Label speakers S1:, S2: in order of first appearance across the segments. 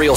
S1: Serial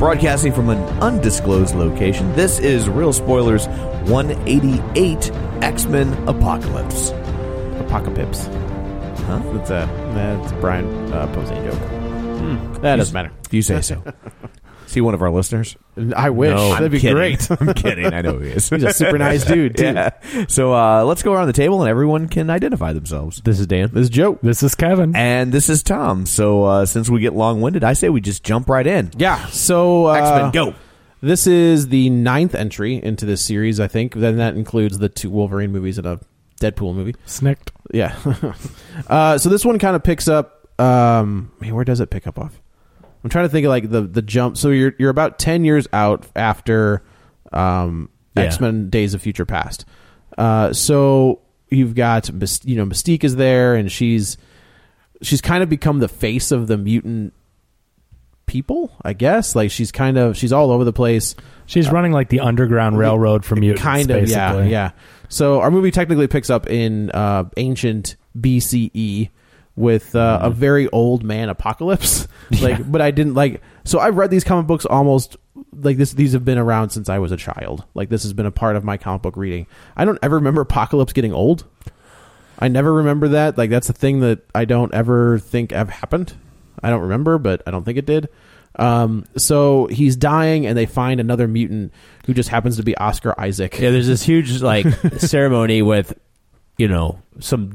S2: Broadcasting from an undisclosed location, this is Real Spoilers 188 X Men Apocalypse.
S3: Apocalypse.
S2: Huh?
S3: That's a that's a Brian uh, Posey joke. That doesn't matter.
S2: If Hmm. you say so. Is he one of our listeners?
S3: I wish
S2: No,
S3: that'd
S2: I'm
S3: be
S2: kidding.
S3: great.
S2: I'm kidding. I know he is.
S3: He's a super nice dude too.
S2: Yeah. So uh, let's go around the table and everyone can identify themselves.
S3: This is Dan. This is Joe.
S4: This is Kevin.
S2: And this is Tom. So uh, since we get long winded, I say we just jump right in.
S3: Yeah. So uh,
S2: X-Men, go.
S3: This is the ninth entry into this series, I think. Then that includes the two Wolverine movies and a Deadpool movie.
S4: Snicked.
S3: Yeah. uh, so this one kind of picks up. Um, man, where does it pick up off? I'm trying to think of like the the jump. So you're you're about ten years out after um,
S2: Yeah.
S3: X Men Days of Future Past. Uh, so you've got Mys- you know Mystique is there, and she's she's kind of become the face of the mutant people, I guess. Like she's kind of she's all over the place.
S4: She's running like the underground railroad from you.
S3: Uh, kind of yeah
S4: basically.
S3: yeah so our movie technically picks up in uh, ancient bce with uh, a
S4: Mm-hmm.
S3: very old man apocalypse like but i didn't like so i've read these comic books almost like this these have been around since i was a child like this has been a part of my comic book reading i don't ever remember apocalypse getting old i never remember that like that's a thing that i don't ever think have happened i don't remember but i don't think it did um, so he's dying and they find another mutant who just happens to be oscar isaac
S5: Yeah, there's this huge like ceremony with you know some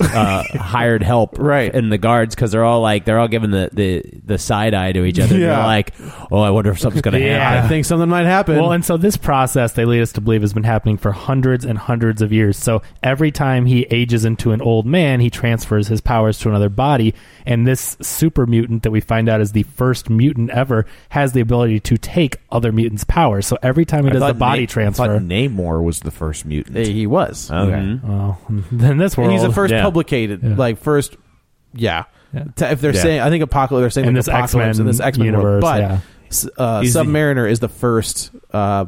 S5: uh, hired help
S3: Right.
S5: in the guards because they're all like they're all giving the, the, the side eye to each other. They're
S3: Yeah.
S5: like, oh, I wonder if something's gonna
S4: Yeah.
S3: I
S5: happen.
S3: think something might happen.
S4: Well, and so this process they lead us to believe has been happening for hundreds and hundreds of years. So every time he ages into an old man, he transfers his powers to another body. And this super mutant that we find out is the first mutant ever has the ability to take other mutants' powers. So every time he does the
S2: thought
S4: body
S2: Na- I
S4: transfer,
S2: thought Namor was the first mutant.
S3: he was.
S2: Okay.
S4: oh, then this world,
S3: And he's the first
S5: Yeah.
S3: publicated,
S4: Yeah.
S3: like first, yeah.
S4: Yeah.
S3: T- If they're
S2: Yeah.
S3: saying, I think Apocalypse, they're saying
S4: In
S3: like
S4: this
S3: Apocalypse
S4: X-Men
S3: in this X Men
S4: universe,
S3: world, but
S4: yeah.
S3: s- uh,
S2: He's the-
S3: Submariner is the first uh,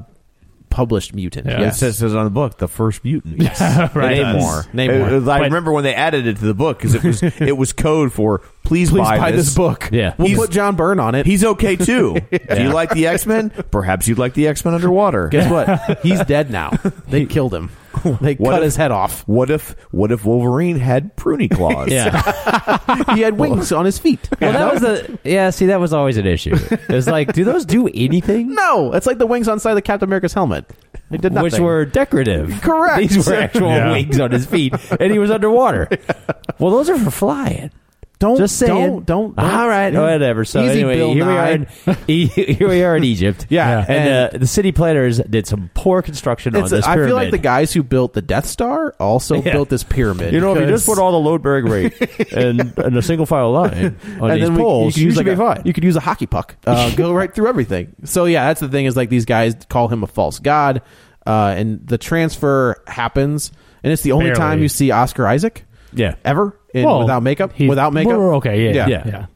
S3: published mutant.
S4: Yeah.
S2: It says, says on the book, the first mutant.
S4: Right.
S2: Namor.
S3: Namor.
S2: It was- I
S4: But-
S2: remember when they added it to the book because it was it was code for please,
S3: Please buy this book.
S5: Yeah.
S3: we'll
S2: He's-
S3: put John Byrne on it.
S2: He's okay too. Do you like the X Men? Perhaps you'd like the X Men underwater.
S3: guess what? he's dead now. They killed him. They
S2: What
S3: cut
S2: if-
S3: his head off.
S2: What if what if Wolverine had pruny claws?
S5: Yeah.
S3: He had wings on his feet.
S5: Well, that was a yeah. See, that was always an issue. It's like, do those do anything?
S3: No, it's like the wings on side of Captain America's helmet. They did nothing.
S5: Which were decorative.
S3: Correct.
S5: These were actual
S4: Yeah.
S5: wings on his feet, and he was underwater. Well, those are for flying.
S3: don't
S5: Just saying.
S3: Don't, don't, don't.
S5: All right,
S3: Yeah.
S5: whatever. So
S3: Easy,
S5: anyway,
S3: Bill
S5: here we are. In, E
S3: Nye.
S5: here we are in Egypt.
S3: Yeah,
S5: and,
S3: and-
S5: uh, the city planners did some poor construction on
S3: It's
S5: this
S3: I
S5: pyramid.
S3: feel like the guys who built the Death Star also
S5: Yeah.
S3: built this pyramid.
S5: you know, if you just put
S3: Because-
S5: all the Lodeberg rate and, and a single file line on
S3: and
S5: these
S3: then we-
S5: poles,
S3: you
S5: you
S3: could use
S5: should
S3: like
S5: be
S3: a,
S5: fine.
S3: You could use a hockey puck, uh, go right through everything. So yeah, that's the thing is like these guys call him a false god, uh, and the transfer happens, and it's the only
S4: Barely.
S3: time you see Oscar Isaac
S5: yeah,
S3: ever in,
S4: Well,
S3: without makeup.
S4: he-
S3: without makeup,
S4: well, okay, yeah,
S5: Yeah.
S4: yeah. yeah.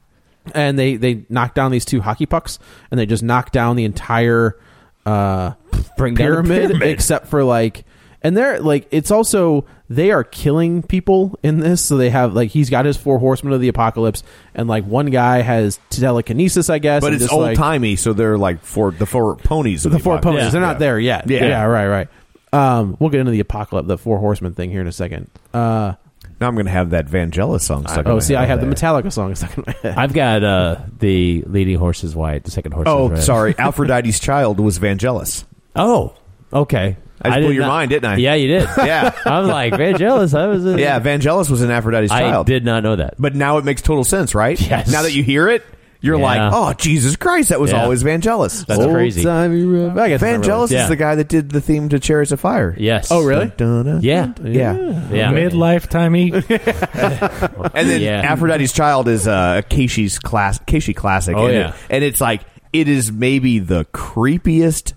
S3: and they they knock down these two hockey pucks, and they just knock down the entire. Uh,
S5: bring down the
S3: pyramid,
S5: pyramid.
S3: except for like and they're like it's also they are killing people in this so they have like he's got his four horsemen of the apocalypse and like one guy has telekinesis i guess
S2: But
S3: and
S2: it's
S3: just,
S2: old
S3: like,
S2: timey, so they're like for the four ponies. of
S3: the four
S2: apocalypse.
S3: ponies they're not there yet
S2: Yeah.
S3: right right um we'll get into the apocalypse the four horsemen thing here in a second uh
S2: Now I'm gonna have that Vangelis song stuck. in
S3: oh
S2: my
S3: see i
S2: head
S3: have the
S2: there.
S3: metallica song stuck in my head
S5: I've got uh, the leading horse is white, the second horse. is
S2: Oh,
S5: red.
S2: sorry. Aphrodite's child was Vangelis.
S5: Oh, okay.
S2: I just
S5: did
S2: blew your
S5: not-
S2: mind, didn't I?
S5: Yeah, you did.
S2: Yeah.
S5: I'm like very jealous. I was. A,
S2: Yeah, Vangelis was an Aphrodite's
S5: I
S2: child.
S5: did not know that.
S2: But now it makes total sense, right?
S5: Yes.
S2: Now that you hear it, you're
S5: Yeah.
S2: like, oh, Jesus Christ, that was
S5: Yeah.
S2: always Vangelis.
S5: That's
S2: Old
S5: crazy.
S2: timey rev- I guess Vangelis
S5: Yeah.
S2: is the guy that did the theme to Chariots of Fire.
S5: Yes.
S3: oh really
S2: Dun, dun,
S5: Yeah.
S2: dun. Yeah.
S5: Yeah.
S4: Midlife timey.
S2: And then
S5: Yeah.
S2: Aphrodite's Child is uh, Keishi's class, Keishi classic.
S5: Oh,
S2: and
S5: yeah.
S2: It, and it's like, it is maybe the creepiest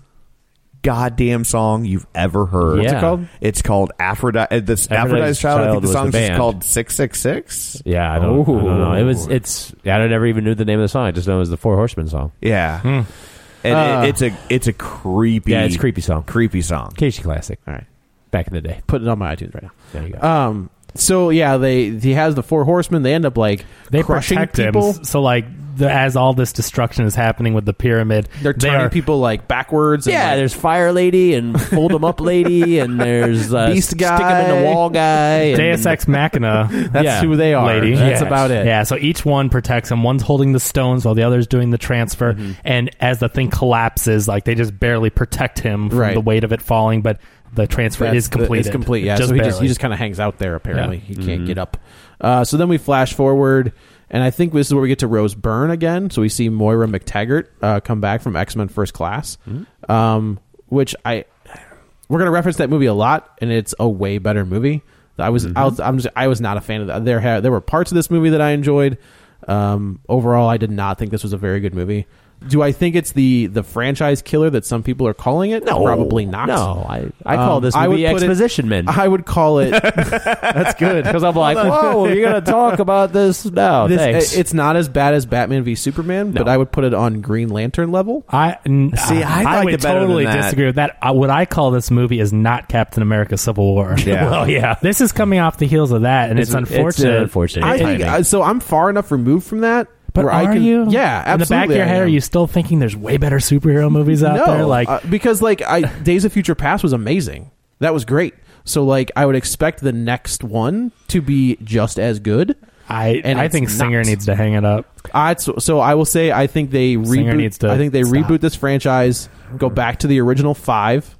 S2: goddamn song you've ever heard.
S5: What's it Yeah. called?
S2: It's called Aphrodite. uh, This Aphrodite's
S5: Aphrodite's
S2: Child. I
S5: Child
S2: think the
S5: was the
S2: song's just
S5: band.
S2: called Six Six Six.
S5: Yeah, I don't, I don't know. It was
S2: Ooh.
S5: it's I don't never even knew the name of the song. I just know it was the Four Horsemen song.
S2: Yeah, and it, it's a it's a creepy.
S5: Yeah, it's a creepy song.
S2: Creepy song.
S5: Casey classic.
S3: All right.
S5: Back in the day.
S3: Put it on my iTunes right now.
S5: There you go.
S3: Um. So yeah, they he has the four horsemen. They end up like
S4: they
S3: crushing
S4: protect
S3: people.
S4: him. So like the, as all this destruction is happening with the pyramid,
S3: They're
S4: they
S3: turning
S4: are-
S3: people like backwards.
S5: yeah,
S3: and, like,
S5: there's Fire Lady and Fold 'em Up Lady and there's uh,
S3: Beast
S5: st- Stick 'em in
S3: Guy.
S5: the Wall guy.
S4: Deus
S5: and,
S4: Ex Machina.
S3: That's
S4: yeah,
S3: who they are.
S4: Lady.
S3: That's
S4: Yeah.
S3: about it.
S4: Yeah. So each one protects them. One's holding the stones while the other's doing the transfer.
S3: Mm-hmm.
S4: And as the thing collapses, like they just barely protect him from
S3: Right.
S4: the weight of it falling, but the transfer
S3: that's
S4: is
S3: the-
S4: completed.
S3: It's complete. Yeah.
S4: Just
S3: so he just he
S4: barely. Mm-hmm.
S3: just kind of hangs out there. Apparently, he can't get up. Uh, so then we flash forward, and I think this is where we get to Rose Byrne again. So we see Moira McTaggart uh, come back from X Men First Class,
S4: Mm-hmm.
S3: um, which I we're gonna reference that movie a lot, and it's a way better movie. I was, I
S4: Mm-hmm.
S3: was I'm just I was not a fan of that. There ha- there were parts of this movie that I enjoyed. Um, overall, I did not think this was a very good movie. Do I think it's the the franchise killer that some people are calling it?
S5: No.
S3: probably not.
S5: Oh,
S3: Um,
S5: No, I- I call this
S3: I would
S5: movie
S3: put it-
S5: Exposition Men.
S3: I would call it
S5: That's good because I'm like, whoa, you're gonna talk about this now.
S3: this-
S5: Thanks.
S3: It's not as bad as Batman v Superman, but I would put it on Green Lantern level.
S4: I n-
S2: See, I
S4: I,
S2: liked
S4: would
S2: it better than
S4: totally
S2: that.
S4: disagree with that. Uh, what I call this movie is not Captain America: Civil War.
S2: Yeah. Well,
S4: yeah. This is coming off the heels of that, and it's,
S5: It's- it's
S4: unfortunate.
S5: unfortunate.
S3: I
S5: Yeah.
S3: think uh, so. I'm far enough removed from that.
S4: But
S3: where
S4: are
S3: I can,
S4: you?
S3: Yeah, absolutely.
S4: In the back of your
S3: I
S4: head, are
S3: am.
S4: you still thinking there's way better superhero movies out there? Like,
S3: uh, because like I Days of Future Past was amazing. That was great. So like I would expect the next one to be just as good.
S4: I
S3: and
S4: I
S3: it's
S4: think Singer
S3: not.
S4: needs to hang it up.
S3: I so, so I will say I think they
S4: Singer
S3: reboot.
S4: needs to
S3: I think they
S4: stop.
S3: reboot this franchise, go back to the original five,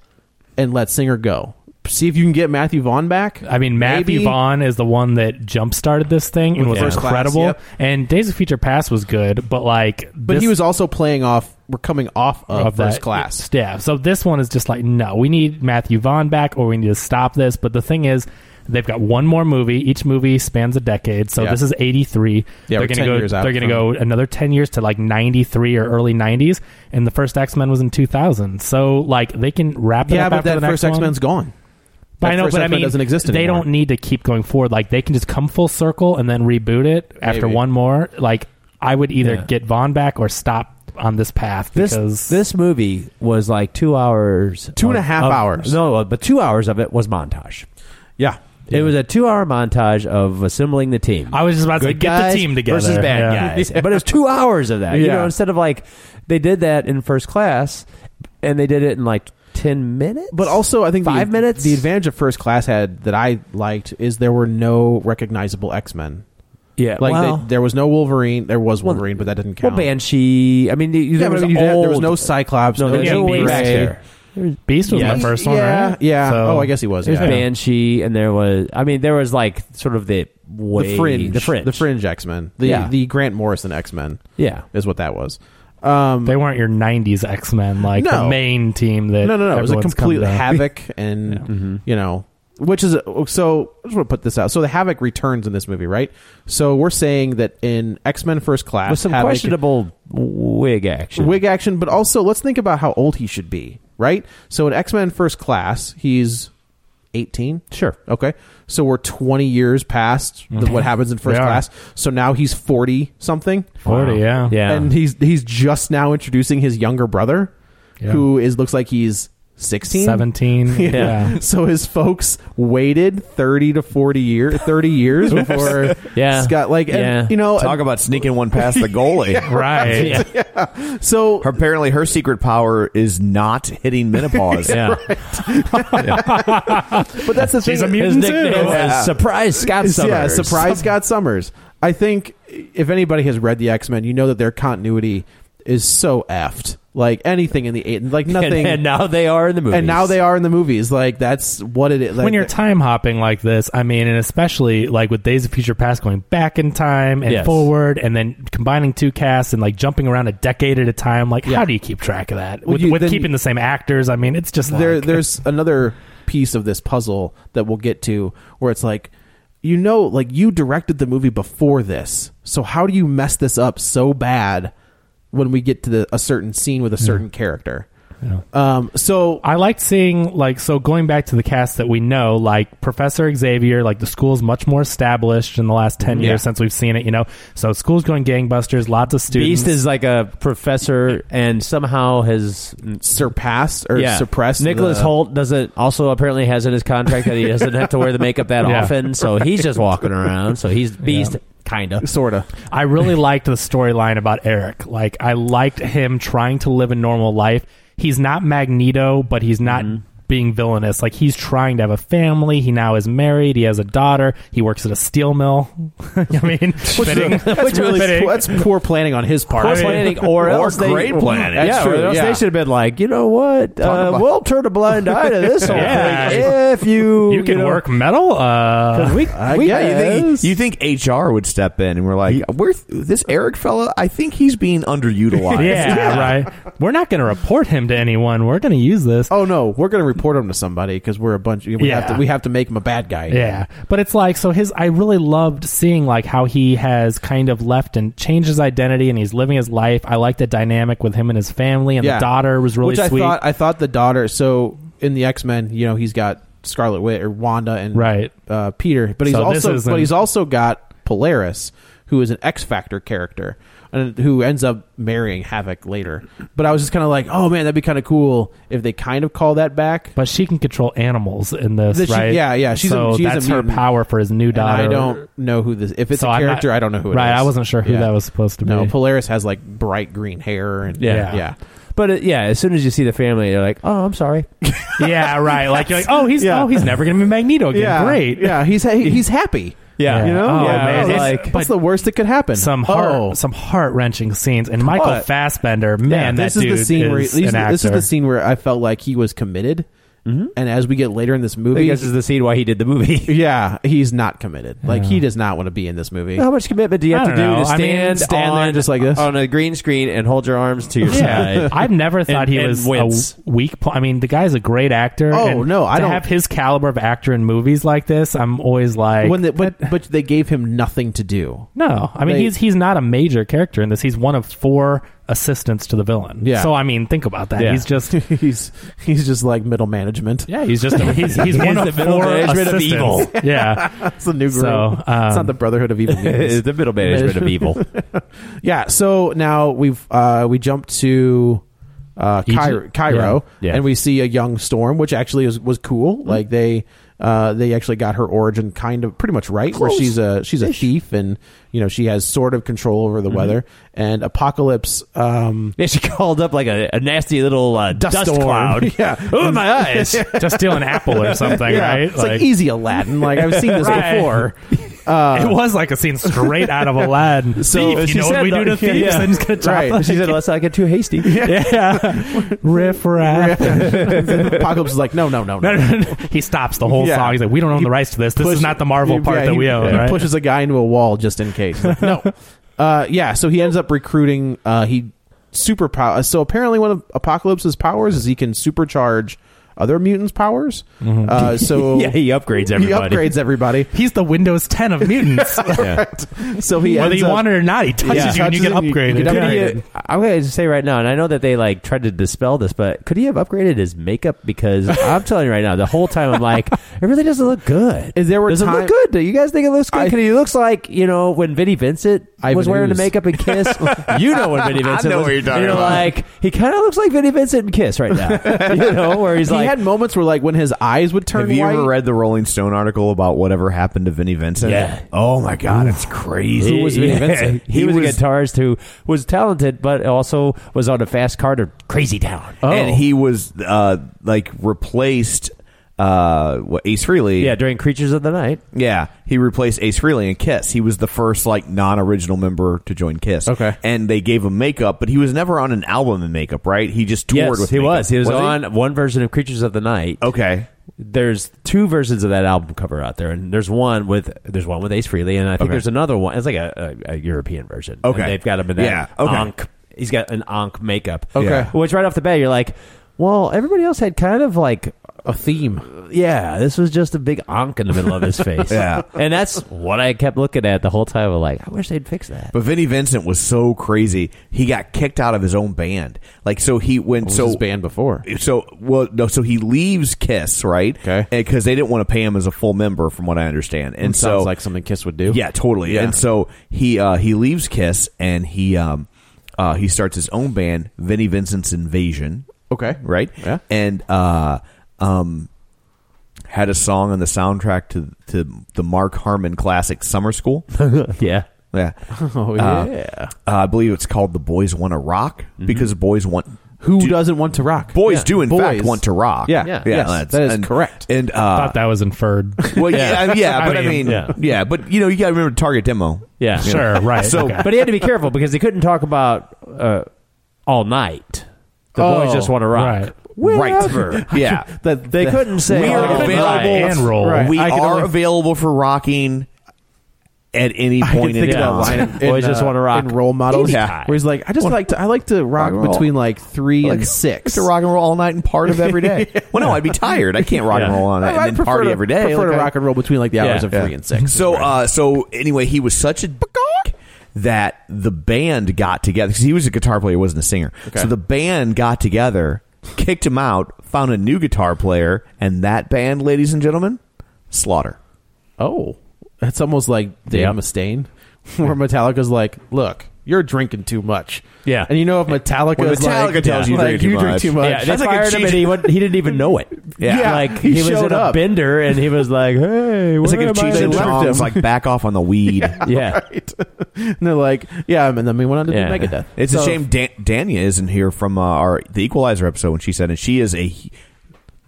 S3: and let Singer go. See if you can get Matthew Vaughn back.
S4: I mean, Matthew
S3: Maybe.
S4: Vaughn is the one that jump started this thing and
S3: With
S4: was
S3: First Class,
S4: incredible.
S3: yep.
S4: And Days of Future Past was good, but like,
S3: But he
S4: this-
S3: was also playing off. We're coming off of,
S4: of
S3: first
S4: that
S3: class.
S4: Yeah. So this one is just like, no, we need Matthew Vaughn back or we need to stop this. But the thing is, they've got one more movie. Each movie spans a decade. So
S3: Yeah.
S4: this is 83.
S3: Yeah, we're
S4: they're
S3: 10
S4: gonna go,
S3: years out
S4: They're going to
S3: from-
S4: go another 10 years to like 93 or early 90s. And the first X Men was in 2000. So like they can wrap it
S3: Yeah,
S4: up
S3: but
S4: after
S3: that
S4: the next
S3: first
S4: one.
S3: X Men's gone.
S4: But
S3: That
S4: I know,
S3: first
S4: but I
S3: X-Men
S4: mean,
S3: doesn't exist
S4: They
S3: anymore.
S4: don't need to keep going forward. Like they can just come full circle and then reboot it after
S3: Maybe.
S4: one more. Like I would either
S5: Yeah.
S4: get Vaughn back or stop on this path because
S5: this this movie was like two hours,
S3: Two and a
S5: of-
S3: half
S5: of-
S3: hours.
S5: No, uh, but two hours of it was montage.
S3: Yeah,
S5: It was a two-hour montage of assembling the team.
S4: I was just about to say,
S5: Good
S4: get
S5: guys
S4: the team together
S5: versus bad
S4: Yeah.
S5: guys. But it was two hours of that. You
S4: Yeah.
S5: know, instead of like they did that in first class, and they did it in like ten minutes.
S3: But also, I think the-
S5: Five minutes?
S3: The advantage of first class had that I liked is there were no recognizable X Men.
S5: yeah,
S3: Like
S5: well,
S3: they, there was no Wolverine. There was
S5: Well,
S3: Wolverine, but that didn't
S5: well,
S3: count.
S5: Banshee. I mean, the-
S3: yeah,
S5: there,
S3: but
S5: was
S3: I mean, you did- there was
S5: old-
S3: no Cyclops. No,
S5: there was
S4: yeah,
S5: no
S4: Jean
S5: way
S4: Grey.
S5: back there.
S4: Beast was
S3: Yeah,
S4: the first one,
S3: yeah,
S4: right?
S3: yeah.
S4: So-
S3: oh, I guess he was.
S5: There's
S3: Yeah.
S5: Banshee, and there was. I mean, there was like sort of the way,
S3: the fringe,
S5: the fringe,
S3: the fringe X Men, the
S5: Yeah.
S3: the Grant Morrison X Men
S5: Yeah,
S3: is what that was. Um,
S4: They weren't your '90s X-Men, like
S3: No.
S4: the main team that.
S3: no, no, no. It was a
S4: everyone's come
S3: complete
S4: to.
S3: havoc, and you know, which is so. I just want to put this out. So the havoc returns in this movie, right? So we're saying that in X Men First Class,
S5: with some
S3: Havoc-
S5: questionable wig action.
S3: wig action, but also let's think about how old he should be, right? So in X Men First Class, he's eighteen.
S5: Sure.
S3: Okay, so we're twenty years past the, what happens in First
S4: Yeah.
S3: Class. So now he's forty something,
S4: Forty, yeah,
S5: Yeah.
S3: and he's he's just now introducing his younger brother,
S4: Yeah.
S3: who is looks like he's sixteen.
S4: seventeen, yeah.
S3: So his folks waited thirty to forty years, thirty years before
S5: Yeah.
S3: Scott like Oh, and,
S5: Yeah.
S3: you know
S2: Talk about sneaking one past the goalie.
S4: right.
S3: so
S2: Her- Apparently, her secret power is not hitting menopause.
S5: Yeah.
S3: but that's the
S4: She's
S3: thing
S4: a
S5: His
S4: mutant
S5: nickname
S4: too.
S2: Yeah.
S5: was Surprise Scott
S3: Is-
S5: Summers.
S3: Yeah, surprise Scott Summers. I think if anybody has read the X Men, you know that their continuity is so effed. Like anything in the eight, like
S5: And-
S3: nothing.
S5: And, now they are in the movie.
S3: and now they are in the movies. Like that's what it is. Like,
S4: when you're time hopping like this, I mean, and especially like with Days of Future Past going back in time and
S5: Yes.
S4: forward, and then combining two casts and like jumping around a decade at a time, like how do you keep track of that
S3: Well,
S4: with,
S3: you-
S4: with
S3: then-
S4: keeping the same actors? I mean, it's just like,
S3: there, there's another piece of this puzzle that we'll get to where it's like, you know, like you directed the movie before this, so how do you mess this up so bad when we get to the, a certain scene with a certain character? Um, so
S4: I liked seeing like so going back to the cast that we know, like Professor Xavier, like the school's much more established in the last ten
S3: Yeah.
S4: years since we've seen it, you know. So school's going gangbusters, lots of students.
S5: Beast is like a professor and somehow has mm,
S3: surpassed or
S5: yeah.
S3: suppressed
S5: Nicholas
S3: the-
S5: Holt doesn't also apparently has in his contract that he doesn't have to wear the makeup that
S4: Yeah.
S5: often, so he's just walking around. So he's Beast, kinda.
S3: sorta.
S4: I really liked the storyline about Eric. Like I liked him trying to live a normal life. He's not Magneto, but he's not being villainous. Like he's trying to have a family. He now is married. He has a daughter. He works at a steel mill. I mean, fitting.
S3: That's really
S4: Fitting.
S3: that's poor planning on his part.
S5: Poor
S4: I mean-
S5: planning, or, else they, Mm-hmm.
S2: great planning.
S5: Yeah,
S3: That's true,
S5: or else
S3: yeah.
S5: they should have been like, you know what? Uh,
S3: about-
S5: we'll turn a blind eye to this whole
S4: Yeah.
S5: thing if you
S4: you can
S5: know,
S4: work metal. Uh,
S5: We,
S3: I
S5: we-
S3: guess.
S2: Yeah, you
S3: Yes.
S2: think, you think HR would step in and we're like, we're th- this Eric fella, I think he's being underutilized.
S4: yeah, right. We're not going to report him to anyone. We're going to use this.
S3: Oh no, we're gonna report him to somebody because we're a bunch. We have
S4: Yeah.
S3: to. We have to make him a bad guy.
S4: Yeah, but it's like so his. I really loved seeing like how he has kind of left and changed his identity, and he's living his life. I like the dynamic with him and his family, and
S3: Yeah.
S4: the daughter was really
S3: Which I
S4: sweet.
S3: thought. I thought the daughter. So in the X Men, you know, he's got Scarlet Witch or Wanda and
S4: Right.
S3: uh, Peter, but he's
S4: So this
S3: also
S4: isn't-
S3: but he's also got Polaris, who is an X Factor character and who ends up marrying Havoc later. But I was just kind of like, oh man, that'd be kind of cool if they kind of call that back.
S4: but she can control animals in this,
S3: That she-
S4: right?
S3: yeah, yeah, she's a-
S4: so
S3: she's a
S4: that's her
S3: mutant.
S4: power for his new
S3: And
S4: daughter.
S3: I don't know who this. If it's
S4: So
S3: a
S4: I'm not-
S3: character, I don't know who. it is.
S4: right, I wasn't sure who
S3: Yeah.
S4: that was supposed to be.
S3: No, Polaris has like bright green hair and
S4: Yeah.
S3: yeah.
S5: but it, yeah, as soon as you see the family, you're like, oh, I'm sorry.
S4: yeah, right. Like you're like, oh, he's
S3: Yeah.
S4: oh, he's never gonna be Magneto again.
S3: Yeah,
S4: Great.
S3: Yeah, he's ha- he's happy.
S4: Yeah.
S3: you know,
S4: Oh,
S3: yeah,
S4: man,
S3: It's,
S4: it's-
S3: like
S4: but-
S3: what's the worst that could happen?
S4: Some heart, some heart wrenching scenes, and Michael
S3: Oh. But-
S4: Fassbender, man,
S3: yeah, this
S4: that
S3: is
S4: dude
S3: the scene where
S4: is
S3: these-
S4: an actor.
S3: this is the scene where I felt like he was committed, and as we get later in this
S5: I
S3: movie,
S5: guess is the scene why he did the movie.
S3: yeah, he's not committed. Like he does not want to be in this movie.
S5: How much commitment do you have
S4: I
S5: to do
S4: don't know.
S5: to
S4: I
S5: stand,
S4: mean,
S3: stand
S5: on
S3: there just like this?
S5: on a green screen and hold your arms to your
S4: Yeah,
S5: side?
S4: I've never thought
S5: And-
S4: he
S5: and
S4: was
S5: wince.
S4: a weak. Po- I mean, the guy's a great actor.
S3: Oh,
S4: and
S3: no, I
S4: to
S3: don't-
S4: have his caliber of actor in movies like this. I'm always like,
S3: when the, but but they gave him nothing to do.
S4: no, I mean
S3: They-
S4: he's he's not a major character in this. He's one of four assistants to the villain.
S3: Yeah.
S4: So I mean, think about that.
S5: Yeah.
S4: He's just.
S3: he's he's just like middle management.
S4: Yeah, he's just a, he's, he's, one
S5: the
S4: of
S5: middle
S4: four
S5: management of
S4: assistants.
S5: evil.
S4: Yeah,
S3: That's the new group.
S4: So,
S3: it's
S4: um,
S3: not the Brotherhood of Evil. Mutants.
S5: the middle management of evil.
S3: Yeah. So now we've uh, we jump to uh, Cairo, Cairo
S5: Yeah. Yeah.
S3: and we see a young Storm, which actually is, was cool. Like they uh, they actually got her origin kind of pretty much right, where she's a she's a thief and you know she has sort of control over the weather. And Apocalypse, um,
S5: Yeah, she called up like a, a nasty little uh, dust,
S3: storm.
S5: cloud.
S3: yeah.
S5: Oh my eyes!
S4: just steal an apple or something,
S3: Yeah.
S4: right?
S3: It's like, easy Aladdin. Like I've seen this
S4: Right.
S3: before.
S4: it was like a scene straight out of Aladdin.
S3: So-
S4: Thief,
S3: she
S4: you know
S3: said
S4: what we do
S3: that-
S4: to
S3: yeah,
S4: thieves?
S3: yeah.
S4: They're just gonna chop
S3: Right.
S4: them.
S5: she said, "Let's not get too hasty."
S4: Yeah, riff raff.
S3: Apocalypse is like, no, no, no, no.
S4: No, no, no. he stops the whole
S3: Yeah.
S4: song. He's like, "We don't own the rights to this. This
S3: push-
S4: is not the Marvel
S3: yeah,
S4: part that
S3: he-
S4: we own."
S3: He
S4: right?
S3: pushes a guy into a wall just in case. He's like, no. Uh, yeah, so he ends up recruiting. Uh, he super pow- uh, So apparently, one of Apocalypse's powers is he can supercharge other mutants' powers. Uh, so
S5: yeah, he upgrades
S3: he
S5: everybody.
S3: upgrades everybody.
S4: He's the Windows 10 of mutants.
S3: So he
S4: Whether
S3: ends
S4: you
S3: up,
S4: want it or not, he touches
S3: Yeah.
S4: you and you get
S3: Touches it,
S4: upgraded.
S3: you get
S4: Yeah.
S3: upgraded.
S5: I'm going to say right now, and I know that they like tried to dispel this, but could he have upgraded his makeup? Because I'm telling you right now, the whole time I'm like, it really doesn't look good.
S3: Is there were
S5: Does it
S3: time-
S5: look good? Do you guys think it looks good?
S3: I-
S5: 'Cause he looks like you know when Vinnie Vincent
S3: Ivan
S5: was wearing
S3: Ooze.
S5: the makeup in Kiss. you know when Vinnie Vincent
S2: know
S5: was.
S2: what you're talking
S5: and
S2: about.
S5: Like he kind of looks like Vinnie Vincent in Kiss right now. you know where he's
S3: he
S5: like.
S3: had moments where like when his eyes would turn
S2: Have you
S3: white.
S2: ever read the Rolling Stone article about whatever happened to Vinnie Vincent?
S5: Yeah.
S2: Oh my God, it's crazy.
S5: He-
S3: Vinnie
S5: yeah,
S3: Vincent?
S5: He,
S2: He
S5: was,
S2: was-
S5: a guitarist who was talented, but also was on a fast car to Crazy Town.
S2: And he was uh, like replaced uh, what, Ace Frehley.
S5: yeah, during Creatures of the Night.
S2: Yeah, he replaced Ace Frehley in Kiss. He was the first like non-original member to join Kiss.
S3: Okay.
S2: and they gave him makeup, but he was never on an album in makeup, right? He just toured
S5: Yes,
S2: with.
S5: he
S2: makeup.
S5: was. He was,
S2: he? Oh.
S5: on one version of Creatures of the Night.
S2: Okay,
S5: There's two versions of that album cover out there, and there's one with there's one with Ace Frehley, and I think
S2: Okay.
S5: there's another one. It's like a, a, a European version.
S2: Okay.
S5: And they've got him in that
S2: Yeah, okay.
S5: Ankh- He's got an onk makeup.
S3: Okay.
S5: which right off the bat you're like, well, everybody else had kind of like
S3: a theme.
S5: Yeah, this was just a big onk in the middle of his face.
S2: Yeah.
S5: and that's what I kept looking at the whole time. I'm like, I wish they'd fix that.
S2: But Vinnie Vincent was so crazy, he got kicked out of his own band. Like so, he went
S3: was
S2: so
S3: his band before?
S2: So well, no. So he leaves Kiss, right?
S3: Okay.
S2: because they didn't want to pay him as a full member, from what I understand. And
S3: It
S2: so,
S3: sounds like something Kiss would do.
S2: yeah, totally.
S3: Yeah.
S2: And so he uh, he leaves Kiss, and he um uh, he starts his own band, Vinnie Vincent's Invasion,
S3: Okay.
S2: right?
S3: Yeah.
S2: and uh um had a song on the soundtrack to to the Mark Harmon classic Summer School.
S5: Yeah.
S2: yeah.
S3: Oh yeah. Mm-hmm.
S2: Uh, I believe it's called "The Boys Want to Rock" because boys want
S3: Who
S2: do-
S3: doesn't want to rock?
S2: boys
S3: Yeah.
S2: do in
S3: Boys.
S2: fact want to rock.
S3: Yeah. Yeah. Yes,
S2: that's-
S3: that is
S2: and-
S3: correct.
S2: And
S4: I
S2: uh,
S4: thought that was inferred.
S2: well, yeah, yeah, but I mean, yeah.
S5: yeah.
S2: but you know, you got to remember the target demo.
S5: Yeah.
S4: sure, right.
S2: So-
S4: okay.
S5: Oh, but he had to be careful because he couldn't talk about uh, all night. The boys just want to rock.
S4: right.
S5: Wherever.
S2: Right. Yeah.
S3: That
S5: They
S3: that-
S5: couldn't say
S2: We
S5: all
S2: are
S5: night.
S2: available
S4: and roll.
S3: Right.
S2: We
S3: I can
S2: are
S3: only-
S2: available for rocking at any
S3: I can
S2: point in
S3: think of that
S2: time.
S3: line. in-
S5: Boys
S3: in,
S5: just
S3: uh,
S5: wanna rock
S3: in role models.
S2: anytime.
S3: Where he's like, I just like to, I like to rock
S2: and roll.
S3: between like three
S2: Like,
S3: and six.
S2: To rock and roll all night and part of every day. Well, no, I'd be tired. I can't rock and roll all
S3: I,
S2: night
S3: I
S2: and then
S3: prefer
S2: party
S3: to,
S2: every day.
S3: Prefer
S2: Like,
S3: to
S2: I-
S3: rock and roll between like the hours of
S2: Yeah.
S3: three and six.
S2: So, uh, so anyway, he was such a dork that the band got together because he was a guitar player, he wasn't a singer. So the band got together, kicked him out, found a new guitar player, and that band, ladies and gentlemen, Slaughter.
S3: oh, that's almost like Dave Mustaine, where Metallica's like, look. You're drinking too much.
S5: Yeah.
S3: and you know if Metallica
S2: When Metallica
S3: like,
S2: tells you
S3: like,
S2: drinking too
S3: drink
S2: much.
S3: too much,
S5: Yeah, they
S2: That's like a
S5: fired him
S2: cheat-
S5: and he, went, he didn't even know it.
S2: Yeah. Yeah,
S5: like
S3: he
S5: he, was
S3: showed
S5: in
S3: up.
S5: a bender and he was like, "Hey,
S2: It's
S5: where
S2: like
S5: am
S2: if Cheech
S5: I?"
S2: and
S3: They left
S2: Chong's
S3: him.
S2: like back off on the weed.
S5: Yeah,
S3: they're like, yeah, and then we went on to do
S5: Yeah.
S3: Megadeth.
S2: It's a
S3: So-
S2: shame Dan- Dania isn't here from uh, our the Equalizer episode when she said, and she is a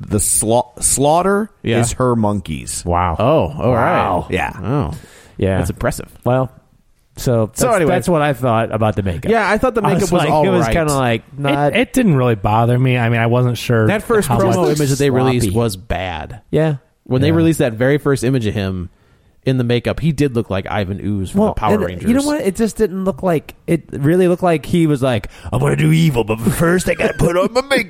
S2: the sla- Slaughter
S3: Yeah.
S2: is her monkeys.
S5: wow.
S3: Oh, all right.
S5: Wow.
S2: Yeah.
S3: Oh,
S5: yeah.
S3: that's impressive.
S5: well, so that's,
S3: So anyway.
S5: that's what I thought about the makeup.
S3: Yeah, I thought the
S5: I
S3: makeup was,
S5: like,
S3: all
S5: it was
S3: right.
S5: kind of like not.
S4: It, it didn't really bother me. I mean, I wasn't sure
S3: that first
S4: how
S3: promo
S4: much-
S3: image that they released
S5: sloppy.
S3: was bad.
S5: yeah,
S3: When they
S5: Yeah.
S3: released that very first image of him in the makeup, he did look like Ivan Ooze from the Power
S5: and uh,
S3: Rangers.
S5: You know what? It just didn't look like it. Really looked like he was like, "I'm gonna do evil, but first I gotta put on my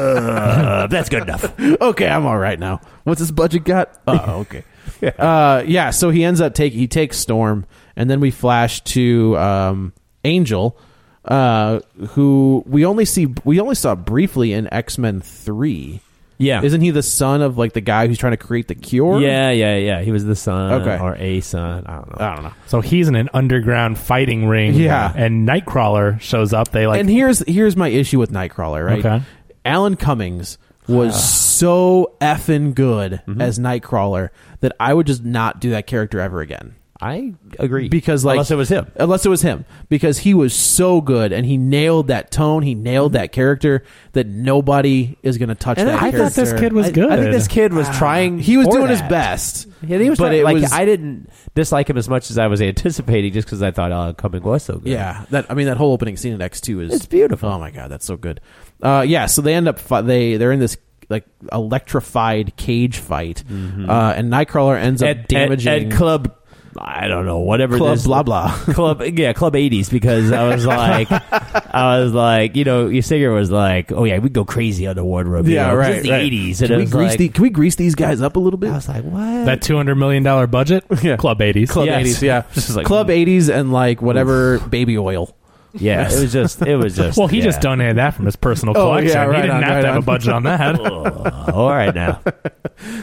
S5: makeup." That's good enough.
S3: Okay, I'm all right now. What's his budget got? Oh, okay. yeah. Uh, yeah. So he ends up taking he takes Storm, and then we flash to um, Angel, uh, who we only see we only saw briefly in X Men Three.
S5: Yeah.
S3: Isn't he the son of like the guy who's trying to create the cure?
S5: Yeah, yeah, yeah. He was the son,
S3: Okay.
S5: or a son. I don't know.
S3: I don't know.
S4: So he's in an underground fighting ring.
S3: Yeah.
S4: And Nightcrawler shows up. They like
S3: and here's here's my issue with Nightcrawler, right?
S4: Okay.
S3: Alan Cummings was so effing good
S5: Mm-hmm.
S3: as Nightcrawler that I would just not do that character ever again.
S5: I agree
S3: Because like
S5: unless it was him.
S3: Unless it was him. Because he was so good and he nailed that tone, he nailed that character that nobody is gonna touch
S5: And
S3: that
S4: I thought this
S3: character.
S4: kid was
S5: I,
S4: good.
S5: I think this kid was trying.
S3: he was
S5: for
S3: doing his
S5: that.
S3: best.
S5: Yeah, he was
S3: but
S5: trying-
S3: it
S5: like
S3: was
S5: I didn't dislike him as much as I was anticipating, just because I thought Alan Cumming was so good.
S3: Yeah, that I mean that whole opening scene in X two is
S5: It's beautiful.
S3: Oh my god, that's so good. Uh, yeah, so they end up fi- they they're in this like electrified cage fight,
S5: Mm-hmm.
S3: uh, and Nightcrawler ends up
S5: at, at-
S3: damaging
S5: at club. I don't know whatever
S3: Club
S5: this,
S3: blah blah.
S5: club yeah club eighties because I was like I was like you know your singer was like oh yeah we go crazy on the wardrobe you
S3: Yeah,
S5: know, 'cause
S3: right,
S5: it's the
S3: right.
S5: eighties and
S3: Can
S5: it
S3: we
S5: was
S3: grease
S5: like
S3: the, Can we grease these guys up a little bit?
S5: I was like what
S4: that two hundred million dollar budget.
S3: Yeah.
S4: Club eighties.
S3: Club
S5: yes.
S3: eighties, yeah,
S5: Just like-
S3: Club eighties and like whatever baby oil.
S5: yeah it was just it was just
S4: Well, he
S5: yeah.
S4: just donated that from his personal
S3: Oh,
S4: collection.
S3: yeah, right
S4: he didn't
S3: on,
S4: have
S3: right
S4: to have
S3: on.
S4: a budget on that.
S5: Oh, all right now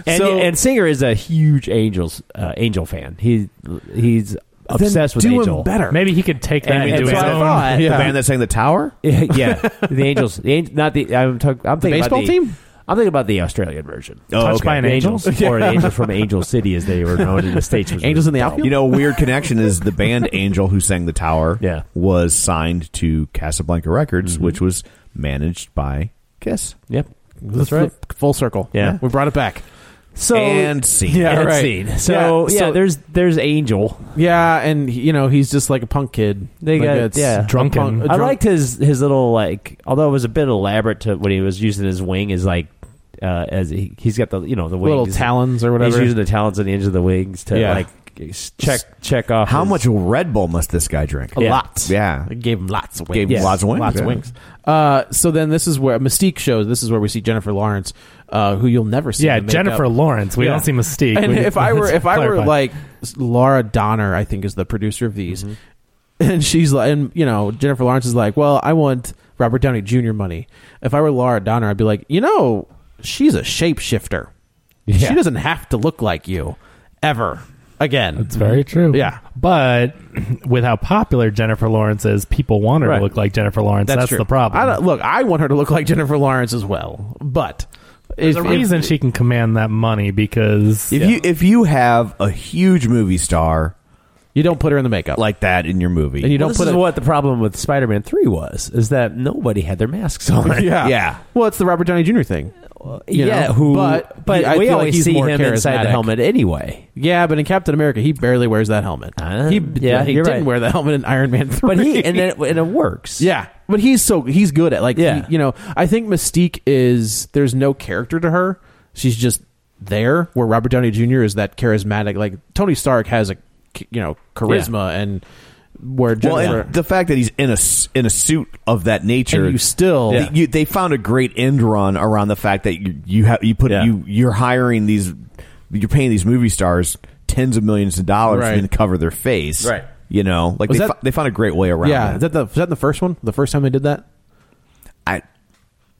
S5: and
S3: So-
S5: and singer is a huge Angels uh, Angel fan he he's obsessed
S3: Then
S5: with
S3: do
S5: Angel
S3: him better.
S4: Maybe he could take that
S5: And
S4: and, do
S5: that's
S4: his
S5: what I
S4: own.
S5: thought.
S2: The
S3: Yeah.
S2: band that sang the Tower.
S5: yeah the Angels the, Ang- not the I'm, talk, I'm thinking
S3: baseball
S5: about the,
S3: team? Oh,
S5: I'm thinking about the Australian version
S4: Touched by an
S5: The
S4: angel.
S5: Angels, or the Angels from Angel City, as they were known in the states. was
S3: Angels in the
S5: really
S3: outfield.
S2: You know, weird connection is the band Angel who sang the Tower.
S5: Yeah.
S2: was signed to Casablanca Records,
S3: Mm-hmm.
S2: which was managed by Kiss
S5: Yep.
S3: That's
S5: right.
S3: Full circle.
S5: Yeah.
S3: we brought it back.
S5: So
S2: and Scene.
S3: Yeah,
S5: and
S3: right.
S5: scene. So
S3: Yeah,
S5: yeah,
S3: so-
S5: there's there's Angel.
S3: Yeah, and you know he's just like a punk kid.
S5: They
S3: Like,
S5: got-
S3: it's
S5: yeah.
S3: a
S4: Drunken.
S3: punk- a
S5: I
S3: drunk-
S5: liked his his little like, although it was a bit elaborate to when he was using his wing is like. Uh, as he, he's got the you know the wings,
S3: little talons or whatever.
S5: He's using the talons on the ends of the wings to
S3: Yeah.
S5: like check check off
S2: How
S5: his-
S2: much Red Bull must this guy drink?
S3: a
S5: Yeah.
S3: lot.
S2: Yeah.
S3: It gave him lots of wings.
S2: Gave him lots of wings,
S3: Lots of
S2: yeah.
S3: wings. Uh, so then this is where Mystique shows. This is where we see Jennifer Lawrence uh, who you'll never see.
S4: yeah,
S3: in the
S4: Jennifer
S3: makeup.
S4: Lawrence. We
S3: Yeah.
S4: don't see Mystique.
S3: And
S4: We-
S3: if I were,
S4: let's
S3: if I were
S4: clarify.
S3: like Laura Donner, I think is the producer of these,
S4: Mm-hmm.
S3: and she's like, and you know, Jennifer Lawrence is like, well, I want Robert Downey Jr. money. If I were Laura Donner, I'd be like, you know, she's a shapeshifter.
S5: Yeah.
S3: She doesn't have to look like you ever again.
S4: It's very true.
S3: Yeah.
S4: But with how popular Jennifer Lawrence is, people want her
S3: Right.
S4: to look like Jennifer Lawrence. That's,
S3: true.
S4: the problem.
S3: I don't, look, I want her to look like Jennifer Lawrence as well, but
S4: There's a reason she can command that money because
S2: If you if you have a huge movie star
S3: you don't put her in the makeup.
S2: like that in your movie,
S3: And you don't
S5: Well, this
S3: put
S5: is
S3: it-
S5: what the problem with Spider-Man Three was: is that nobody had their masks on.
S3: yeah,
S2: Yeah.
S3: Well, it's the Robert Downey Jr. thing. you
S5: yeah.
S3: know,
S5: Who?
S3: but-
S5: But,
S3: I feel
S5: we
S3: like
S5: always
S3: he's
S5: see
S3: more
S5: him inside the
S3: charismatic.
S5: helmet anyway.
S3: Yeah, but in Captain America, he barely wears that helmet.
S5: Uh,
S3: he
S5: yeah,
S3: he
S5: you're
S3: didn't
S5: right.
S3: wear the helmet in Iron Man three.
S5: But he and it, and it works.
S3: yeah, but he's so he's good at like
S5: Yeah.
S3: he- you know. I think Mystique is there's no character to her. She's just there. Where Robert Downey Jr. is that charismatic. Like Tony Stark has a you know charisma and where
S2: well,
S3: Jennifer.
S2: and the fact that he's in a s- in a suit of that nature,
S3: and you still
S2: Th- you, they found a great end run around the fact that you you, ha- you put
S5: Yeah.
S2: you you're hiring these you're paying these movie stars tens of millions of dollars
S3: Right.
S2: to cover their face
S5: Right.
S2: you know like
S3: Was
S2: they,
S3: that-
S2: fo- they found a great way around
S3: yeah,
S2: that.
S3: is that the is that the first one? The first time they did that
S2: I,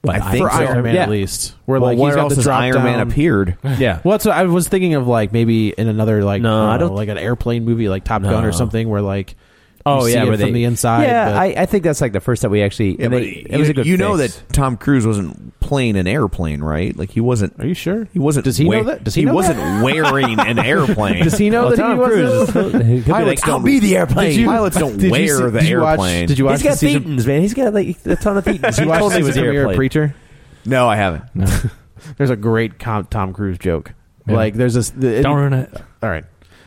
S2: I think
S3: for
S2: so.
S3: Iron Man
S2: yeah.
S3: at least. Where
S2: well,
S3: like
S2: where
S3: he's got
S2: else
S3: the
S2: has
S3: drop
S2: Iron Man
S3: down-
S2: appeared
S5: Yeah.
S3: Well, that's what I was thinking of like maybe in another like
S5: No,
S3: I
S5: I
S3: don't
S5: don't-
S3: know, like an airplane movie like Top Gun or
S5: No.
S3: something where like you
S5: Oh
S3: see
S5: yeah,
S3: it
S5: where
S3: from
S5: they-
S3: the inside.
S5: Yeah,
S3: but-
S5: I, I think that's like the first that we actually.
S2: yeah,
S5: and
S2: but
S5: they-
S2: you,
S5: it was a good
S2: you know
S5: fix.
S2: that Tom Cruise wasn't playing an airplane right like he wasn't
S3: are you sure
S2: he wasn't
S3: Does he
S2: wea-
S3: know that? Does he, know
S2: wasn't
S3: that?
S2: wearing an airplane
S3: Does he know
S5: Well,
S3: that
S5: Tom
S3: he wasn't?
S5: Cruise. Is, he'll be
S2: Pilots
S5: like, I'll
S2: don't-
S5: be the airplane.
S2: Did you- Pilots don't
S3: Did you
S2: wear
S3: see-
S2: the
S3: did you watch-
S2: airplane.
S3: did you watch
S5: He's got
S3: the season?
S5: thetans, man. He's got like a ton of thetans.
S3: Did you watch
S5: totally
S3: the season
S5: was the
S3: premiere of
S5: airplane.
S3: Preacher?
S2: no I haven't
S3: There's a great com- Tom Cruise joke.
S4: Yeah.
S3: Like there's this. the- it-
S4: don't ruin it. Uh-huh.
S3: All right,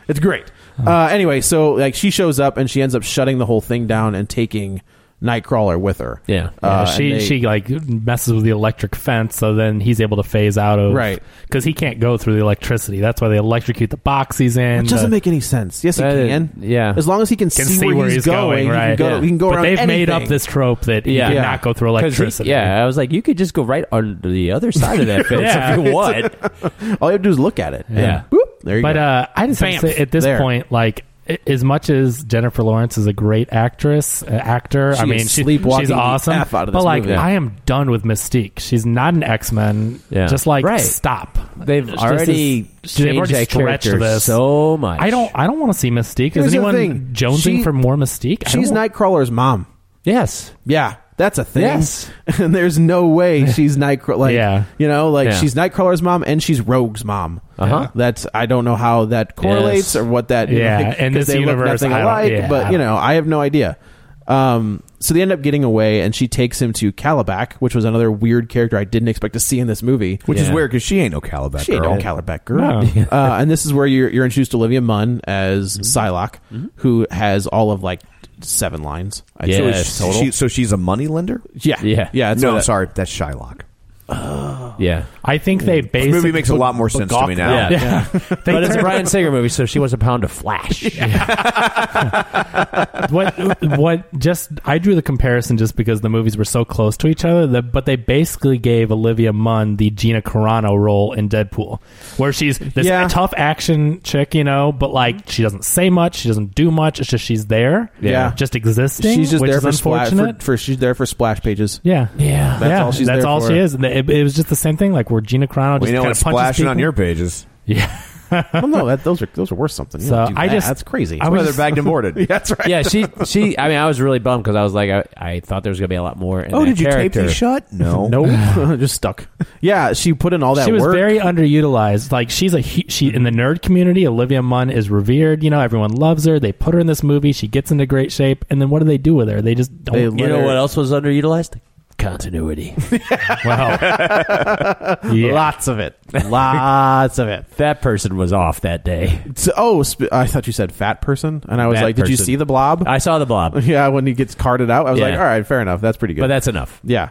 S3: it's great. Uh, anyway, so like she shows up and she ends up shutting the whole thing down and taking Nightcrawler with her.
S5: Yeah.
S3: Uh, and
S4: she
S3: they-
S4: she like messes with the electric fence, so then he's able to phase out of
S3: Right.
S4: because he can't go through the electricity. That's why they electrocute the box he's in.
S3: It doesn't
S4: the-
S3: make any sense. Yes, he
S5: That is-
S3: can.
S5: yeah.
S3: as long as he can,
S4: can see, where he's, going,
S3: he can
S4: right?
S3: go,
S4: Yeah.
S3: he can go
S4: but
S3: around.
S4: they've made up
S3: anything.
S4: this trope that he
S5: Yeah.
S4: yeah.
S3: Yeah.
S4: cannot go through
S5: 'Cause he-
S4: electricity.
S5: yeah, I was like, you could just go right on the other side of that fence
S4: Yeah.
S5: if you want.
S3: All you have to do is look at it.
S5: Yeah.
S3: And boop, there you
S4: But
S3: go.
S4: uh, I just have to
S3: Bam.
S4: say, at this
S3: There.
S4: point, like a- as much as Jennifer Lawrence is a great actress, uh, actor,
S3: She
S4: I mean,
S3: is
S4: she,
S3: sleepwalking
S4: she's
S3: the
S4: awesome.
S3: F out of
S4: but
S3: this
S4: like,
S3: movie.
S4: I am done with Mystique. She's not an X Men.
S5: Yeah.
S4: Just like
S5: Right.
S4: stop.
S5: They've
S4: This
S5: already
S4: is-
S5: changed
S4: they've already
S5: that
S4: stretched
S5: character
S4: this
S5: so much.
S4: I don't. I don't want to see Mystique.
S3: Here's
S4: Is
S3: the
S4: anyone
S3: thing.
S4: jonesing
S3: She-
S4: for more Mystique? I
S3: she's
S4: don't-
S3: Nightcrawler's mom.
S5: Yes.
S3: Yeah, that's a thing.
S5: Yes.
S3: and there's no way she's Nightcrawler. Like,
S4: Yeah.
S3: you know, like
S5: Yeah.
S3: she's Nightcrawler's mom and she's Rogue's mom.
S5: Uh-huh.
S3: That's I don't know how that correlates
S5: Yes.
S3: or what that.
S4: Yeah,
S3: like,
S4: in
S3: 'cause
S4: this
S3: they look
S4: universe,
S3: nothing
S4: I don't-
S3: alike.
S4: yeah, I
S3: but you
S4: don't-
S3: know, I have no idea. Um, so they end up getting away, and she takes him to Calabac, which was another weird character I didn't expect to see in this movie.
S2: which is
S5: Yeah.
S2: weird because she ain't no Calabac
S3: She ain't
S2: girl
S3: no Calabac girl.
S4: No.
S3: uh, and this is where you're, you're introduced to Olivia Munn as Psylocke, who has all of like seven lines. I
S5: Yeah.
S3: think.
S5: Yes,
S2: She-
S5: total.
S2: she- so she's a moneylender
S3: yeah,
S5: Yeah.
S3: yeah. That's
S2: no,
S3: what
S2: I'm
S3: that-
S2: sorry, that's Shylock.
S5: Yeah.
S4: I think they
S2: This
S4: basically.
S2: movie makes a lot more sense to me now.
S5: Yeah.
S4: Yeah. They
S5: But it's a
S4: turned-
S5: Brian Singer movie, so she wants a pound of flash.
S4: what what just I drew the comparison just because the movies were so close to each other that but they basically gave Olivia Munn the Gina Carano role in Deadpool where she's this
S3: Yeah. Mm-hmm.
S4: tough action chick you know but like she doesn't say much she doesn't do much it's just she's there
S3: Yeah.
S4: just existing
S3: She's just
S4: which
S3: there
S4: is
S3: for splash. For,
S4: unfortunate
S3: for she's there for splash pages.
S4: yeah
S5: Yeah.
S3: That's
S4: yeah,
S3: all she's
S4: that's
S3: there
S4: all
S3: for.
S4: she is And it, it was just the same thing like where Gina Carano just
S2: We know
S4: kind
S2: it's
S4: of punches
S2: splashing
S4: people.
S2: on your pages.
S4: yeah
S3: well, no, that, those are those are worth something. You
S4: So,
S3: don't do
S4: I
S3: that.
S4: just-
S3: that's crazy.
S4: I was-
S2: Well, they're bagged and boarded.
S3: that's right.
S5: yeah, she she. I mean, I was really bummed because I was like, I, I thought there was gonna be a lot more. In
S2: Oh,
S5: that
S2: did you
S5: character.
S2: tape these shut? No,
S3: Nope, just stuck. Yeah, she put in all that
S4: she was
S3: work.
S4: very underutilized. Like she's a hu- she in the nerd community. Olivia Munn is revered. You know, everyone loves her. They put her in this movie. She gets into great shape, and then what do they do with her? They just
S3: They
S4: don't.
S3: let
S5: You
S3: her-
S5: know what else was underutilized? Continuity.
S4: well, yeah.
S3: Lots of it. Lots of it.
S5: that person was off that day.
S3: So, oh, sp- I thought you said fat person, and I was
S5: Fat
S3: like, did you
S5: person.
S3: see the blob?
S5: I saw the blob,
S3: yeah, when he gets carted out, I was
S5: Yeah.
S3: like, all right, fair enough. That's pretty good.
S5: but that's enough
S3: yeah,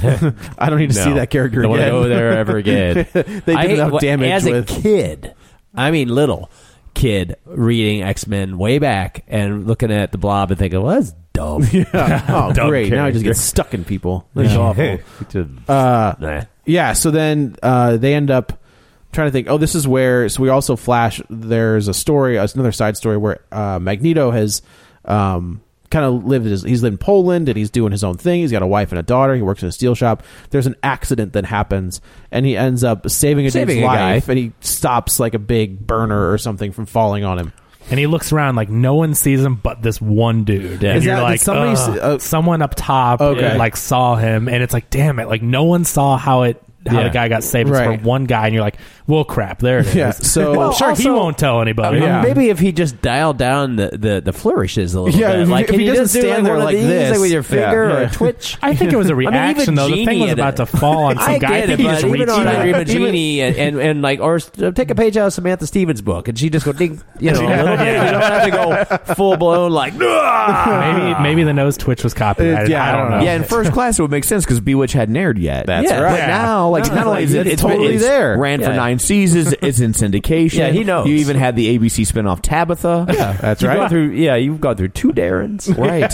S3: That- I don't need to
S5: No.
S3: see that character
S5: Don't wanna
S3: again.
S5: go there ever again.
S3: they did
S5: I hate-
S3: enough
S5: well,
S3: damage
S5: as
S3: with.
S5: a kid. I mean, little kid reading X Men way back and looking at the blob and thinking, "Well, that's dumb."
S3: oh,
S5: dumb
S3: great! Now I just
S5: character.
S3: get stuck in people. That's
S5: Yeah.
S3: awful.
S5: Just-
S3: Uh,
S5: nah.
S3: yeah, so then uh, they end up trying to think. Oh, this is where. So we also flash. There's a story, another side story where uh, Magneto has um, kind of lived. His, he's lived in Poland and he's doing his own thing. He's got a wife and a daughter. He works in a steel shop. There's an accident that happens, and he ends up saving a
S2: Saving
S3: dude's
S2: a guy.
S3: life, and he stops like a big burner or something from falling on him.
S4: And he looks around like no one sees him but this one dude. And
S3: Is
S4: you're
S3: that- did
S4: like,
S3: somebody
S4: "Ugh."
S3: see- oh.
S4: someone up top
S3: Okay.
S4: like saw him, and it's like, damn it, like no one saw how it how
S3: Yeah.
S4: the guy got saved. It's
S3: Right.
S4: for one guy, and you're like, well, crap, there it is.
S3: Yeah, so-
S4: I'm
S3: Well,
S4: sure he
S5: also-
S4: won't tell anybody.
S3: Yeah.
S5: Maybe if he just dialed down the, the, the flourishes a little
S3: Yeah,
S5: bit.
S3: if-
S5: like,
S3: if
S5: can
S3: he
S5: you
S3: doesn't
S5: just do,
S3: stand
S5: like,
S3: there
S5: one of
S3: like
S5: these,
S3: this.
S5: like with your
S3: Yeah.
S5: finger or
S3: Yeah.
S5: a twitch?
S4: I think it was a reaction
S5: even
S4: though. The thing
S5: Genie
S4: was
S5: did
S4: about
S5: it.
S4: to fall on some
S5: I
S4: guy. I
S5: get
S4: think
S5: it,
S4: he just
S5: but even
S4: reached
S5: on
S4: out.
S5: Dream of Genie and, and, and like or s- take a page out of Samantha Stevens' book and she just go ding, you know, a little bit. You don't have to go full blown like.
S4: Maybe maybe the nose twitch was copyrighted.
S3: It- Uh, yeah,
S4: I don't know.
S2: Yeah, in first class it would make sense because Bewitch hadn't aired yet. That's
S5: Yeah. right.
S2: But now, like,
S5: No,
S2: not only is it
S5: it's
S2: it's
S5: totally
S2: it's
S5: there.
S2: ran for
S5: Yeah.
S2: nine seasons, it's in syndication.
S5: Yeah, he knows.
S2: You even had the ABC spinoff Tabitha. Yeah,
S3: That's
S5: You've
S3: right.
S5: gone through, yeah, you've gone through two Darrens,
S2: right.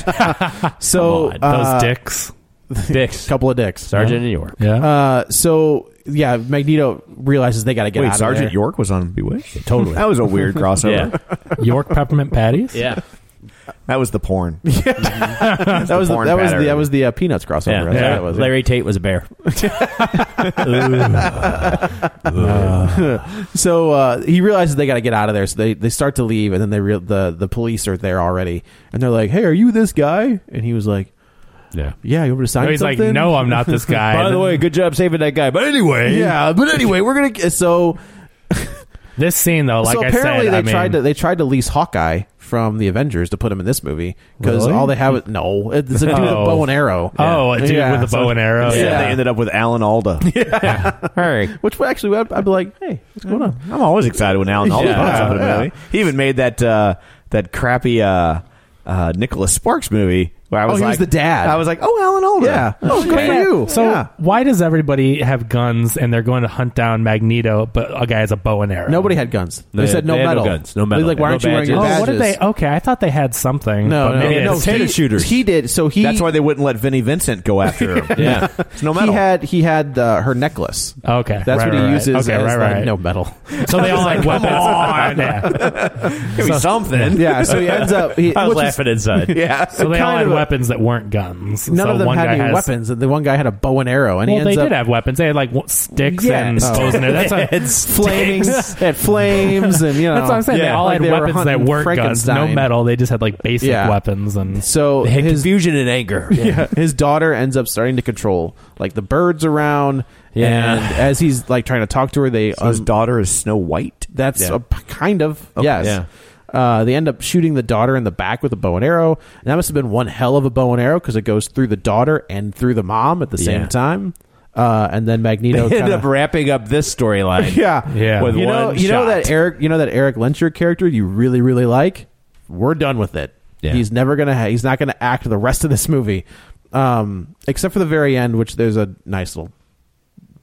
S3: So
S4: Those
S3: uh,
S4: dicks.
S5: dicks,
S3: couple of dicks,
S5: Sergeant in York.
S4: Yeah.
S3: Uh, so yeah, Magneto realizes they got to get out
S2: Wait,
S3: of
S2: Sergeant
S3: there.
S2: York was on Bewitched. Totally, that was a weird crossover.
S4: York peppermint patties.
S5: Yeah,
S2: That was the porn.
S3: That was the,
S2: porn
S3: that was the,
S2: pattern.
S3: that was the uh, Peanuts crossover.
S5: yeah.
S3: That's what that was,
S5: Larry Tate was a bear.
S3: So uh, he realizes they got to get out of there. So they, they start to leave, and then they real the the police are there already, and they're like, "Hey, are you this guy?" And he was like,
S5: Yeah.
S3: yeah, you want me to sign
S4: So he's like,
S3: something?"
S4: no, I'm not this guy.
S5: By
S4: And
S5: the
S4: then
S5: way, good job saving that guy. But anyway,
S3: Yeah, but anyway, we're gonna. So
S4: this scene though, like
S3: so
S4: I
S3: apparently
S4: said,
S3: they
S4: I mean,
S3: tried to they tried to lease Hawkeye from the Avengers to put him in this movie because
S4: Really?
S3: all they have is no, it's a dude with a
S4: Oh.
S3: bow and arrow.
S4: Oh, a dude
S3: Yeah,
S4: with a
S3: so-
S4: bow and arrow.
S2: Instead,
S4: Yeah.
S2: they ended up with Alan Alda.
S3: Which would actually, I'd, I'd be like, hey, what's going on?
S2: I'm always excited when Alan Alda
S3: Yeah.
S2: pops up in a
S3: Yeah.
S2: movie. He even made that uh, that crappy uh, uh, Nicholas Sparks movie where I was
S3: Oh, he
S2: like
S3: was the dad.
S2: I was like, oh, Alan Alda.
S3: Yeah. Oh, good for you.
S4: So
S3: Yeah.
S4: why does everybody have guns and they're going to hunt down Magneto, but a guy has a bow and arrow?
S3: Nobody had guns. They,
S5: They-
S3: said no
S5: they had no
S3: metal.
S5: guns, no metal.
S3: They're Like, why
S5: No
S3: aren't you wearing
S5: badges.
S3: your
S4: Oh,
S3: badges?
S4: what did they? Okay, I thought they had something.
S3: No,
S4: but
S3: no,
S4: maybe
S3: no.
S4: it's-
S5: potato
S3: he,
S5: shooters.
S3: He did. So he.
S2: That's why they wouldn't let Vinnie Vincent go after him.
S5: Yeah.
S2: it's no metal.
S3: He had he had uh, her necklace.
S4: Okay,
S3: That's
S4: right,
S3: what he
S4: right,
S3: uses.
S4: Okay,
S3: as
S4: right,
S3: the-
S4: right.
S3: No metal.
S4: So they all had weapons. Yeah.
S2: Give me something.
S3: Yeah. So he ends up. He,
S5: I
S3: which
S5: was
S3: is-
S5: laughing inside.
S2: Yeah.
S4: So they all
S3: Kind
S4: had
S3: of a-
S4: weapons that weren't guns.
S3: None
S4: so
S3: of them
S4: one
S3: had
S4: guy
S3: any
S4: has,
S3: weapons. The one guy had a bow and arrow, and he
S4: Well,
S3: ends
S4: they
S3: up
S4: did have weapons. They had like w- sticks
S3: Yeah.
S4: and
S3: Oh.
S4: bows in there. That's a,
S3: flaming at flames, and you know
S4: That's what I'm saying. They
S3: Yeah.
S4: all
S3: Like
S4: had
S3: they were
S4: weapons that
S3: hunting
S4: weren't guns, no
S3: Frankenstein.
S4: metal. They just had like basic
S3: Yeah.
S4: weapons and
S3: So
S5: They had
S3: his
S5: confusion and anger.
S3: yeah, his daughter ends up starting to control like the birds around.
S5: Yeah.
S3: And as he's like trying to talk to her, they
S2: So his
S3: um,
S2: daughter is Snow White.
S3: That's
S5: Yeah.
S3: a, kind of yes.
S5: yeah.
S3: Uh, they end up shooting the daughter in the back with a bow and arrow, and that must have been one hell of a bow and arrow because it goes through the daughter and through the mom at the same
S5: Yeah.
S3: time. Uh, and then Magneto
S5: They end
S3: kinda-
S5: up wrapping up this storyline.
S3: yeah,
S4: Yeah. with
S3: you know,
S5: one
S3: you know
S5: shot.
S3: that Eric, you know that Eric Lencher character you really, really like. We're done with it.
S5: Yeah.
S3: He's never gonna. Ha- he's not gonna act the rest of this movie, um, except for the very end, which there's a nice little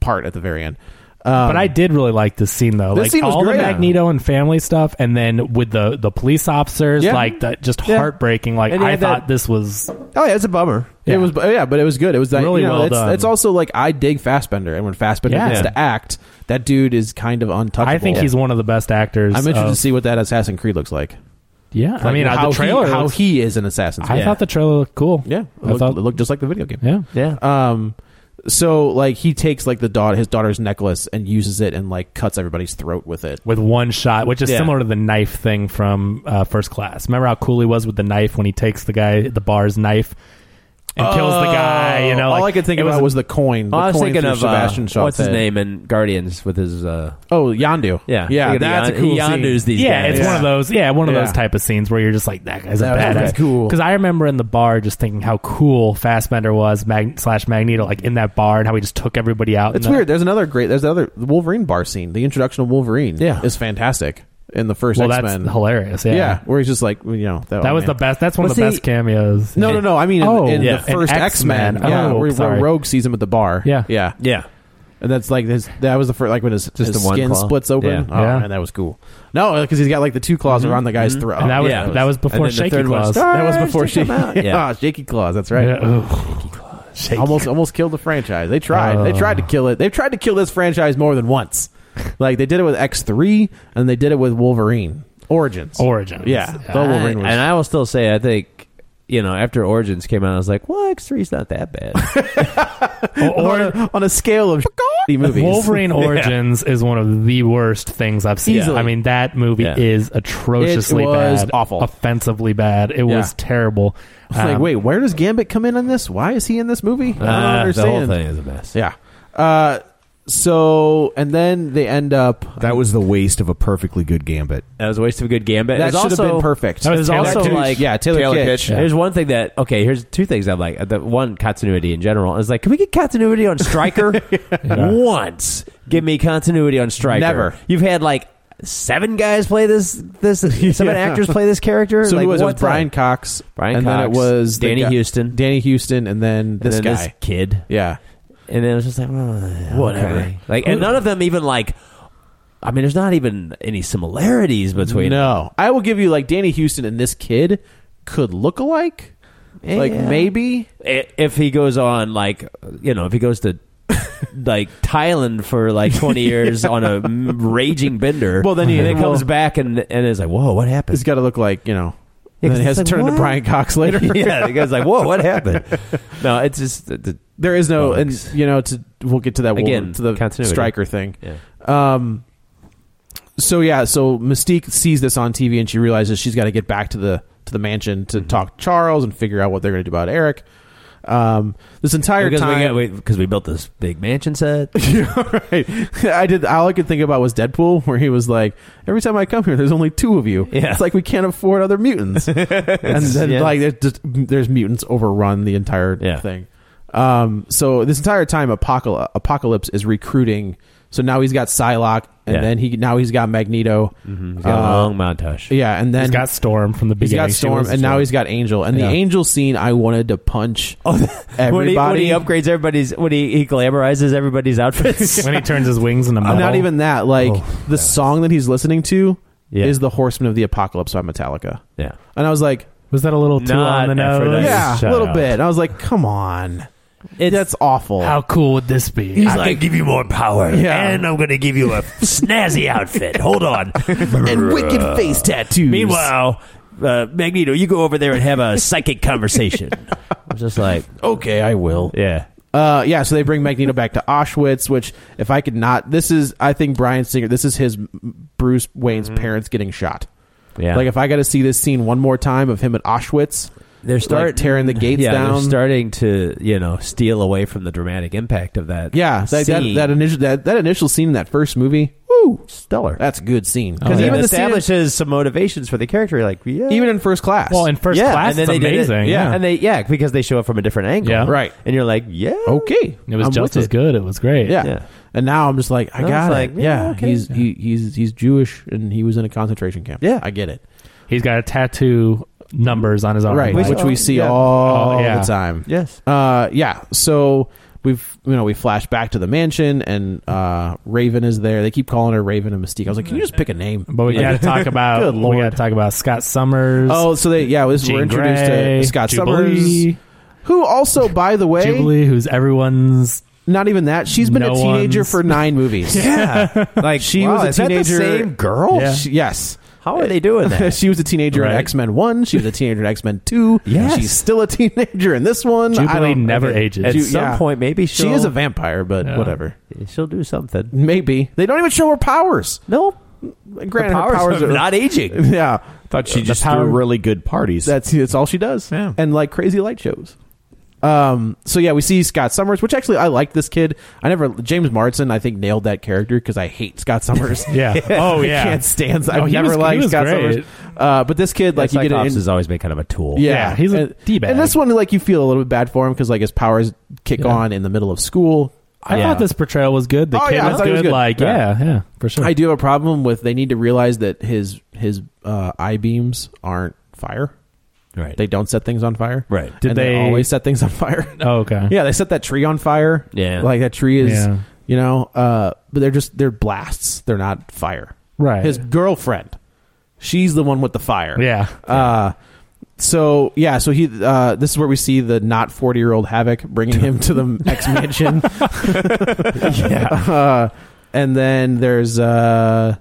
S3: part at the very end. Um,
S4: But I did really like this scene though.
S3: This
S4: like
S3: scene was
S4: all
S3: great.
S4: the Magneto and family stuff, and then with the the police officers,
S3: Yeah.
S4: like the just
S3: Yeah.
S4: heartbreaking. Like
S3: And he
S4: I
S3: had
S4: thought
S3: that-
S4: this was
S3: Oh yeah, it's a bummer.
S4: Yeah.
S3: It was, bu- yeah, but it was good. It was that,
S4: Really
S3: you know,
S4: well
S3: it's,
S4: done.
S3: It's also like I dig Fassbender, and when Fassbender
S4: Yeah.
S3: gets to act, that dude is kind of untouchable.
S4: I think he's one of the best actors.
S3: I'm interested
S4: of-
S3: to see what that Assassin's Creed looks like.
S4: Yeah, I
S3: Like,
S4: mean uh,
S3: how
S4: the trailer.
S3: he, how
S4: looks-
S3: he is an Assassin's
S4: I
S3: Creed.
S4: thought the trailer looked cool.
S3: yeah, it
S4: I
S3: looked,
S4: thought.
S3: it looked just like the video game.
S4: yeah,
S5: Yeah.
S3: Um, so like he takes like the daughter, his daughter's necklace, and uses it and like cuts everybody's throat with it.
S4: with one shot, which is
S5: Yeah.
S4: similar to the knife thing from uh, First Class. Remember how cool he was with the knife when he takes the guy at the bar's knife and kills the guy. You know,
S3: Oh, all
S4: like,
S3: I could think
S4: it
S3: about was, the coin. The
S5: I was
S3: coin
S5: thinking
S3: through
S5: of uh,
S3: Sebastian Shaw
S5: what's his
S3: said.
S5: name in Guardians with his uh,
S3: Oh, Yandu.
S5: yeah
S3: yeah,
S5: Look at the
S3: that's a
S5: Yon-
S3: cool.
S5: he
S3: scene.
S5: Yondu's these
S4: yeah,
S5: guys.
S4: it's one of those. Yeah, one of
S3: Yeah.
S4: those type of scenes where you're just like, that guy's a
S3: That was
S4: badass.
S3: cool.
S4: Because I remember in the bar just thinking how cool Fassbender was, Mag- slash Magneto, like in that bar and how he just took everybody out.
S3: It's
S4: in the-
S3: weird. There's another great. There's another the Wolverine bar scene. The introduction of Wolverine.
S5: Yeah.
S3: is fantastic in the first
S4: Well,
S3: X
S4: that's
S3: Men.
S4: hilarious. Yeah,
S3: yeah. where he's just like you know that,
S4: that
S3: oh,
S4: was
S3: man.
S4: the best. That's one
S5: Well,
S4: of the
S5: see-
S4: best cameos.
S3: No, no, no. I mean, in,
S4: Oh,
S3: in
S5: yeah.
S3: the first
S4: In
S3: X Men,
S4: X-Men.
S3: yeah,
S4: Oh,
S3: where, where
S4: sorry.
S3: Rogue sees him at the bar.
S4: Yeah.
S3: yeah,
S5: yeah
S3: And that's like his. That was the first, like when his,
S5: Just
S3: his
S5: the one
S3: skin
S5: claw.
S3: splits
S5: Yeah.
S3: open. Oh
S4: Yeah. Mm-hmm.
S3: man, that was cool. No, because he's got like the two claws around the guy's throat.
S4: And that was
S5: Yeah.
S4: that was before
S5: And then the
S4: Shaky
S5: third one
S4: Claws.
S5: was-
S3: that was before
S5: Stars,
S3: she.
S5: take 'em out. Yeah.
S3: Ah, shaky claws. That's right.
S4: Yeah, ugh. shake.
S3: almost almost killed the franchise. They tried.
S4: Oh.
S3: they tried to kill it. They've tried to kill this franchise more than once. like they did it with X three, and they did it with Wolverine Origins.
S4: Origins.
S3: yeah,
S4: Yeah.
S3: the Wolverine was.
S5: and I will still say, I think you know, after Origins came out, I was like, well, X 3s not that bad.
S4: Or- or-
S3: on, a, on a scale of shitty movies,
S4: Wolverine
S3: Yeah.
S4: Origins is one of the worst things I've seen.
S3: Easily.
S4: I mean, that movie
S5: Yeah.
S4: is atrociously
S3: It was
S4: bad,
S3: awful.
S4: offensively bad. It was
S3: Yeah.
S4: terrible.
S3: It's like,
S4: Um,
S3: wait, where does Gambit come in on this? Why is he in this movie? I don't
S5: Ah, the
S3: understand.
S5: whole thing is a mess.
S3: Yeah. Uh, so and then they end up.
S2: That was the waste of a perfectly good gambit.
S5: That was a waste of a good gambit.
S3: That
S5: It was
S3: should have
S5: also-
S3: been perfect.
S4: That was
S5: There's
S4: Taylor
S5: also
S4: Kitsch.
S5: like
S3: Yeah, Taylor Taylor Kitsch. Kitsch. Yeah.
S5: There's one thing that okay. Here's two things I'm like. The one continuity in general is like, can we get continuity on Striker once? Give me continuity on Striker.
S3: Never.
S5: You've had like seven guys play this. This seven
S3: Yeah.
S5: actors play this character.
S3: So
S5: like,
S3: who was it?
S5: what
S3: was Brian
S5: time?
S3: Cox.
S5: Brian
S3: and then it
S5: Cox,
S3: was the
S5: Danny
S3: guy-
S5: Houston.
S3: Danny Houston, and then
S5: And
S3: this
S5: then
S3: guy.
S5: this kid.
S3: yeah.
S5: And then it was just like well, whatever. Like and none of them even like. I mean, there's not even any similarities between.
S3: No, I will give you like Danny Houston and this kid could look alike. Like
S5: Yeah.
S3: maybe
S5: i- if he goes on like you know if he goes to like Thailand for like 20 years on a m- raging bender
S3: Well, then he-
S5: and then comes
S3: well-
S5: back and and is like whoa what happened
S3: he's got to look like you know. and
S5: Yeah, 'cause
S3: then he has to
S5: it's
S3: turn
S5: like,
S3: to
S5: what?
S3: Brian Cox later.
S5: yeah the guy's like whoa what happened no it's just the, the,
S3: There is no,
S5: Bugs.
S3: and you know, to we'll get to that
S5: Again,
S3: Wolver- to the
S5: continuity.
S3: striker thing.
S5: yeah
S3: Um, so yeah, so Mystique sees this on TV and she realizes she's got to get back to the to the mansion to
S5: Mm-hmm.
S3: talk to Charles and figure out what they're going to do about Eric. Um, this entire
S5: because
S3: time,
S5: we, got, we, 'cause we built this big mansion set
S3: right? I did. All I could think about was Deadpool, where he was like, "Every time I come here, there's only two of you.
S5: Yeah.
S3: It's like we can't afford other mutants." and then
S5: Yeah.
S3: like there's, just, there's mutants overrun the entire
S5: Yeah.
S3: thing. Um, so this entire time, Apocalypse, Apocalypse is recruiting. So now he's got Psylocke, and
S5: Yeah. Mm-hmm.
S3: then he now he's got Magneto. Uh,
S5: He's got a long montage
S3: Yeah, and then
S4: he's got Storm from the
S3: he's
S4: beginning.
S3: got Storm, and now he's got Angel. And
S4: Yeah. Oh,
S3: the Angel scene, I wanted to punch
S5: Oh,
S3: everybody.
S5: when he, when he upgrades everybody's when he, he glamorizes everybody's outfits
S4: when he turns his wings into metal.
S3: Not even that. Like
S4: Oh,
S3: the song that he's listening to
S5: Yeah.
S3: is "The Horseman of the Apocalypse" by Metallica,
S5: yeah
S3: and I was like,
S4: was that a little too
S5: Not
S4: on the
S5: Aphrodite.
S4: nose?
S3: "Yeah,
S5: Shut
S3: a little
S5: up.
S3: bit." And I was like, "Come on, that's awful."
S4: How cool would this be? I
S5: can give you more power,
S3: Yeah.
S5: and I'm going to give you a snazzy outfit. Hold on.
S3: and wicked face tattoos.
S5: Meanwhile, uh, Magneto, you go over there and have a psychic conversation. I'm just like,
S3: okay, I will.
S5: yeah,
S3: Uh, yeah. So they bring Magneto back to Auschwitz, which, if I could not, this is, I think Brian Singer, this is his Bruce Wayne's
S4: Mm-hmm.
S3: parents getting shot.
S5: yeah.
S3: Like, if I got to see this scene one more time of him at Auschwitz,
S5: they're starting
S3: tearing the gates
S5: yeah,
S3: down.
S5: They're starting to you know steal away from the dramatic impact of that.
S3: yeah, that that,
S5: scene.
S3: that initial that, that initial scene in that first movie, woo,
S5: stellar.
S3: that's a good scene
S4: Oh,
S5: Because
S3: even
S5: even
S3: the scene-
S5: establishes some motivations for the character. Like, yeah,
S3: even in first class.
S4: Well, in first
S5: yeah,
S4: class,
S5: and then
S4: it's
S5: they did it-
S4: amazing.
S3: yeah.
S5: and they yeah because they show up from a different angle.
S4: Yeah.
S3: Right.
S5: And you're like, yeah,
S3: okay,
S4: it was
S3: I'm
S4: just
S3: with
S4: as
S3: it.
S4: good. It was great.
S3: Yeah.
S5: Yeah.
S3: and now I'm just like, I
S5: And I
S3: got
S5: was
S3: it.
S5: like, yeah,
S3: yeah,
S5: okay.
S3: he's he, he's he's Jewish and he was in a concentration camp.
S5: Yeah.
S3: I get it.
S4: he's got a tattoo numbers on his arm,
S3: Right,
S4: Like,
S3: which we see
S5: yeah.
S3: all
S4: Oh, yeah.
S3: the time.
S5: yes,
S3: Uh, yeah. So we've you know we flash back to the mansion and uh, Raven is there. They keep calling her Raven and Mystique. I was like, can you just pick a name?
S4: But we got to talk about
S3: Good
S4: we
S3: lord.
S4: got to talk about Scott Summers.
S3: Oh, so they yeah, this, we're
S4: Jean
S3: introduced
S4: Grey,
S3: to Scott
S4: Jubilee.
S3: Summers, who also, by the way,
S4: Jubilee, who's everyone's
S3: not even that. She's been
S4: No
S3: a teenager
S4: one's-
S3: for nine movies.
S5: yeah. Like
S3: She
S5: wow,
S3: was a
S5: is that the
S3: teenager.
S5: same girl.
S4: Yeah.
S3: She- yes.
S5: How are they doing that?
S3: she was a teenager in
S4: Right.
S3: X Men One. She was a teenager in X Men Two.
S5: Yes.
S3: she's still a teenager in this one. I
S4: Jubilee
S3: don't-
S4: never
S3: okay.
S4: ages.
S5: At
S3: Ju-
S5: some
S3: yeah.
S5: point, maybe she'll,
S3: She is a vampire, but
S4: Yeah.
S3: whatever.
S5: she'll do something.
S3: Maybe they don't even show her powers.
S5: No,
S3: Granted, her powers are
S5: not aging.
S3: Yeah,
S2: Thought she just
S4: uh, power-
S2: threw really good parties.
S3: that's that's all she does.
S2: Yeah.
S3: and like crazy light shows. Um. So yeah, we see Scott Summers, which actually I like this kid. I never James Martin. I think nailed that character because I hate Scott Summers.
S4: Yeah. Oh, yeah.
S3: I can't stand.
S4: No,
S3: I've
S4: he
S3: never
S4: was- he
S3: liked
S4: was
S3: Scott
S4: great.
S3: Summers. Uh, but this kid, like,
S5: Like
S3: you get an
S5: Cyclops has always been kind of a tool.
S3: Yeah,
S4: Yeah, he's a
S3: and,
S4: D-bag.
S3: And this one, like, you feel a little bit bad for him because like his powers kick on in the middle of school.
S4: I
S5: Yeah.
S4: thought this portrayal was good. The
S3: Oh,
S4: kid
S3: yeah, I
S4: was,
S3: thought
S4: good.
S3: he was good.
S4: Like,
S3: Yeah.
S4: yeah. yeah, for sure.
S3: I do have a problem with they need to realize that his his uh, eye beams aren't fire.
S5: right.
S3: They don't set things on fire.
S5: Right.
S3: Did
S4: Did
S3: they,
S4: they-
S3: always set things on fire?
S4: oh, okay.
S3: yeah, they set that tree on fire.
S5: Yeah.
S3: like that tree is.
S4: Yeah.
S3: You know, uh, but they're just they're blasts. They're not fire.
S4: Right.
S3: His girlfriend, she's the one with the fire.
S4: yeah.
S3: Uh, so yeah, so he. Uh, this is where we see the not forty year old Havoc bringing him to the X Mansion. yeah, uh, and then there's uh,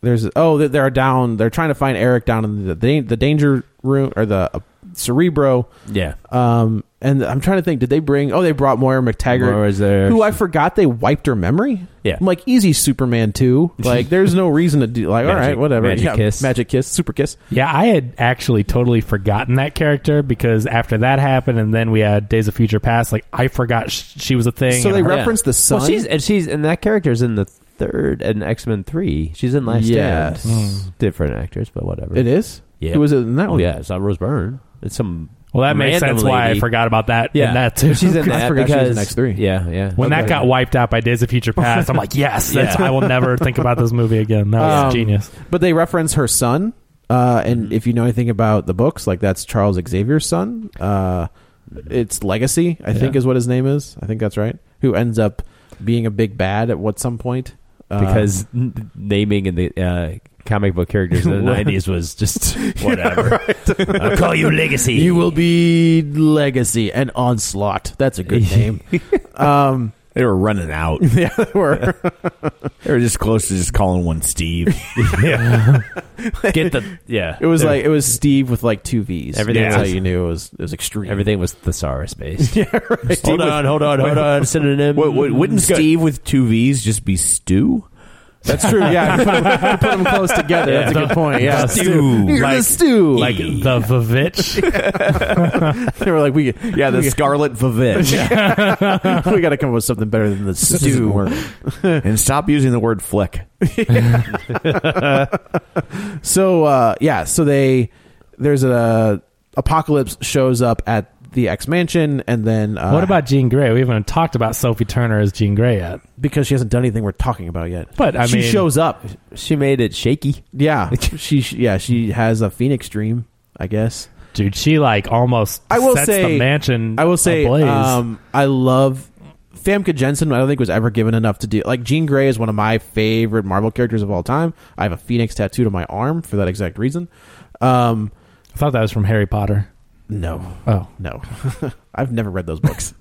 S3: there's oh they- they're down. They're trying to find Eric down in the the, the danger room or the uh, Cerebro.
S5: Yeah.
S3: Um, and I'm trying to think. Did they bring? Oh, they brought Moira McTaggart,
S5: Moira's there.
S3: who I forgot they wiped her memory.
S5: Yeah.
S3: I'm like easy Superman two. Like there's no reason to do. Like all
S5: Magic-
S3: right, whatever.
S5: magic
S3: yeah,
S5: kiss.
S3: magic kiss, super kiss.
S4: Yeah, I had actually totally forgotten that character because after that happened, and then we had Days of Future Past. Like I forgot sh- she was a thing.
S3: So
S4: and
S3: they
S4: her-
S3: re- reference the sun?
S5: Well, she's and she's and that character's in the third and X Men three. She's in Last
S3: Yes.
S5: Stand.
S4: Hmm.
S5: Different actors, but whatever.
S3: It is.
S5: Yeah.
S3: It was in that
S5: Oh
S3: one.
S5: yeah, it's not Rose Byrne. It's some.
S4: well, that makes
S5: random
S4: sense why I
S5: lady.
S4: forgot about that.
S5: Yeah,
S4: and that too.
S5: She's in
S3: I
S5: that
S3: forgot she was
S5: because
S3: in X3.
S5: Yeah, yeah.
S4: when that
S5: Okay.
S4: got wiped out by Days of Future Past, I'm like, yes, that's, I will never think about this movie again. That was
S3: Um,
S4: genius.
S3: But they reference her son. Uh,
S5: Mm-hmm.
S3: and if you know anything about the books, like that's Charles Xavier's son. Uh, it's Legacy, I think,
S5: Yeah.
S3: is what his name is. I think that's right. Who ends up being a big bad at what some point? Uh,
S5: because n- naming in the uh, comic book characters in the nineties was just whatever. I'll call you Legacy.
S3: you will be Legacy and Onslaught. That's a good name. um,
S2: They were running out.
S3: yeah, they were.
S2: They were just close to just calling one Steve.
S5: get the yeah.
S3: It was like it was Steve with like two V's.
S5: Everything
S3: That's how
S5: was-
S3: you knew it was it was extreme.
S5: everything was thesaurus based.
S3: right.
S5: Hold on, hold on, hold on. Synonym.
S2: Wou- wou- wouldn't Steve with two V's just be Stew?
S3: That's true. Yeah, you put them, you put them close together. That's a good point. Yeah,
S2: Stew.
S3: You're
S2: Like-
S3: the stew.
S4: Like the Vavitch.
S3: they were like, we
S2: Yeah, the Scarlet Vivitch.
S3: we got to come up with something better than the stew.
S2: and stop using the word flick.
S3: so uh, yeah, so they there's a apocalypse shows up at the X Mansion, and then uh,
S4: what about Jean Grey? We haven't talked about Sophie Turner as Jean Grey yet.
S3: because she hasn't done anything we're talking about yet?
S4: But, I
S3: she
S4: mean-
S3: shows up.
S5: she made it shaky.
S3: Yeah, she she- yeah she has a phoenix dream, I guess.
S4: Dude, she like almost
S3: I will
S4: sets
S3: say
S4: the mansion.
S3: I will say
S4: ablaze.
S3: um, I love Famke Jensen. I don't think was ever given enough to do. Like Jean Grey is one of my favorite Marvel characters of all time. I have a phoenix tattooed on my arm for that exact reason. Um,
S4: I thought that was from Harry Potter.
S3: no,
S4: Oh,
S3: no, I've never read those books.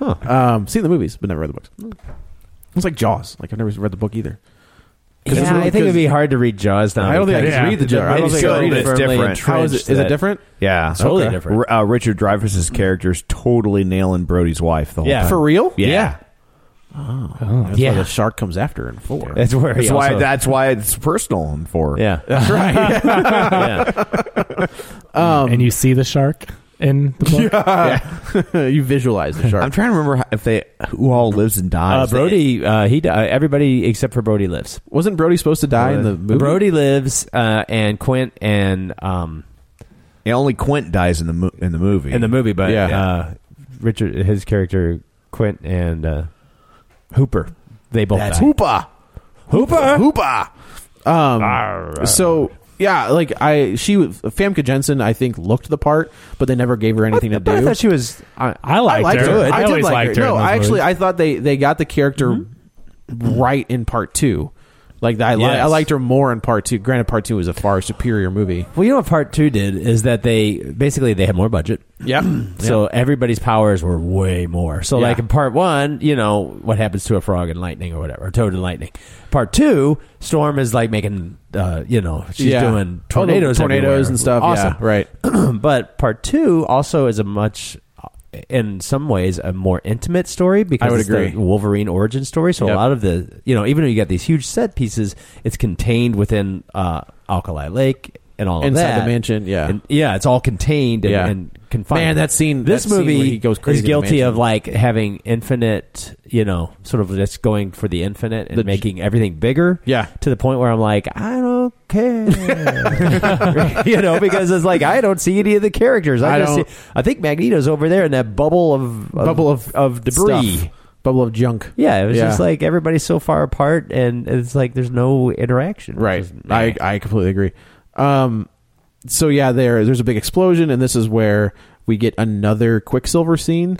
S3: um, seen the movies, but never read the books. It's like Jaws. Like I've never read the book either. 'Cause it's
S5: Yeah,
S3: really-
S5: I think it'd be hard to read Jaws now.
S3: I don't think I can
S5: because
S4: Yeah.
S3: read the Jaws. I don't
S2: It's
S3: think I
S2: good,
S3: can read
S2: but
S3: it.
S2: it's different.
S3: How is it? Is it
S5: that-
S3: different?
S2: Yeah,
S5: Totally
S3: Okay.
S5: different.
S2: R- uh, Richard Dreyfuss's character's totally nailing Brody's wife the whole
S5: Yeah.
S2: time.
S3: For real?
S2: Yeah.
S3: That's
S5: Yeah.
S3: why the shark comes after in four.
S5: That's where
S2: That's
S5: he
S2: why.
S5: also-
S2: That's why it's personal and for.
S5: Yeah,
S3: That's right.
S5: yeah.
S3: um,
S4: and you see the shark in the book.
S3: you visualize the shark.
S2: I'm trying to remember how- if they who all lives and
S5: Uh,
S2: dies.
S5: Brody, uh, he di- everybody except for Brody lives.
S3: Wasn't Brody supposed to die in the movie?
S5: Brody lives, uh, and Quint and um,
S2: Yeah, only Quint dies in the mo- in the movie.
S5: in the movie, but
S3: Yeah.
S5: uh, Richard, his character Quint and uh, Hooper, they both
S3: That's
S5: die.
S3: Hoopa. Hoopa. Hoopa. Um, so yeah, like I, she was Famke Jensen. I think looked the part, but they never gave her anything
S5: But
S3: to
S5: I
S3: do.
S5: thought she was. I,
S4: I liked, her.
S3: I,
S4: I
S3: did
S4: always
S3: like
S4: liked
S3: her.
S4: her.
S3: No,
S4: in those
S3: I actually
S4: movies.
S3: I thought they they got the character right in part two. Like I, li-
S5: Yes.
S3: I liked her more in part two. Granted, part two was a far superior movie.
S5: well, you know what part two did is that they basically they had more budget.
S3: Yeah.
S5: So everybody's powers were way more. So
S3: Yeah.
S5: like in part one, you know what happens to a frog and lightning or whatever, or toad and lightning. Part two, Storm is like making, uh, you know, she's
S3: Yeah. Oh,
S5: doing
S3: the
S5: tornadoes,
S3: tornadoes
S5: everywhere.
S3: and stuff.
S5: Awesome,
S3: Yeah, right?
S5: but part two also is a much in some ways a more intimate story because
S3: I would
S5: it's the
S3: agree.
S5: Wolverine origin story. So
S3: Yep.
S5: a lot of the you know even though you got these huge set pieces, it's contained within uh, Alkali Lake and all
S3: Inside
S5: of that
S3: the mansion, yeah.
S5: And, yeah, it's all contained and,
S3: Yeah.
S5: and confined.
S3: Man, that scene-
S5: This
S3: that scene
S5: movie
S3: where he goes crazy
S5: is
S3: in the
S5: guilty
S3: mansion.
S5: of like having infinite, you know, sort of just going for the infinite and
S3: The-
S5: making everything bigger.
S3: Yeah.
S5: to the point where I'm like, I don't care, you know, because it's like I don't see any of the characters. I,
S3: I
S5: just
S3: don't-
S5: see, I think Magneto's over there in that bubble of, of
S3: Bubble of
S5: of debris.
S3: Stuff. bubble of junk.
S5: Yeah, it was
S3: Yeah.
S5: just like everybody's so far apart, and it's like there's no interaction.
S3: Right.
S5: Just,
S3: I, I completely agree. Um, so yeah, there there's a big explosion, and this is where we get another Quicksilver scene.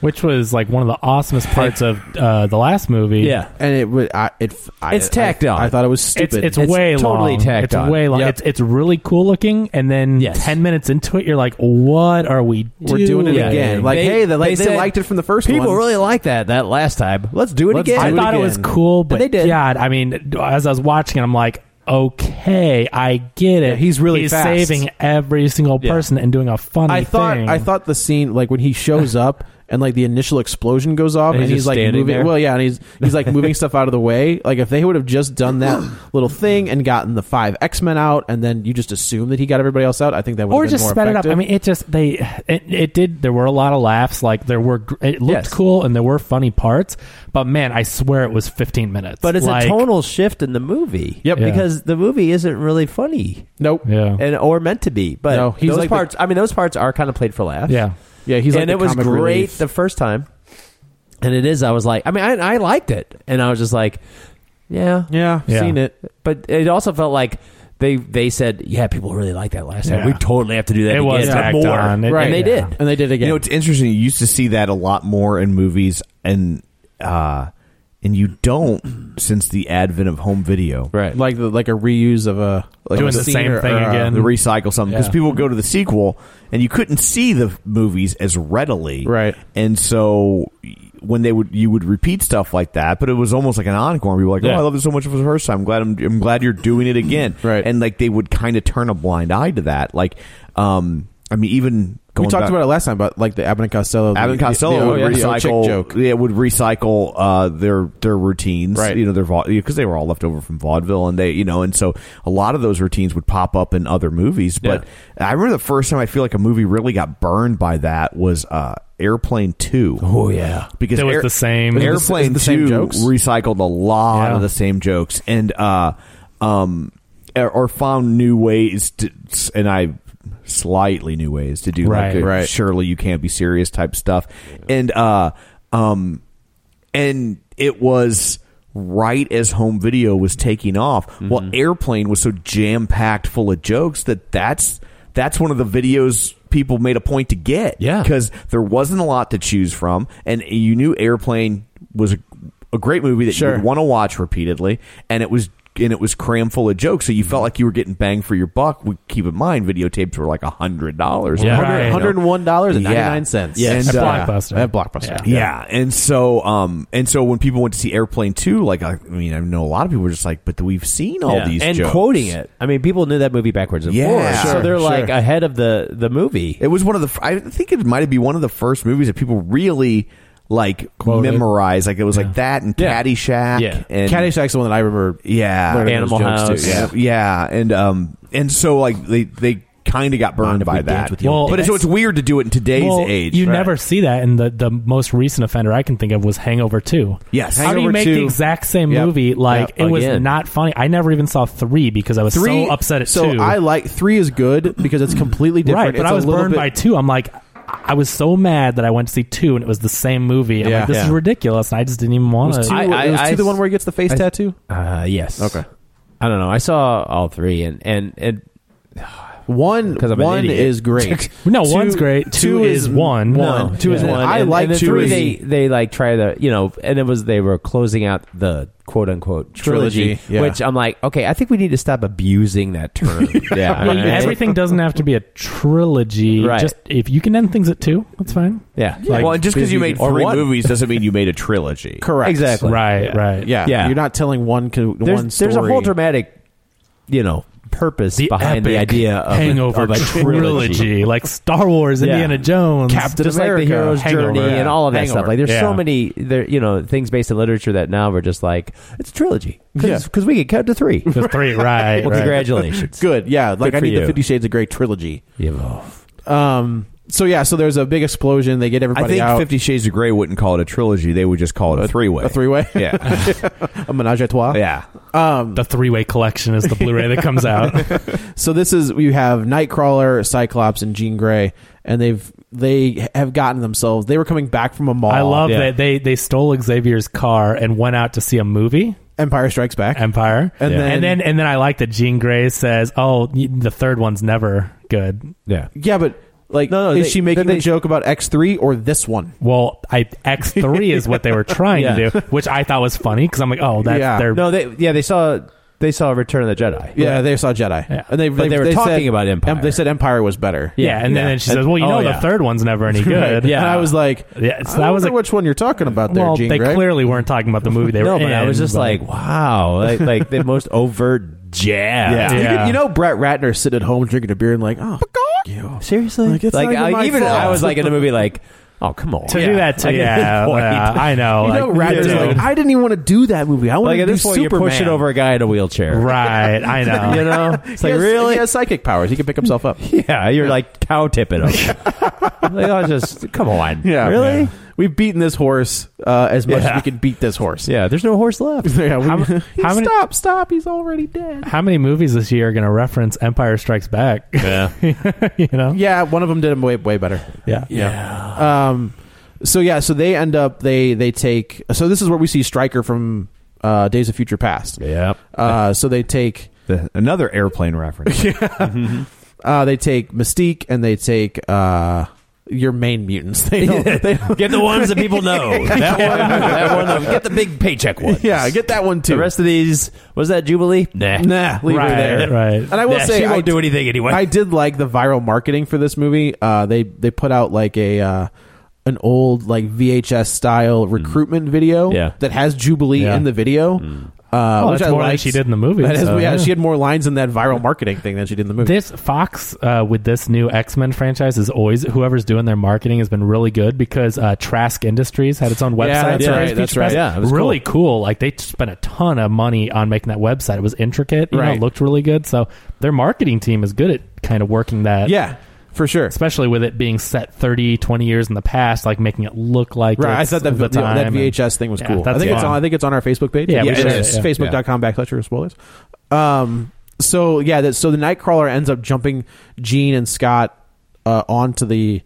S4: which was like one of the awesomest parts of uh, the last movie.
S5: Yeah.
S3: and it would. I, it, f- I,
S5: It's tacked
S3: I,
S5: on.
S3: I thought it was
S4: It's,
S3: stupid.
S4: it's,
S5: It's
S4: way
S5: totally
S4: long.
S5: tacked
S4: it's
S5: on.
S4: way long.
S3: Yep.
S4: It's it's really cool looking, and then
S5: Yes.
S4: ten minutes into it, you're like, "What are we?
S3: We're doing it
S5: Yeah.
S3: again. Like,
S5: They-
S3: hey, the, like,
S5: they
S3: they,
S5: said,
S3: liked it from the first
S5: People
S3: one.
S5: really like that that last time. Let's do it
S3: Let's
S5: again.
S3: do
S4: I
S3: it
S4: thought it was
S3: again.
S4: cool, but
S5: they did.
S4: God, I mean, as I was watching it, I'm like, okay, I get it.
S3: Yeah, he's really
S4: he's
S3: fast.
S4: saving every single person and doing a funny
S3: I thought
S4: thing.
S3: I thought the scene like when he shows up and like the initial explosion goes off
S5: And
S3: and,
S5: he's
S3: he's,
S5: just
S3: like
S5: standing
S3: moving
S5: there?
S3: well yeah and he's he's like moving stuff out of the way like if they would have just done that little thing and gotten the five X Men out and then you just assume that he got everybody else out I think that would
S4: or
S3: have been
S4: just
S3: more
S4: sped it up.
S3: effective.
S4: I mean, it just they it, it did. There were a lot of laughs. Like there were, gr- it looked
S5: Yes.
S4: cool and there were funny parts. But man, I swear it was 15 minutes.
S5: but it's
S4: Like,
S5: a tonal shift in the movie.
S3: Yep.
S4: Yeah.
S5: Because the movie isn't really funny
S3: nope
S4: Yeah,
S5: and or meant to be. But
S3: No, he's
S5: those
S3: like the-
S5: parts I mean those parts are kind of played for laughs.
S4: yeah.
S3: yeah he's like
S5: and
S3: the
S5: it was
S3: comic
S5: great
S3: relief.
S5: the first time. And it is. I was like, I mean, I, I liked it, and I was just like, yeah,
S3: yeah,
S4: Yeah.
S3: seen it
S5: But it also felt like they they said, yeah, people really like that last time.
S4: Yeah.
S5: We totally have to do that.
S4: It
S5: again
S4: was
S5: but
S4: tacked
S5: more.
S4: on. It-
S3: Right.
S5: and they
S3: yeah.
S5: did.
S3: and they did again
S2: You know, it's interesting. You used to see that a lot more in movies, and uh, and you don't since the advent of home video.
S5: Right.
S3: like the, like a reuse of a like
S4: Doing
S3: a
S4: the
S3: scene
S4: same
S3: or-
S4: thing
S3: or, uh,
S4: again.
S2: The recycle something because
S4: Yeah.
S2: people go to the sequel, and you couldn't see the movies as readily,
S3: Right.
S2: And so when they would, you would repeat stuff like that, but it was almost like an encore. People were like,
S4: Yeah.
S2: "Oh, I love it so much for the first time. I'm glad I'm, I'm glad you're doing it again."
S3: Right.
S2: And like they would kind of turn a blind eye to that. Like, um, I mean, even
S3: we
S2: going
S3: talked
S2: back-
S3: about it last time about like the Abbott and Costello
S2: Abbott and
S3: the- the-
S2: Costello
S3: the old-
S2: would
S3: Oh, yeah, the old chick
S2: recycle.
S3: joke
S2: Yeah, would recycle uh, their their routines.
S3: Right.
S2: You know, their because they were all left over from vaudeville, and they you know, and so a lot of those routines would pop up in other movies. But I remember the first time I feel like a movie really got burned by that was uh, Airplane Two. Oh yeah, because
S4: That was the same- It was the-
S2: Airplane
S3: the same
S2: Two
S3: jokes?
S2: recycled a lot
S4: Yeah.
S2: of the same jokes, and uh, um, or- or found new ways to, and I slightly new ways to do
S4: Right.
S2: like a
S3: Right.
S2: surely you can't be serious type stuff and uh um and it was right as home video was taking off well airplane was so jam packed full of jokes that that's that's one of the videos people made a point to get
S5: Yeah.
S2: because there wasn't a lot to choose from and you knew airplane was a, a great movie that
S3: Sure.
S2: you want to watch repeatedly and it was and it was crammed full of jokes, so you felt like you were getting bang for your buck. We keep in mind, videotapes were like a hundred dollars.
S4: Yeah.
S3: One
S4: Right.
S3: hundred and one dollars and
S2: Yeah.
S3: ninety nine cents
S2: Yes.
S4: At
S2: And, uh,
S4: blockbuster.
S3: at Blockbuster.
S4: Yeah.
S2: Yeah. and so um and so when people went to see Airplane 2, like I, I mean I know a lot of people were just like, but we've seen all
S5: Yeah.
S2: these
S5: and
S2: jokes.
S5: quoting it. I mean, people knew that movie backwards and
S2: Yeah.
S5: forwards, so
S2: Sure,
S5: they're
S3: sure.
S5: like ahead of the the movie.
S2: It was one of the fir- I think it might be one of the first movies that people really like
S4: Quoted.
S2: memorized. Like it was like that and Caddyshack
S5: Yeah.
S2: and
S3: Caddyshack's the one that I remember.
S2: yeah,
S3: learning
S5: Animal
S3: those jokes
S5: House.
S3: too,
S2: yeah,
S3: Yeah.
S2: yeah, and um and so like they they kind of got burned by that.
S4: the Well, old
S2: but it's, so
S4: days.
S2: it's weird to do it in today's
S4: Well,
S2: age.
S4: you
S2: Right.
S4: never see that, and the, the most recent offender I can think of was Hangover Two.
S2: Yes.
S4: how do you
S3: Hangover
S4: make
S3: 2.
S4: the exact same
S3: Yep.
S4: movie? Like
S5: Yep.
S4: it was
S5: Again.
S4: not funny. I never even saw three because I was so upset at
S3: so
S4: two.
S3: I like three is good because it's completely different.
S4: right, but
S3: It's
S4: I
S3: a
S4: was
S3: little
S4: burned
S3: bit-
S4: by two. I'm like, I was so mad that I went to see two, and it was the same movie. I'm
S3: Yeah.
S4: like, this is
S3: Yeah.
S4: ridiculous, and I just didn't even want
S3: Was two,
S4: to.
S5: I- I-
S3: was two
S5: I-
S3: the one where he gets the face tattoo?
S5: Uh, yes.
S3: Okay.
S5: I don't know. I saw all three, and and and
S3: One,
S5: 'Cause I'm an
S3: one
S5: idiot.
S3: is great.
S4: No,
S3: Two-
S4: one's great. Two is one.
S3: One,
S4: No.
S3: two is
S4: Yeah.
S3: one.
S5: and-
S3: I
S5: and-
S3: like
S5: and the
S3: two.
S5: three,
S3: is-
S5: They they like try the you know, and it was they were closing out the quote unquote trilogy,
S3: Trilogy, yeah.
S5: which I'm like, okay, I think we need to stop abusing that term. yeah, I
S4: Like,
S5: mean,
S4: everything doesn't have to be a trilogy.
S5: Right.
S4: Just if you can end things at two, that's fine.
S5: Yeah,
S2: well, and just because you made
S5: or
S2: three
S5: one.
S2: movies doesn't mean you made a trilogy.
S3: correct.
S5: exactly.
S4: Right, right.
S3: Yeah.
S5: Yeah.
S3: You're not telling one co-
S5: there's,
S3: one story.
S5: there's a whole dramatic, you know, purpose
S4: The
S5: behind the
S4: epic
S5: idea of,
S4: hangover
S5: a, of a
S4: trilogy. like Star Wars,
S5: Yeah.
S4: Indiana Jones,
S5: Captain
S4: just
S5: America,
S4: like the hero's
S5: Hangover,
S4: journey,
S5: and all of that
S4: Hangover.
S5: stuff. Like, there's
S4: Yeah.
S5: so many, there, you know, things based in literature that now we're just like, it's a trilogy
S3: Yeah.
S5: because we get cut to three. well,
S4: The three, right? right.
S5: congratulations.
S3: Good. Yeah. Like
S5: Good
S3: I
S5: for
S3: need
S5: you.
S3: the Fifty Shades of Grey trilogy.
S5: Yeah, well,
S3: Um. So yeah. So there's a big explosion. They get
S2: I
S3: everybody
S2: think
S3: out.
S2: Fifty Shades of Grey wouldn't call it a trilogy; they would just call it a three way.
S3: a three way.
S2: yeah,
S3: a menage a trois.
S2: yeah.
S4: The three-way collection is the Blu-ray that comes out.
S3: So this is you have Nightcrawler, Cyclops, and Jean Grey, and they've they have gotten themselves. They were coming back from a mall.
S4: I love
S5: yeah.
S4: that they they stole Xavier's car and went out to see a movie.
S3: Empire Strikes Back.
S4: Empire,
S3: And Yeah. then-
S4: and then and then I like that Jean Grey says, "Oh, y- the third one's never good."
S5: yeah.
S3: yeah, but Like,
S5: No, no,
S3: is
S5: they-
S3: she making
S5: they-
S3: a joke about X three or this one?
S4: Well, I X three is what they were trying
S5: Yeah.
S4: to do, which I thought was funny because I'm like, oh, that's
S3: Yeah.
S4: their
S5: No, they yeah they saw they saw Return of the Jedi.
S3: Yeah, they saw Jedi,
S4: Yeah.
S3: and they
S5: But they were
S3: said-
S5: talking about Empire.
S3: Em- they said Empire was better.
S4: yeah. and then
S5: yeah.
S4: she says, well, you
S5: Oh,
S4: know,
S5: yeah.
S4: the third one's never any
S3: Right.
S4: good.
S5: Yeah.
S3: and I was like,
S4: Yeah, so
S3: I
S4: that
S3: wonder
S4: was like-
S3: which one you're talking about there,
S4: well,
S3: Gene
S4: they
S3: Grey.
S4: clearly weren't talking about the movie they
S5: No,
S4: were
S5: but I
S4: in,
S5: was just
S4: but-
S5: like, wow, like, like the most overt jab.
S3: Yeah.
S4: Yeah.
S3: You, could- you know, Brett Ratner sitting at home drinking a beer and like, oh, you.
S5: Seriously?
S3: Like, it's not even my
S5: I, even
S3: fault.
S5: I was like in the movie, like, oh come on,
S4: to do that to
S5: Like, at
S4: yeah,
S5: this point-
S4: yeah, I know.
S3: You know,
S4: like,
S3: Ratner's
S4: dude.
S3: like, I didn't even want to do that movie. I wanted
S5: like
S3: to
S5: at
S3: do
S5: this point,
S3: Superman.
S5: you're pushing over a guy in a wheelchair.
S4: right? I know.
S5: You know, it's
S3: He
S5: like
S3: has-
S5: really,
S3: He has psychic powers. He can pick himself up.
S5: yeah. You're like cow tipping him. like, I just come on, really.
S3: Yeah. We've beaten this horse uh, as much
S5: Yeah.
S3: as we can beat this horse.
S5: Yeah, there's no horse left.
S3: Yeah, we-
S4: How m-
S3: He-
S4: how many-
S3: stop, stop. He's already dead.
S4: How many movies this year are going to reference Empire Strikes Back?
S5: Yeah.
S4: you know.
S3: Yeah, one of them did him way, way better.
S4: Yeah.
S3: Yeah. Um, so yeah, so they end up they they take so this is where we see Stryker from uh, Days of Future Past.
S5: Yep.
S3: Uh, so they take
S2: The, another airplane reference.
S3: uh, they take Mystique and they take uh, your main mutants. They don't, they don't-
S5: Get the ones that people know. That one. That one. Get the big paycheck one.
S3: yeah, get that one too.
S5: The rest of these was that Jubilee? Nah.
S3: nah, leave
S4: Right,
S3: her there.
S4: right.
S3: And I will
S5: Nah,
S3: say,
S5: she won't
S3: I
S5: do anything anyway.
S3: I did like the viral marketing for this movie. Uh, they they put out like a uh, an old like VHS style recruitment video
S5: Yeah.
S3: that has Jubilee
S4: Mm-hmm. Yeah.
S3: in the video. Uh,
S4: Oh,
S3: which
S4: that's
S3: I
S4: more than
S3: liked.
S4: she did in the movie,
S3: That is-
S4: so,
S3: yeah,
S4: yeah.
S3: she had more lines in that viral marketing thing than she did in the movie.
S4: This Fox uh, with this new X Men franchise is always whoever's doing their marketing has been really good because uh, Trask Industries had its own website.
S3: that's
S4: for
S3: right,
S4: Future
S3: that's
S4: Past.
S3: right.
S5: Yeah, it was
S4: really cool. Like they spent a ton of money on making that website. It was intricate. You know,
S3: Right.
S4: it looked really good. So their marketing team is good at kind of working that.
S3: yeah, for sure.
S4: Especially with it being set 30, 20 years in the past, like making it look like
S3: Right, I
S4: it's
S3: thought that
S4: of the
S3: that
S4: time and-
S3: VHS thing was
S4: Yeah,
S3: cool. I
S4: that's
S3: think it's
S4: fun.
S3: on. I think it's on our Facebook page.
S4: Yeah, we
S3: it
S4: should-
S3: is.
S4: yeah.
S3: Facebook.com backslash spoilers. Um. So yeah, that so the Nightcrawler ends up jumping Gene and Scott uh, onto the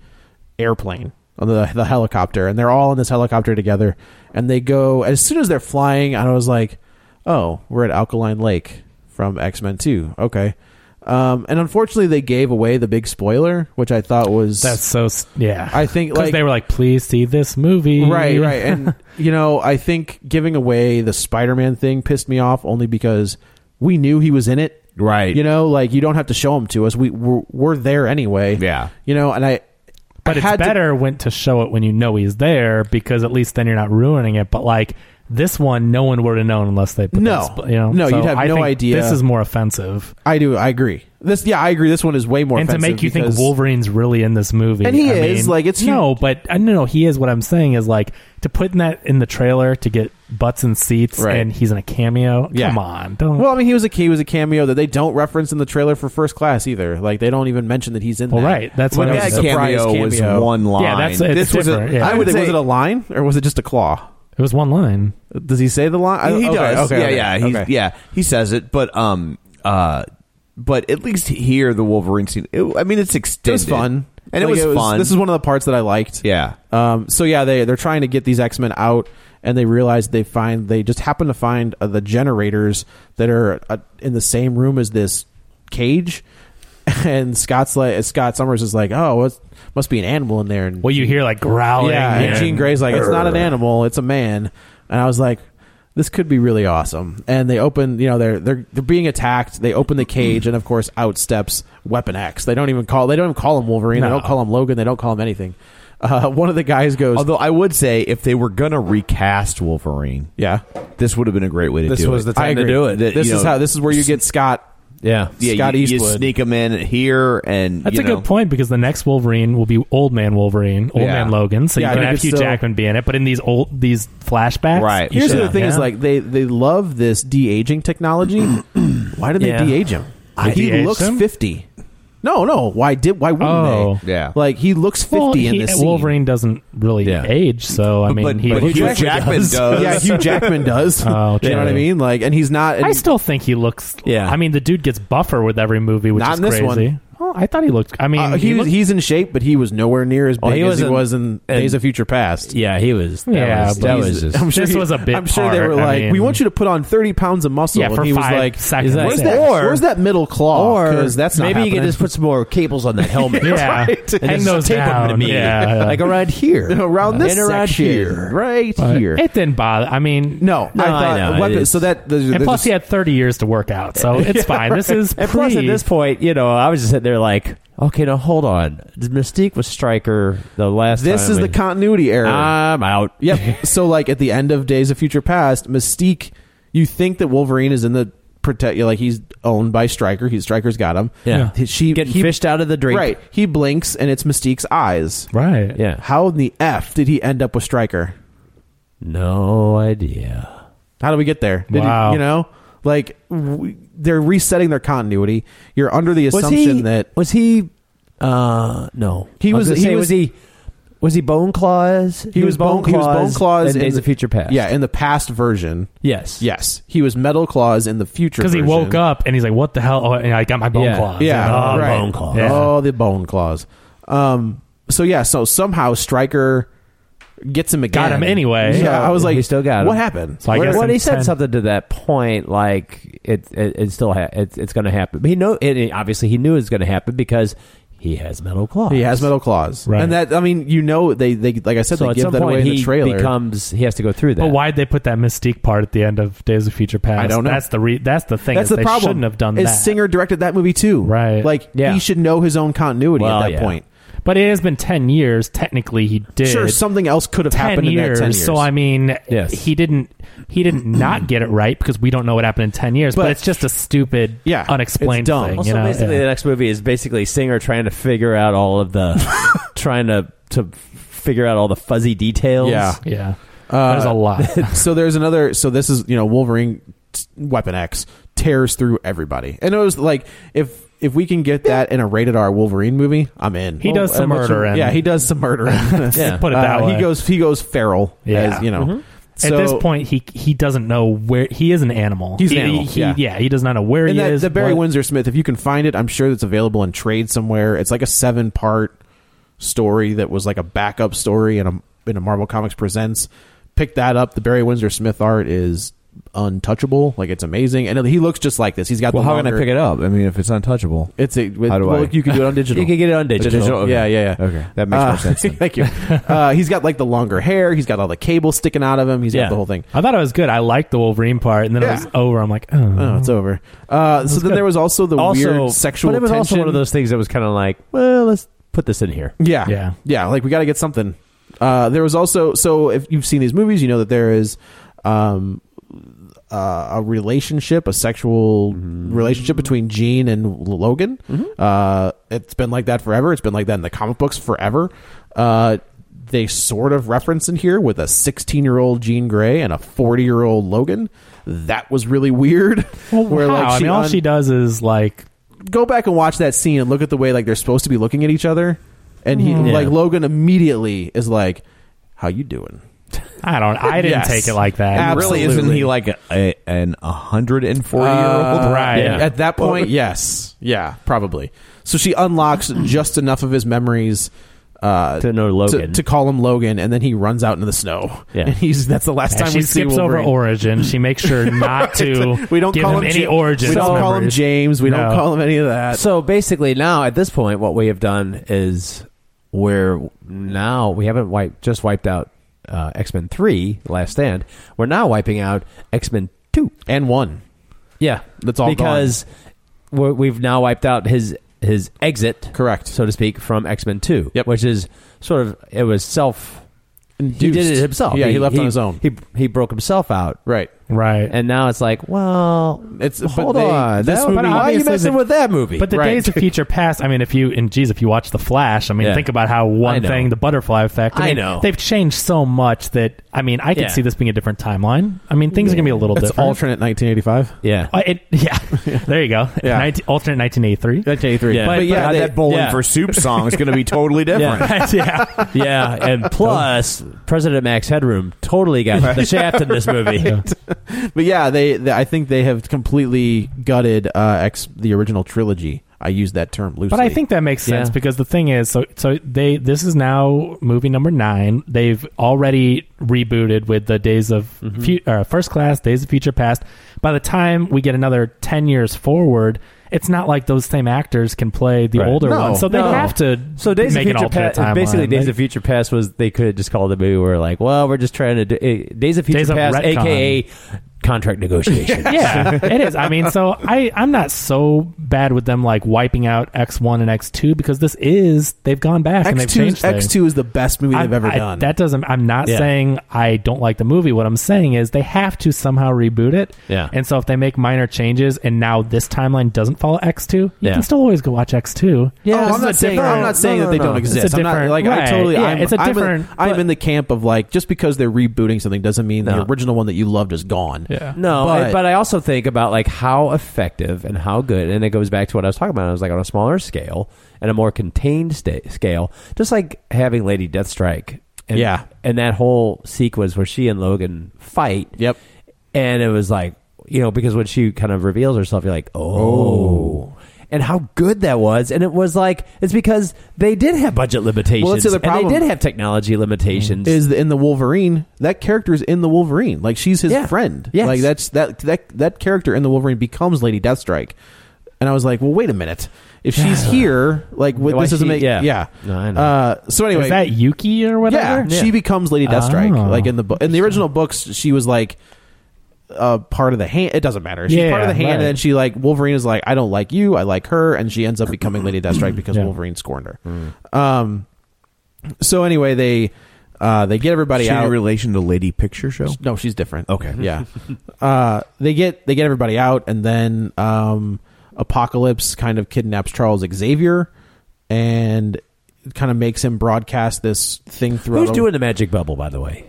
S3: airplane on the the helicopter, and they're all in this helicopter together, and they go as soon as they're flying. And I was like, oh, we're at Alkaline Lake from X Men Two. Okay. Um, and unfortunately, they gave away the big spoiler, which I thought was
S4: That's so s- yeah.
S3: I think,
S4: 'Cause
S3: like-
S4: they were like, please see this movie.
S3: Right, right. And you know, I think giving away the Spider-Man thing pissed me off only because we knew he was in it.
S2: Right.
S3: You know, like you don't have to show him to us. We we're, we're there anyway.
S2: Yeah.
S3: You know, and I
S4: But
S3: I
S4: it's
S3: had to-
S4: better when to show it when you know he's there because at least then you're not ruining it. But like this one, no one would have known unless they put
S3: No.
S4: this, you know.
S3: No,
S4: So
S3: you'd have
S4: I
S3: no
S4: think
S3: idea.
S4: This is more offensive,
S3: I do I agree. This yeah, I agree. This one is way more
S4: and to
S3: offensive
S4: make you think
S3: because-
S4: Wolverine's really in this movie,
S3: And he
S4: I
S3: is,
S4: mean,
S3: like, it's
S4: no,
S3: huge.
S4: but I no, no, he is. What I'm saying is like to put in that in the trailer to get butts and seats,
S3: Right.
S4: and he's in a cameo.
S3: Yeah.
S4: Come on, don't.
S3: Well, I mean, he was a he was a cameo that they don't reference in the trailer for First Class either. Like they don't even mention that he's in.
S4: Well,
S3: that.
S4: right, that's
S3: But
S4: what I
S3: that
S2: that
S4: was-
S3: surprise
S2: cameo was
S3: cameo-
S2: one line.
S4: Yeah, that's it.
S3: This was a,
S4: different, yeah.
S3: I would say, was it a line or was it just a claw?
S4: it was one line.
S3: Does he say the line? I-
S2: he
S3: okay,
S2: does.
S3: Okay, okay,
S2: yeah, yeah, he's,
S3: okay.
S2: yeah. He says it, but um, uh, but at least here the Wolverine scene. It, I mean, it's
S3: It
S2: extended.
S3: was fun,
S2: and
S3: Like,
S2: it was, fun.
S3: This is one of the parts that I liked.
S2: yeah.
S3: Um, so yeah, they they're trying to get these X Men out, and they realize they find they just happen to find uh, the generators that are uh, in the same room as this cage. And Scott's like Scott Summers is like, oh, it must be an animal in there. And
S4: Well, you hear like
S2: Oh,
S4: growling.
S3: yeah, and Gene Gray's like, it's not an animal, it's a man. And I was like, this could be really awesome. And they open, you know, they're they're they're being attacked. They open the cage, and of course, out steps Weapon X. They don't even call they don't even call him Wolverine. They
S4: No.
S3: don't call him Logan. They don't call him anything. Uh, one of the guys goes,
S2: Although I would say if they were gonna recast Wolverine,
S3: yeah,
S2: this would have been a great way to do it.
S3: I agree.
S2: That,
S3: This
S2: you
S3: is
S2: know,
S3: how this is where you get Scott.
S5: yeah.
S2: yeah,
S3: Scott
S2: you, You
S3: Eastwood.
S2: sneak him in here, and
S4: That's
S2: you
S4: a good
S2: know,
S4: point because the next Wolverine will be Old Man Wolverine, Old
S2: Yeah.
S4: Man Logan. So
S3: Yeah,
S4: you
S3: and
S4: can
S3: you
S4: have
S3: could
S4: Hugh
S3: still-
S4: Jackman be in it, but in these old these flashbacks,
S2: Right.
S4: you
S3: Here's
S4: should-
S3: the thing: is
S4: yeah.
S3: like they they love this de aging technology. why did they
S5: Yeah.
S3: de age him?
S4: They
S3: he
S4: de-aged
S3: looks
S4: him?
S3: fifty. No, no. Why did? Why wouldn't
S4: Oh.
S3: they?
S2: Yeah.
S3: like he looks fifty
S4: Well,
S3: in
S4: he- uh,
S3: this. Scene.
S4: Wolverine doesn't really
S5: Yeah.
S4: age, so I mean,
S2: but,
S4: he,
S2: but
S4: he-
S2: Hugh Jackman does.
S3: Yeah, Hugh Jackman does.
S4: Oh,
S3: you know
S4: true.
S3: what I mean? Like, and he's not. and
S4: I still think he looks.
S5: Yeah.
S4: I mean, the dude gets buffer with every movie, which
S3: Not
S4: is
S3: in this
S4: crazy.
S3: one.
S4: Well, I thought he looked. I mean,
S2: Uh, he, was,
S4: looked-
S2: he's in shape, but he was nowhere near as big
S5: Well, he
S2: as he
S5: wasn't-
S2: was in
S5: and-
S2: Days of Future Past.
S5: Yeah, he was. That
S4: Yeah,
S5: was,
S4: but
S5: that
S4: he's-
S5: was just.
S4: I'm sure This was a bit
S2: I'm sure they
S4: part,
S2: were
S4: I
S2: like,
S4: mean-
S2: "We want you to put on 30 pounds of muscle."
S4: Yeah, for
S2: and he
S4: five
S2: was like,
S4: seconds.
S2: "Where's
S4: He's
S2: that?
S4: like,
S5: "Or-
S2: where's that middle claw?"
S5: or
S2: 'Cause that's not
S5: maybe you
S2: happening.
S5: could just put some more cables on that helmet.
S4: yeah,
S2: right.
S4: hang
S5: just
S4: those
S5: tape 'em
S4: down.
S5: to me.
S4: Yeah,
S5: like around here,
S2: around this
S5: and around
S2: section,
S5: here.
S2: right here.
S4: it didn't bother. I mean,
S2: no,
S5: No,
S2: I
S5: I
S2: thought
S5: know, it
S2: weapon-
S5: is.
S2: so that the,
S4: And plus, he had 30 years to work out, so it's fine. This is pre-
S5: And plus, at this point, you know, I was just sitting there like, okay, now hold on. Mystique was Striker the last.
S2: this
S5: time
S2: is the
S5: we-
S2: continuity error.
S5: I'm out.
S2: Yep. so like at the end of Days of Future Past, Mystique, you think that Wolverine is in the protect, like he's owned by Stryker. He's Stryker's got him.
S5: Yeah.
S2: He- She
S5: Getting
S2: he-
S5: fished out of the drink.
S2: Right. He blinks and it's Mystique's eyes.
S4: right?
S5: Yeah.
S2: How in the f did he end up with Stryker?
S5: No idea.
S2: How do we get there? Did he-
S4: Wow.
S2: you know, like w they're resetting their continuity. You're under the
S5: Was
S2: assumption
S5: he?
S2: that
S5: was he? Uh, no.
S2: He
S5: I
S2: was-
S5: gonna
S2: he
S5: say,
S2: was-
S5: was he? Was he Bone Claws?
S2: he was bone. He was bone claws
S5: in Days
S2: the,
S5: of Future Past.
S2: Yeah, in the past version.
S5: Yes.
S2: Yes, he was metal claws in the future
S4: Because he
S2: version.
S4: woke up and he's like, "What the hell? Oh, and I got my bone
S5: Yeah.
S4: claws.
S2: Yeah,
S4: And, oh,
S2: right.
S4: bone claws. Yeah.
S2: Oh, the bone claws. Um. So yeah. So somehow Stryker gets him again.
S4: Got him anyway.
S2: Yeah. I was like,
S5: he still got him.
S2: What happened?
S4: So I guess
S5: well,
S4: in
S5: he said
S4: 10
S5: something to that point, like it, it, it still ha- it's it's going to happen. But he know, it, it- obviously, he knew it was going to happen because he has metal claws.
S2: he has metal claws,
S4: Right.
S2: and that I mean, you know, they they like I said,
S5: So
S2: they
S5: at
S2: give
S5: some
S2: that away
S5: point,
S2: in
S5: he
S2: the trailer.
S5: becomes he has to go through that.
S4: But why'd they put that mystique part at the end of Days of Future Past?
S2: I don't know.
S4: That's the re- that's the thing.
S2: That's
S4: is
S2: the
S4: they
S2: problem.
S4: Shouldn't have done
S2: is
S4: that.
S2: Singer directed that movie too?
S4: Right.
S2: Like
S5: Yeah.
S2: he should know his own continuity
S5: Well,
S2: at that
S5: yeah.
S2: point.
S4: but it has been ten years. Technically, he did.
S2: Sure, something else could have
S4: 10
S2: happened
S4: years,
S2: in that ten years.
S4: So I mean,
S5: Yes.
S4: he didn't he didn't not get it right because we don't know what happened in ten years. But,
S2: But-
S4: it's just a stupid,
S2: Yeah,
S4: unexplained
S2: it's dumb.
S4: thing.
S5: Also,
S4: you know?
S5: basically,
S4: Yeah.
S5: the next movie is basically Singer trying to figure out all of the trying to to figure out all the fuzzy details.
S2: Yeah.
S4: yeah,
S2: Uh,
S4: there's a lot.
S2: so there's another so this is you know wolverine t- weapon x tears through everybody and it was like if if we can get that in a rated r wolverine movie i'm in Oh,
S4: He does some
S2: and what's-
S4: murdering.
S2: yeah he does some murdering yeah Uh,
S4: Put it that way.
S2: he goes he goes feral
S4: Yeah. Mm-hmm.
S2: as, you know
S4: At
S2: So-
S4: this point, he he doesn't know where he is an animal.
S2: He's an
S4: He-
S2: animal,
S4: he-
S2: yeah.
S4: he does not know where
S2: and
S4: he is.
S2: that, the Barry
S4: what-
S2: Windsor Smith, if you can find it, I'm sure it's available in trade somewhere. It's like a seven part story that was like a backup story in a in a Marvel Comics Presents. Pick that up. The Barry Windsor Smith art is untouchable. Like it's amazing, and he looks just like this. He's got.
S3: Well,
S2: the
S3: how can I
S2: longer-
S3: pick it up? I mean, if it's untouchable,
S2: It's a. With,
S3: How do
S2: well,
S3: I-
S2: You can do it on digital.
S5: you can get it on digital.
S3: Digital.
S2: Yeah, yeah, yeah.
S3: Okay. That makes more sense then.
S2: thank you. Uh, he's got like the longer hair. He's got all the cables sticking out of him. He's got
S5: Yeah.
S2: the whole thing.
S4: I thought it was good. I liked the Wolverine part, and then
S2: Yeah.
S4: it was over. I'm like, oh,
S2: Oh, it's over. Uh, so then there was also the
S5: Also,
S2: weird sexual.
S5: But it was
S2: tension.
S5: also one of those things that was kind of like, well, let's put this in here.
S2: Yeah.
S4: Yeah.
S2: Yeah. Like we got to get something. Uh, there was also, so if you've seen these movies, you know that there is, um, uh, a relationship, a sexual
S4: Mm-hmm.
S2: relationship between Gene and Logan. Uh, it's been like that forever. It's been like that in the comic books forever. Uh, they sort of reference in here with a 16 year old Jean Grey and a 40 year old Logan. That was really weird.
S4: Well, how? I mean, all
S2: un-
S4: she does is like,
S2: go back and watch that scene and look at the way like they're supposed to be looking at each other, and he
S4: Mm-hmm.
S5: Yeah.
S2: like Logan immediately is like, "How you doing?"
S4: I don't. I didn't
S2: Yes.
S4: take it like that.
S2: Ab-
S3: really, isn't
S2: absolutely.
S3: he like a, a, an hundred and forty year
S2: Uh,
S3: old?
S4: Right. Yeah.
S2: At that point, yes, yeah, probably. So she unlocks just enough of his memories. Uh,
S5: To know Logan.
S2: to, call him Logan, and then he runs out into the snow.
S5: Yeah.
S2: and he's that's the last
S4: And
S2: time
S4: she
S2: we see
S4: skips over
S2: Wolverine.
S4: origin. She makes sure not to.
S2: we don't
S4: give
S2: call
S4: him, any
S2: Ja-
S4: origin.
S2: We don't call him
S4: memories.
S2: James. We don't
S4: No.
S2: call him any of that.
S5: So basically, now at this point, what we have done is we're now we haven't wiped just wiped out uh, X Men Three: Last Stand. We're now wiping out X Men Two.
S2: And one,
S5: Yeah,
S2: That's all gone.
S5: because we're, we've now wiped out his his exit,
S2: correct?
S5: so to speak, from X Men Two.
S2: Yep.
S5: which is sort of it was self. He
S2: Induced.
S5: did it himself.
S2: Yeah, he, left on his own.
S5: He he broke himself out,
S2: right.
S4: Right.
S5: and now it's like, well,
S2: It's but
S5: hold
S2: they-
S5: on.
S2: This
S5: that-
S2: movie,
S5: but how are you messing with that movie?
S4: But the
S2: Right.
S4: days of future past. I mean, if you and geez, if you watch the Flash, I mean,
S5: Yeah.
S4: think about how
S5: I
S4: one
S5: know.
S4: thing, the butterfly effect.
S5: I
S4: mean,
S5: know.
S4: they've changed so much that I mean, I could
S5: Yeah.
S4: see this being a different timeline. I mean, things are gonna be a little
S2: That's
S4: different.
S2: alternate 1985.
S5: yeah,
S4: Uh, it, yeah, there you go.
S2: Yeah.
S4: 19 alternate 1983.
S2: 1983.
S5: Yeah.
S2: But,
S5: But-
S2: yeah,
S3: God,
S2: they-
S3: that bowling
S5: yeah.
S3: for soup song is going to be totally different.
S4: yeah,
S5: Yeah, and plus President Max Headroom totally got the shaft in this movie.
S2: but yeah, they, they- I think they have completely gutted uh, X the original trilogy.
S3: I use that term loosely.
S4: But I think that makes sense
S5: Yeah.
S4: because the thing is, so so they this is now movie number nine. They've already rebooted with the Days of
S5: Mm-hmm.
S4: Fu- uh, First Class, Days of Future Past. By the time we get another ten years forward, it's not like those same actors can play the
S5: Right.
S4: older
S3: No,
S4: ones, so they
S5: no.
S4: have to
S5: So Days
S4: make
S5: of
S4: an
S5: Future
S4: alternate
S5: Past,
S4: timeline.
S5: basically Days
S4: Like,
S5: of Future Past was they could have just called the movie where like, well, we're just trying to do, eh, Days of Future
S4: Days of
S5: Past,
S4: retcon.
S5: aka contract negotiation.
S4: yeah, it is. I mean, so I I'm not so bad with them like wiping out X one and X two because this is they've gone back and they've
S3: X two
S4: changed things.
S3: X two is the best movie they've
S4: I-
S3: ever
S4: I-
S3: done.
S4: That doesn't. I'm not
S5: Yeah.
S4: saying I don't like the movie. What I'm saying is they have to somehow reboot it.
S5: Yeah.
S4: And so if they make minor changes and now this timeline doesn't follow X2, you
S5: Yeah.
S4: can still always go watch X2.
S3: Yeah,
S5: this
S3: Oh, I'm
S5: is a
S3: not saying
S5: different-
S3: I'm not saying
S5: no,
S3: that they
S5: no,
S3: don't
S5: no.
S3: exist.
S4: It's a
S3: I'm not
S4: different-
S3: like
S4: right,
S3: I totally.
S4: yeah,
S3: I'm,
S4: it's a
S3: I'm in-
S4: different-
S3: I'm,
S4: but-
S3: in the camp of like just because they're rebooting something doesn't mean
S5: No.
S3: the original one that you loved is gone.
S4: Yeah.
S5: No, I- but,
S3: But-
S5: I also think about like how effective and how good, and it goes back to what I was talking about. I was like on a smaller scale and a more contained sta- scale, just like having Lady Deathstrike. And,
S3: Yeah.
S5: and that whole sequence where she and Logan fight.
S3: Yep.
S5: and it was like you know because when she kind of reveals herself, you're like, oh. And how good that was, and it was like it's because they did have budget limitations,
S3: Well, that's the other
S5: and they
S3: problem.
S5: did have technology limitations.
S3: Is in the Wolverine that character is in the Wolverine like she's his
S5: Yeah.
S3: friend.
S5: Yes.
S3: Like that's that that that character in the Wolverine becomes Lady Deathstrike, and I was like, well, wait a minute. If she's here, like what,
S5: Why
S3: this doesn't
S5: she-
S3: make
S5: yeah.
S3: yeah.
S5: No, I know.
S3: Uh, so anyway,
S4: Is that Yuki or whatever?
S3: Yeah, she becomes Lady Deathstrike.
S4: Oh.
S3: Like in the book, in the original books, she was like uh, part of the hand. It doesn't matter. She's
S4: Yeah,
S3: part of the hand,
S4: right.
S3: and then she like Wolverine is like, I don't like you. I like her, and she ends up becoming Lady Deathstrike because
S4: Yeah.
S3: Wolverine scorned her. Um. So anyway, they uh they get everybody
S2: She
S3: out.
S2: in relation to Lady Picture Show?
S3: no, she's different.
S2: Okay.
S3: Yeah. uh, they get they get everybody out, and then um, Apocalypse kind of kidnaps Charles Xavier, and kind of makes him broadcast this thing throughout.
S5: Who's
S3: a-
S5: doing the magic bubble, by the way?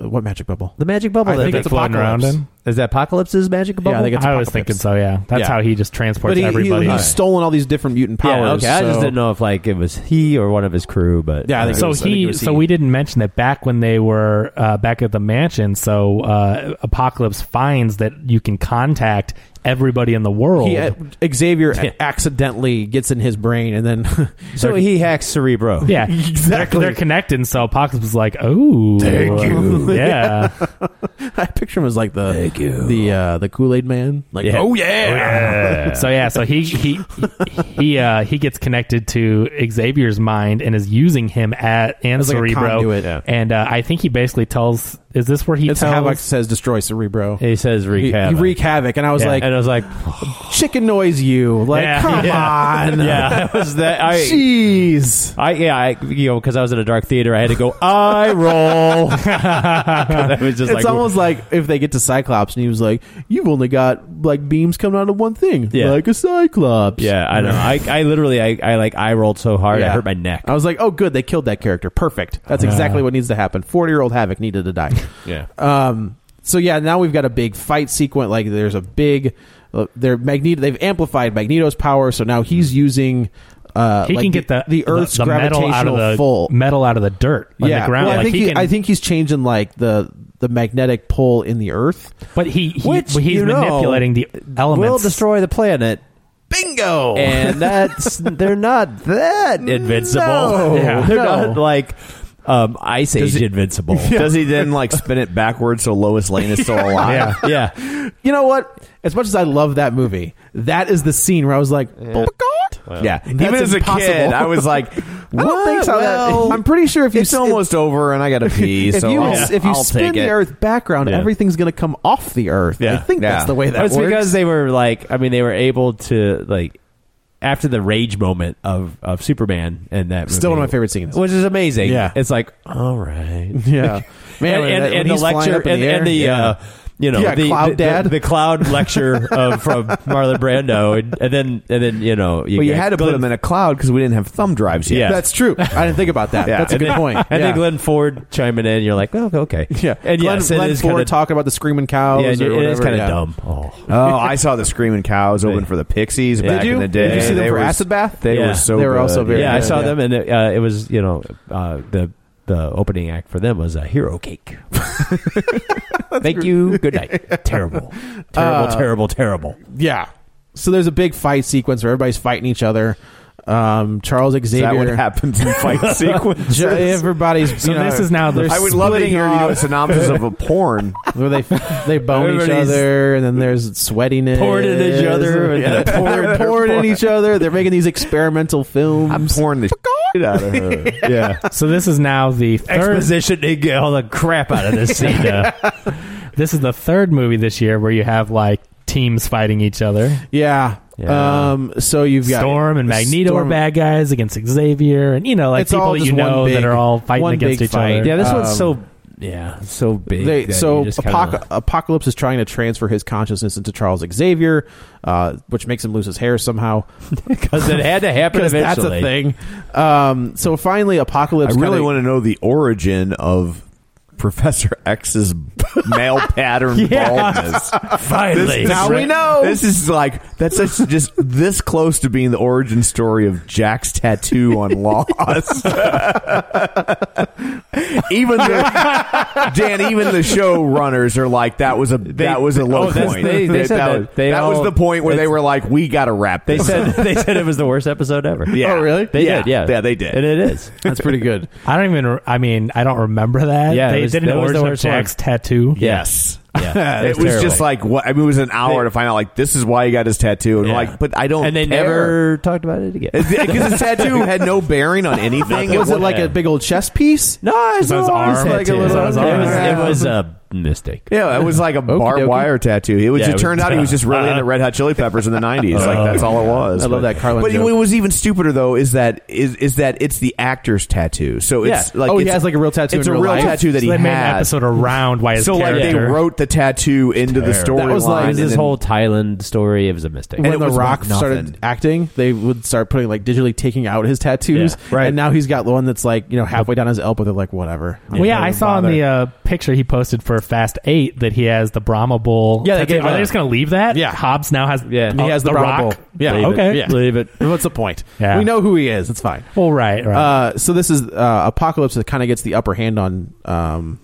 S3: what magic bubble?
S5: The magic bubble.
S4: I
S5: that-
S4: think
S5: that's
S4: it's floating around
S5: Apocalypse.
S4: in.
S5: Is that Apocalypse's magic bubble?
S3: Yeah, I think it's
S4: I was
S3: Apocalypse.
S4: thinking so. Yeah, that's
S3: Yeah.
S4: how he just transports
S3: But he,
S4: everybody.
S3: he, he's stolen all these different mutant powers.
S5: Yeah, okay. I
S3: so-
S5: just didn't know if like it was he or one of his crew, but
S3: Yeah, I think
S4: so
S3: was- I think it
S4: he,
S3: was
S4: so
S3: he.
S4: we didn't mention that back when they were uh, back at the mansion. So uh, Apocalypse finds that you can contact everybody in the world.
S3: He, uh, Xavier accidentally gets in his brain, and then
S5: so he hacks Cerebro.
S4: Yeah, exactly. They're, they're connected, and so Apocalypse is like, "Oh, thank you." Yeah,
S3: Oh, I picture him as like the the uh, the Kool Aid Man. Like,
S5: Yeah.
S3: oh yeah,
S4: so yeah, so he he he uh, he gets connected to Xavier's mind and is using him at and
S3: As like a
S4: Cerebro,
S3: conduit, yeah.
S4: and uh, I think he basically tells, "Is this where he
S3: it's
S4: tells?"
S3: Havoc says destroy Cerebro.
S5: He says
S3: He,
S5: wreak
S3: he
S5: havoc.
S3: wreak havoc, and I was
S5: Yeah.
S3: like,
S5: and I was like,
S3: chicken noise, you like,
S4: Yeah.
S3: come on,
S5: yeah, that was that. I,
S3: jeez.
S5: I yeah, I, you know, because I was in a dark theater, I had to go I roll. 'Cause I was just
S3: Oh. It's
S5: like,
S3: almost like if they get to Cyclops and he was like, "You've only got like beams coming out of one thing,
S5: Yeah.
S3: like a Cyclops."
S5: yeah, I know. I, I literally, I, I like, I rolled so hard, I
S3: Yeah.
S5: hurt my neck.
S3: I was like, oh, good, they killed that character. Perfect. That's exactly
S4: Uh.
S3: what needs to happen. Forty year old Havoc needed to die.
S5: yeah,
S3: um, so yeah, now we've got a big fight sequence. Like there's a big, uh, they're Magneto. They've amplified Magneto's power, so now he's using. Uh,
S4: he
S3: like
S4: can get the
S3: the Earth's
S4: the
S3: gravitational
S4: metal out of the
S3: pull.
S4: metal out of the dirt, like
S3: yeah,
S4: the ground.
S3: Well, I
S4: Like,
S3: think
S4: he
S3: he-
S4: can-
S3: I think he's changing like the the magnetic pull in the Earth.
S4: but he, he
S5: Which,
S4: but he's
S5: you know,
S4: manipulating the elements.
S5: will destroy the planet.
S3: Bingo.
S5: and that's they're not that invincible.
S3: No.
S4: Yeah.
S5: they're
S4: No.
S5: not like um, Ice Age invincible.
S2: Does he then like spin it backwards so Lois Lane is still alive?
S5: yeah, yeah.
S3: you know what? As much as I love that movie, that is the scene where I was like, "Oh God!"
S2: Yeah. Even
S3: That's
S2: as
S3: impossible.
S2: a kid, I was like,
S3: I don't
S2: "What?
S3: think so. That-
S2: Well,
S3: I'm pretty sure if you
S2: it's
S3: s-
S2: almost over, and I got to pee.
S3: if
S2: so
S3: you
S2: I'll,
S3: if you
S2: I'll
S3: spin
S2: take it.
S3: the Earth background,
S5: Yeah.
S3: everything's going to come off the Earth. I
S5: Yeah.
S3: think
S2: Yeah.
S3: that's the way that
S5: But it's
S3: works.
S5: because they were like, I mean, they were able to like after the rage moment of of Superman and that
S3: Still one
S5: movie,
S3: of my favorite scenes.
S5: which is amazing.
S3: Yeah.
S5: it's like all right,
S3: yeah, man,
S5: and,
S3: when
S5: and,
S3: that- when
S5: and the
S3: he's flying
S5: lecture
S3: up in
S5: and,
S3: the,
S5: and the
S3: air, yeah.
S5: uh, you know
S3: Yeah,
S5: the,
S3: Cloud
S5: the,
S3: Dad.
S5: the, the cloud lecture of, from Marlon Brando, and, and then and then you know you,
S2: Well, you
S5: got
S2: had to put
S5: Glenn-
S2: them in a cloud because we didn't have thumb drives yet.
S5: Yeah.
S3: that's true. I didn't think about that.
S2: Yeah.
S3: That's a
S2: And
S3: good
S5: then-
S3: point.
S5: And
S3: yeah.
S5: then Glenn Ford chiming in, you're like, oh, okay,
S3: yeah,
S5: and
S3: Glenn,
S5: yes, it
S3: Glenn
S5: is
S3: Ford
S5: kind of
S3: talking about the screaming cows.
S5: yeah, and
S3: or
S5: it is
S3: whatever,
S5: kind of
S3: yeah.
S5: dumb. Oh,
S2: Oh, I saw the Screaming Cows open for the Pixies
S5: Did
S2: back
S3: you?
S2: in the day.
S3: Did you see them
S2: They
S3: for
S2: were-
S3: Acid Bath?
S2: They
S5: Yeah.
S2: were so.
S3: They were
S2: good.
S3: also very
S5: yeah, I
S3: good,
S5: saw
S3: yeah.
S5: them, and it, uh, it was you know uh, the the opening act for them was a hero cake.
S3: Uh,
S5: Thank you. Good night. terrible, terrible, terrible, terrible.
S3: Yeah. so there's a big fight sequence where everybody's fighting each other. Um, Charles
S2: Is
S3: Xavier.
S2: that what happens in fight sequences?
S3: Ju- Everybody's.
S4: So
S3: you know,
S4: this is now the
S3: they're
S2: I would love to
S3: splitting
S2: hear you know, a
S3: off
S2: synopsis of a porn.
S3: where they they bone each
S5: Everybody's
S3: other, and then there's sweating
S5: poured in each other and-
S3: Yeah. poured, poured in each other. They're making these experimental films.
S2: I'm pouring the shit out of her.
S5: yeah.
S4: So this is now the third.
S5: Exposition to get all the crap out of this scene.
S4: This is the third movie this year where you have like teams fighting each other.
S3: yeah.
S5: Yeah.
S3: Um. So you've got
S4: Storm and Magneto
S3: Storm-
S4: are bad guys against Xavier, and you know like
S3: It's all
S4: people that
S3: just
S4: you
S3: one
S4: know
S3: big-
S4: that are all fighting
S3: one
S4: against
S3: big
S4: each
S3: fight.
S4: other.
S5: yeah, this one's
S3: Um,
S5: so yeah, so big.
S3: They,
S5: that
S3: so
S5: you just kinda-
S3: Apoc- Apocalypse is trying to transfer his consciousness into Charles Xavier, uh, which makes him lose his hair somehow.
S5: 'Cause it had to happen
S3: Because
S5: eventually.
S3: that's a thing. Um, so finally,
S2: I
S3: Apocalypse.
S2: really
S3: kinda-
S2: want to know the origin of Professor X's male pattern baldness.
S5: Finally,
S2: now we know. This is like that's such just this close to being the origin story of Jack's tattoo on Lost. even the Dan, even the showrunners are like that was a that was a low
S5: oh, that's-
S2: point.
S5: they- they said that
S2: was,
S5: they
S2: that was
S5: all-
S2: the point where they
S5: that's-
S2: were like, we got to wrap.
S5: They
S2: this
S5: said
S2: up."
S5: they said it was the worst episode ever.
S2: Yeah. Oh, really?
S5: They
S2: Yeah.
S5: did. Yeah,
S2: Yeah, they did.
S5: and it is.
S3: That's pretty good.
S4: I don't even. I mean, I don't remember that.
S5: Yeah, it
S4: they
S5: was-
S4: didn't
S5: that was the
S4: origin of
S5: worst one.
S4: Jack's tattoo.
S2: yes.
S5: Yeah,
S2: it was just like what I mean. It was an hour to find out. Like this is why he got his tattoo, and
S5: Yeah.
S2: like, but I don't.
S5: and they never talked about it again.
S2: because his tattoo had no bearing on anything.
S3: Was it like
S5: Yeah.
S3: a big old chess piece?
S5: no, it was,
S4: It was
S5: always
S4: arm
S5: like a
S4: tattoos.
S5: little.
S4: It was
S5: it,
S4: arm
S5: was, it
S4: tattoos.
S5: was a mistake.
S2: Yeah, it was like a barbed
S3: dokie.
S2: wire tattoo. It, was,
S5: Yeah,
S2: it
S5: it was-
S2: turned out he was just really into Red Hot Chili Peppers in the '90s. like that's all it was.
S3: Oh. I love
S2: But-
S3: that Carlin
S2: But
S3: joke.
S2: what was even stupider though is that is is that it's the actor's tattoo. So it's
S5: Yeah.
S2: like
S3: Oh, he
S2: it's-
S3: has, like, a real tattoo
S2: It's
S3: in
S2: a
S3: real
S2: real
S3: life?
S2: tattoo that
S4: so
S2: he
S4: they made an
S2: had.
S4: episode around why his
S2: so like they
S4: character-
S2: wrote the tattoo into the storyline.
S3: That was like-
S5: It was
S2: and
S5: this
S2: then-
S5: whole Thailand story. It was a mistake.
S2: And
S3: when
S2: it
S3: The
S2: was
S3: Rock
S2: nothing.
S3: started acting, they would start putting like digitally taking out his tattoos,
S5: Yeah, right.
S3: And now he's got one that's like you know halfway down his elbow. They're like whatever.
S4: Well, yeah, I saw in the uh, picture he posted for Fast Eight that he has the Brahma Bull.
S3: Yeah, they
S4: tattoo.
S3: gave
S4: are
S3: it
S4: they
S3: up.
S4: just going to leave that?
S3: Yeah.
S4: Hobbs now has.
S5: Yeah.
S3: And he
S4: oh,
S3: has the,
S4: Rock.
S3: Brahma Bull. Yeah,
S5: Believe
S3: okay.
S5: it.
S3: Yeah.
S5: Believe it.
S3: What's the point?
S4: Yeah.
S3: We know who he is. It's fine.
S4: Well, right, right.
S3: Uh, so this is uh, Apocalypse that kind of gets the upper hand on um,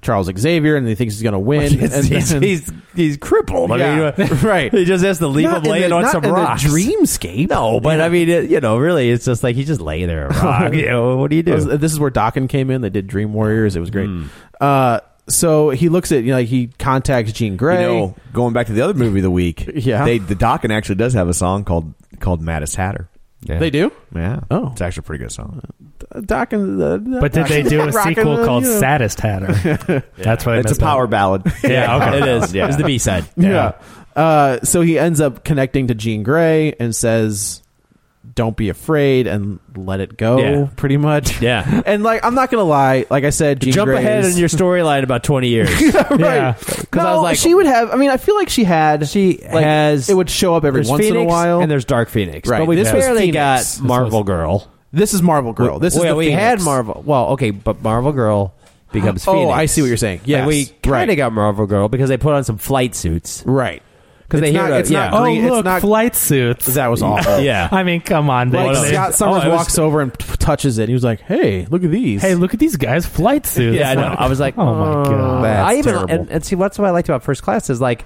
S3: Charles Xavier, and he thinks he's going to win. and
S5: he's,
S3: then-
S5: he's he's crippled. I
S3: Yeah.
S5: mean,
S3: Right.
S5: uh, He just has to leave
S3: Not
S5: him
S3: in
S5: laying
S3: the-
S5: on
S3: not
S5: some
S3: in the
S5: rocks.
S3: dreamscape.
S5: No, but I mean, it, you know, really, it's just like he's just laying there a rock. you know, what do you
S3: That
S5: do?
S3: was- this is where Dokken came in. They did Dream Warriors. It was great. Uh, so he looks at you know like he contacts Jean
S2: You
S3: Grey.
S2: know, going back to the other movie of the week,
S3: Yeah.
S2: they, the Dokken actually does have a song called called Mattis Hatter.
S5: Yeah.
S3: They do.
S2: Yeah,
S3: Oh.
S2: it's actually a pretty good song.
S3: Dokken. Uh,
S4: but did they do a
S3: Rockin'
S4: sequel
S3: the-
S4: called
S3: you know.
S4: Saddest Hatter? That's why they
S2: It's a
S4: messed up.
S2: power ballad.
S4: Yeah, okay.
S5: It is. It was the B side.
S3: Yeah. Uh, so he ends up connecting to Jean Grey and says, "Don't be afraid and let it go."
S5: Yeah.
S3: Pretty much.
S5: Yeah.
S3: And like, I'm not gonna lie. Like I said, Jean
S5: Jump
S3: Grey
S5: ahead
S3: is-
S5: in your storyline about twenty years.
S4: Yeah.
S3: No,
S5: I was like-
S3: she would have. I mean, I feel like she had.
S5: She
S3: like,
S5: has.
S3: It would show up every
S5: there's
S3: once in a
S5: Phoenix
S3: while.
S5: and there's Dark Phoenix.
S3: Right.
S5: But we
S3: This was
S5: barely got
S3: Phoenix. This
S5: Marvel Girl.
S3: this is Marvel Girl. This
S5: well,
S3: is the
S5: we
S3: Phoenix.
S5: had Marvel. Well, okay, but Marvel Girl becomes.
S3: Oh,
S5: Phoenix.
S3: I see what you're saying. Yes.
S5: Like, we
S3: Right.
S5: kind of got Marvel Girl because they put on some flight suits
S3: Right.
S5: because they
S3: It's
S5: hear
S3: not-
S5: about-
S3: it's
S5: yeah.
S3: not
S4: Oh,
S3: Green- it's
S4: look,
S3: not-
S4: flight suits.
S3: That was awful.
S5: yeah.
S4: I mean, come on.
S3: Like
S4: they-
S3: Scott Summers
S5: Oh, it was-
S3: walks over and t- touches it. He was like, "Hey, look at these."
S4: Hey, look at these guys, flight suits.
S5: Yeah, I know. I was like, uh,
S4: oh my god.
S2: That's
S5: I even
S2: terrible.
S5: and, and see what's what I liked about First Class is like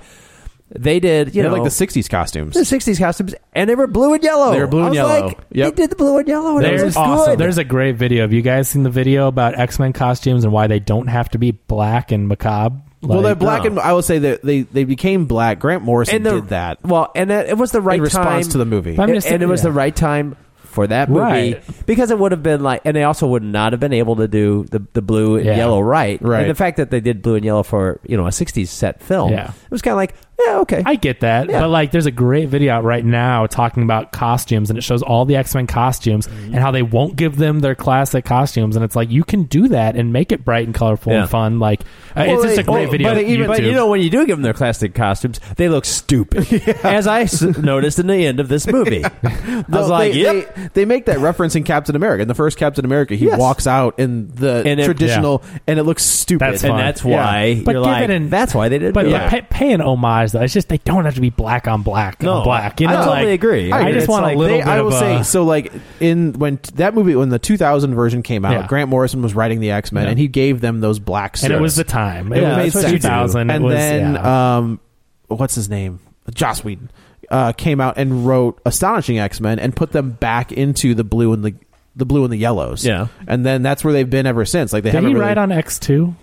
S5: they did you
S3: They had,
S5: know
S3: like the '60s costumes.
S5: the '60s costumes and they were blue and yellow.
S3: They were blue
S5: I
S3: and
S5: was
S3: yellow.
S5: Like,
S3: Yep.
S5: They did the blue and yellow. And it
S4: There's
S5: was
S4: awesome.
S5: Good.
S4: There's a great video. Have you guys seen the video about X Men costumes and why they don't have to be black and macabre?
S3: well, they're
S4: Like-
S3: black and I will say that they they became black. Grant Morrison
S5: and the,
S3: did that
S5: Well, and it, it was the right
S3: in response
S5: time
S3: to the movie.
S4: But I'm
S5: and,
S4: just-
S5: and it was
S4: yeah.
S5: the right time for that movie
S4: Right.
S5: because it would have been like, and they also would not have been able to do the the blue and
S4: Yeah.
S5: yellow right.
S3: Right.
S5: And the fact that they did blue and yellow for you know a '60s set film,
S4: Yeah.
S5: it was kind of like, yeah, okay,
S4: I get that,
S5: Yeah.
S4: but like, there's a great video out right now talking about costumes, and it shows all the X Men costumes
S5: Mm-hmm.
S4: and how they won't give them their classic costumes, and it's like you can do that and make it bright and colorful
S5: Yeah.
S4: and fun. Like, uh, it's just a great video.
S5: But,
S4: on
S5: even, but
S4: YouTube.
S5: you know, when you do give them their classic costumes, they look stupid. As I s- noticed in the end of this movie, I
S3: No,
S5: was like,
S3: they,
S5: "Yep."
S3: they, they make that reference in Captain America. In the first Captain America, he
S5: Yes.
S3: walks out in the
S5: And it-
S3: traditional, and it looks stupid.
S4: That's
S5: and
S4: fun.
S5: that's
S3: Yeah.
S5: why
S4: But
S5: you're
S4: give
S5: like,
S4: it an-
S5: that's why they didn't.
S4: But
S5: do
S4: yeah.
S5: it.
S4: pay, pay an homage though. It's just they don't have to be black on black
S5: No,
S4: on black. You know,
S5: I totally
S4: like,
S5: agree.
S4: I,
S5: I agree.
S4: just
S5: It's
S4: want
S5: like
S4: a little
S3: They-
S4: bit
S3: I will
S4: of
S3: say
S4: a-
S3: so. Like in when t- that movie, when the 2000 version came out,
S4: Yeah.
S3: Grant Morrison was writing the X Men,
S4: Yeah.
S3: and he gave them those black. Suits.
S4: and it was the time. It
S3: Yeah,
S4: was
S3: that's what you do. And
S4: 2000.
S3: uh,
S4: it was,
S3: then
S4: yeah.
S3: um, what's his name? Joss Whedon uh, came out and wrote Astonishing X Men and put them back into the blue and the the blue and the yellows.
S5: Yeah.
S3: and then that's where they've been ever since. Like they
S4: Did
S3: haven't
S4: he
S3: really,
S4: write on X two?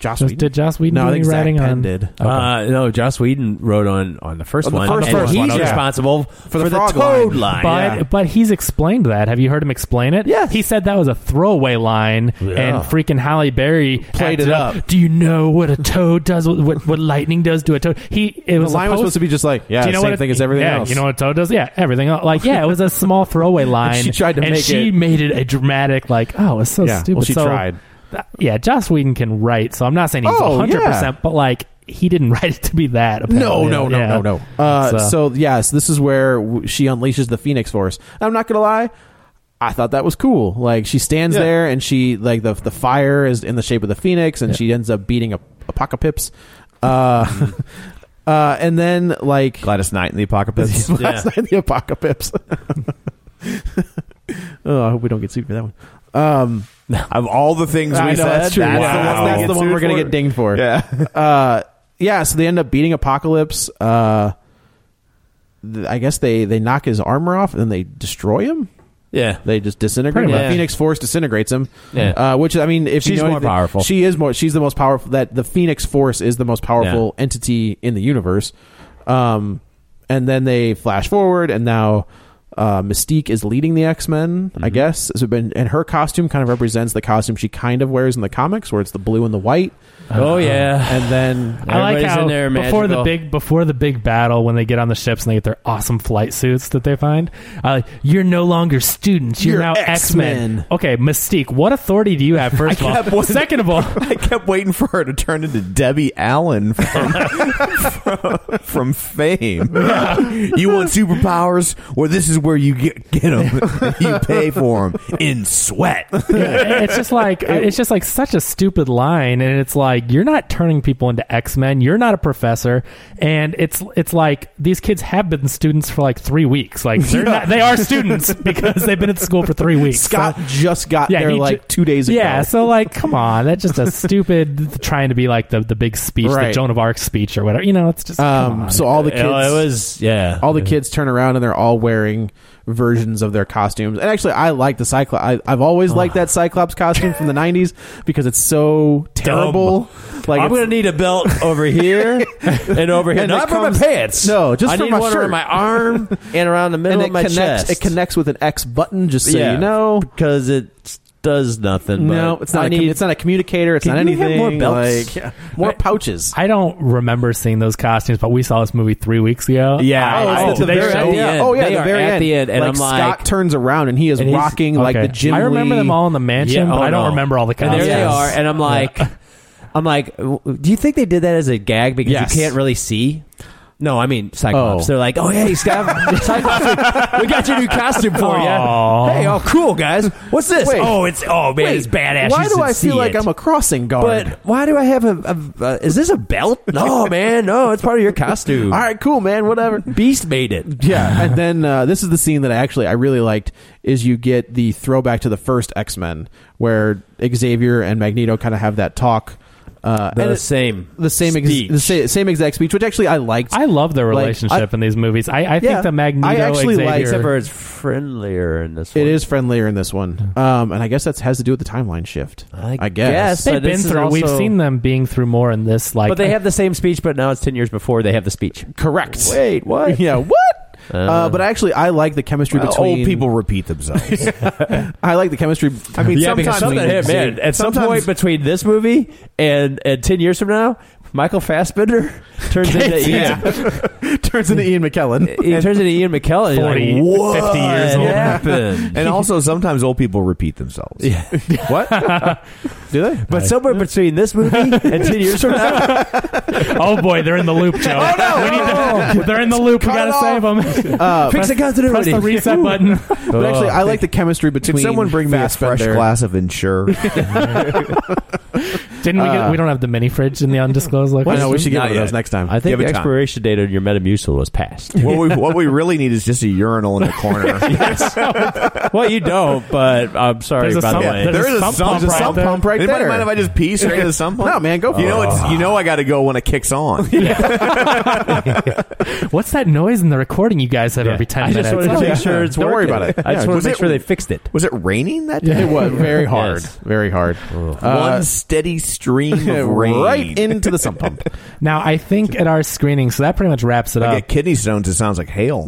S3: Joss
S4: Just-
S3: Whedon?
S4: did Joss Whedon
S3: No,
S4: do
S3: I think
S4: any
S3: Zach
S4: writing
S3: Penn
S4: on-
S3: did.
S5: Uh, no, Joss Whedon wrote on on the first
S3: On the
S5: one,
S3: first
S5: and
S3: one,
S5: he's
S3: yeah.
S5: responsible for
S3: the
S5: the,
S3: frog
S5: toad
S3: line.
S5: line.
S4: But
S3: Yeah.
S4: but he's explained that. Have you heard him explain it?
S3: Yes.
S4: He said that was a throwaway line, and freaking Halle Berry
S3: Played
S4: acted
S3: it up.
S4: Do you know what a toad does? What what, what lightning does to a toad? He it
S3: the
S4: was
S3: line was
S4: supposed-
S3: supposed to be just like yeah,
S4: Do you know
S3: same
S4: what it-
S3: thing as everything
S4: yeah,
S3: else.
S4: You know what a toad does? Yeah, everything else. Like yeah, it was a small throwaway line.
S3: She tried to
S4: and
S3: make
S4: she
S3: it-
S4: made it a dramatic like oh it's so
S3: Yeah, well,
S4: stupid.
S3: she
S4: So,
S3: tried.
S4: th- yeah, Joss Whedon can write, so I'm not saying he's
S3: Oh,
S4: 100,
S3: yeah.
S4: percent but like he didn't write it to be that.
S3: No,
S4: apparently.
S3: no, no,
S4: Yeah.
S3: no, no. Uh,
S4: It's, uh,
S3: so yes, this is where w- she unleashes the Phoenix Force. I'm not gonna lie, I thought that was cool. Like she stands
S5: Yeah.
S3: there and she like the the fire is in the shape of the phoenix, and she ends up beating a apocalypse. Uh, uh, and then like
S2: Gladys Knight in the Apocalypse.
S3: last night the apocalypse. oh, I hope we don't get sued for that one. Um,
S2: of all the things we
S3: I know,
S2: said,
S3: that's true. That's,
S2: the one,
S3: the, one, that's the one we're gonna get dinged for.
S2: Yeah.
S3: uh, yeah, so they end up beating Apocalypse. Uh, th- I guess they they knock his armor off and then they destroy him.
S5: yeah,
S3: They just disintegrate him.
S5: Pretty much.
S3: Phoenix Force disintegrates him.
S5: Yeah.
S3: Uh, which I mean, if you
S5: She's
S3: know
S5: more
S3: anything-
S5: powerful.
S3: she is more. She's the most powerful. That the Phoenix Force is the most powerful entity in the universe. Um, and then they flash forward, and now. Uh, Mystique is leading the X Men,
S5: Mm-hmm.
S3: I guess. Has been, and her costume kind of represents the costume she kind of wears in the comics, where it's the blue and the white.
S5: oh yeah.
S3: And then
S4: I like
S5: Everybody's
S4: how
S5: in there
S4: before the
S5: magical.
S4: big before the big battle when they get on the ships and they get their awesome flight suits that they find. I like you're no longer students. You're,
S3: You're
S4: now X
S3: X-Men."
S4: Men. Okay, Mystique. What authority do you have? First
S2: I
S4: of
S2: kept
S4: all,
S2: wondering-
S4: second of all,
S2: I kept waiting for her to turn into Debbie Allen from from, from Fame. You want superpowers? Well, this is where you get get them. You pay for them in sweat.
S4: Yeah, it's just like it's just like such a stupid line and it's like you're not turning people into x-men you're not a professor and it's it's like these kids have been students for like three weeks like they're not, they are students because they've been at school for three weeks
S3: Scott
S4: So-
S3: just got there
S4: he ju-
S3: like two days ago.
S4: yeah so like come on that's just a stupid trying to be like the, the big speech
S3: Right.
S4: the joan of arc speech or whatever you know it's just come
S3: um,
S4: on.
S3: so all the kids,
S5: Oh, it was yeah.
S3: all the kids turn around and they're all wearing versions of their costumes. And actually, I like the Cyclops. I've always liked that Cyclops costume from the '90s because it's so terrible. Like
S5: I'm
S3: it's-
S5: gonna need a belt over here and over here.
S3: And it
S5: Not for
S3: comes-
S5: my pants.
S3: No, just
S5: I
S3: for
S5: need
S3: my
S5: one
S3: shirt.
S5: around my arm and around the middle
S3: and it
S5: of my
S3: connects.
S5: chest.
S3: It connects with an X button, just so
S5: yeah,
S3: you know.
S5: because it does nothing.
S3: No,
S5: but
S3: it's not.
S5: I
S3: a com-
S5: need-
S3: it's not a communicator. It's
S5: Can
S3: not
S5: you have
S3: anything.
S5: more belts?
S3: Like, more pouches.
S4: I don't remember seeing those costumes, but we saw this movie three weeks ago.
S5: Yeah,
S3: Oh,
S5: I-
S3: it's
S5: I-
S3: at the
S4: they
S3: very
S4: show-
S3: end.
S5: Yeah.
S3: Oh, yeah,
S5: They
S3: the
S5: are
S3: very
S5: at
S3: end.
S5: the end, and
S3: like,
S5: I'm
S3: Scott
S5: like-
S3: turns around and he is
S5: And he's-
S3: rocking like
S4: okay.
S3: the Jim.
S4: I remember
S3: Lee-
S4: them all in the mansion,
S5: Yeah,
S4: but
S5: oh,
S4: I don't
S5: no.
S4: remember all the
S5: And
S4: costumes.
S5: there they are, and I'm like, I'm like, w- do you think they did that as a gag because
S3: Yes.
S5: you can't really see? No, I mean Cyclops.
S3: Oh.
S5: They're like, oh yeah, he's got Cyclops. we got your new costume for you.
S4: Aw.
S5: Hey, oh cool guys, what's this?
S3: Wait.
S5: oh, it's oh man, it's badass.
S3: Why
S5: You
S3: do
S5: should
S3: I
S5: see
S3: feel like
S5: it.
S3: I'm a crossing guard?
S5: But why do I have a? a, a is this a belt? No, man, no, it's part of your costume.
S3: all right, cool, man. Whatever.
S5: Beast made it.
S3: Yeah, and then uh, this is the scene that I actually I really liked is you get the throwback to the first X Men where Xavier and Magneto kind of have that talk. Uh,
S5: The
S3: and it-
S5: same,
S3: the same, ex-
S5: speech.
S3: the sa- same exact speech, which actually I liked.
S4: I love their
S3: Like,
S4: relationship
S3: I-
S4: in these movies. I, I
S3: Yeah.
S4: think the Magneto
S3: I actually
S4: Xavier,
S3: like-
S5: Except for it's friendlier in this.
S3: it
S5: one.
S3: is friendlier in this one, um, and I guess that has to do with the timeline shift. guess.
S5: I guess.
S4: they've
S5: but
S4: been
S5: this is
S4: through. we've
S5: also-
S4: seen them being through more in this. Like,
S5: But they have the same speech, but now it's ten years before they have the speech.
S3: Correct.
S5: Wait, what?
S3: Yeah, what? Uh, but actually, I like the chemistry
S5: Uh,
S3: between
S2: old people repeat themselves.
S3: I like the chemistry. I mean,
S5: yeah, because something hit, man. At some point between this movie and and ten years from now, Michael Fassbender turns into Ian,
S3: turns into Ian McKellen.
S5: he turns into Ian McKellen. You're
S4: 40,
S5: like,
S4: 50 years
S5: what
S4: old.
S5: happened?
S2: and also, sometimes old people repeat themselves. Yeah.
S3: what? Do they?
S5: But somewhere between this movie and ten years from now,
S4: oh boy, they're in the loop, Joe. oh no, we need to, they're in the loop. we
S3: Cut
S4: gotta
S3: it
S4: save them.
S5: fix the
S4: Press
S5: continuity.
S4: the reset button.
S3: But
S5: uh,
S3: actually, I like the chemistry between.
S2: Can someone bring me a fresh
S3: Fassbender-
S2: glass of Ensure?
S4: Didn't we? Get, we don't have the mini fridge in the undisclosed
S3: I
S4: location.
S3: know we should get
S2: Not
S3: one of those
S2: yet.
S3: next time.
S5: I think
S2: Give
S5: the
S2: it time.
S5: expiration date on your Metamucil was passed.
S2: What we what we really need is just a urinal in the corner.
S5: well, you don't, but I'm sorry
S4: There's a
S5: about
S4: sump-
S5: that.
S2: There
S4: there's a
S2: is a
S4: sump
S2: sump,
S4: pump right
S2: sump
S4: there.
S2: pump right
S3: Anybody
S2: there.
S3: mind if I
S2: just pee straight into the sump
S3: pump?
S2: you
S3: You know
S2: know it's you know I got to go when it kicks on.
S4: What's that noise in the recording you guys have every ten
S5: I
S4: minutes?
S5: just wanted to
S3: Yeah.
S5: make sure it's
S3: Don't worry
S5: working.
S3: about it.
S5: I
S3: Yeah,
S5: just want
S2: was
S5: to make
S2: it-
S5: sure they fixed it.
S2: Was it raining that day?
S3: It was very hard,
S5: Yes.
S3: very hard.
S2: One steady stream
S3: Uh,
S2: of rain.
S3: right into the sump pump.
S4: Now I think at our screening, so that pretty much wraps it
S2: I
S4: up.
S2: get kidney stones. It sounds like hail.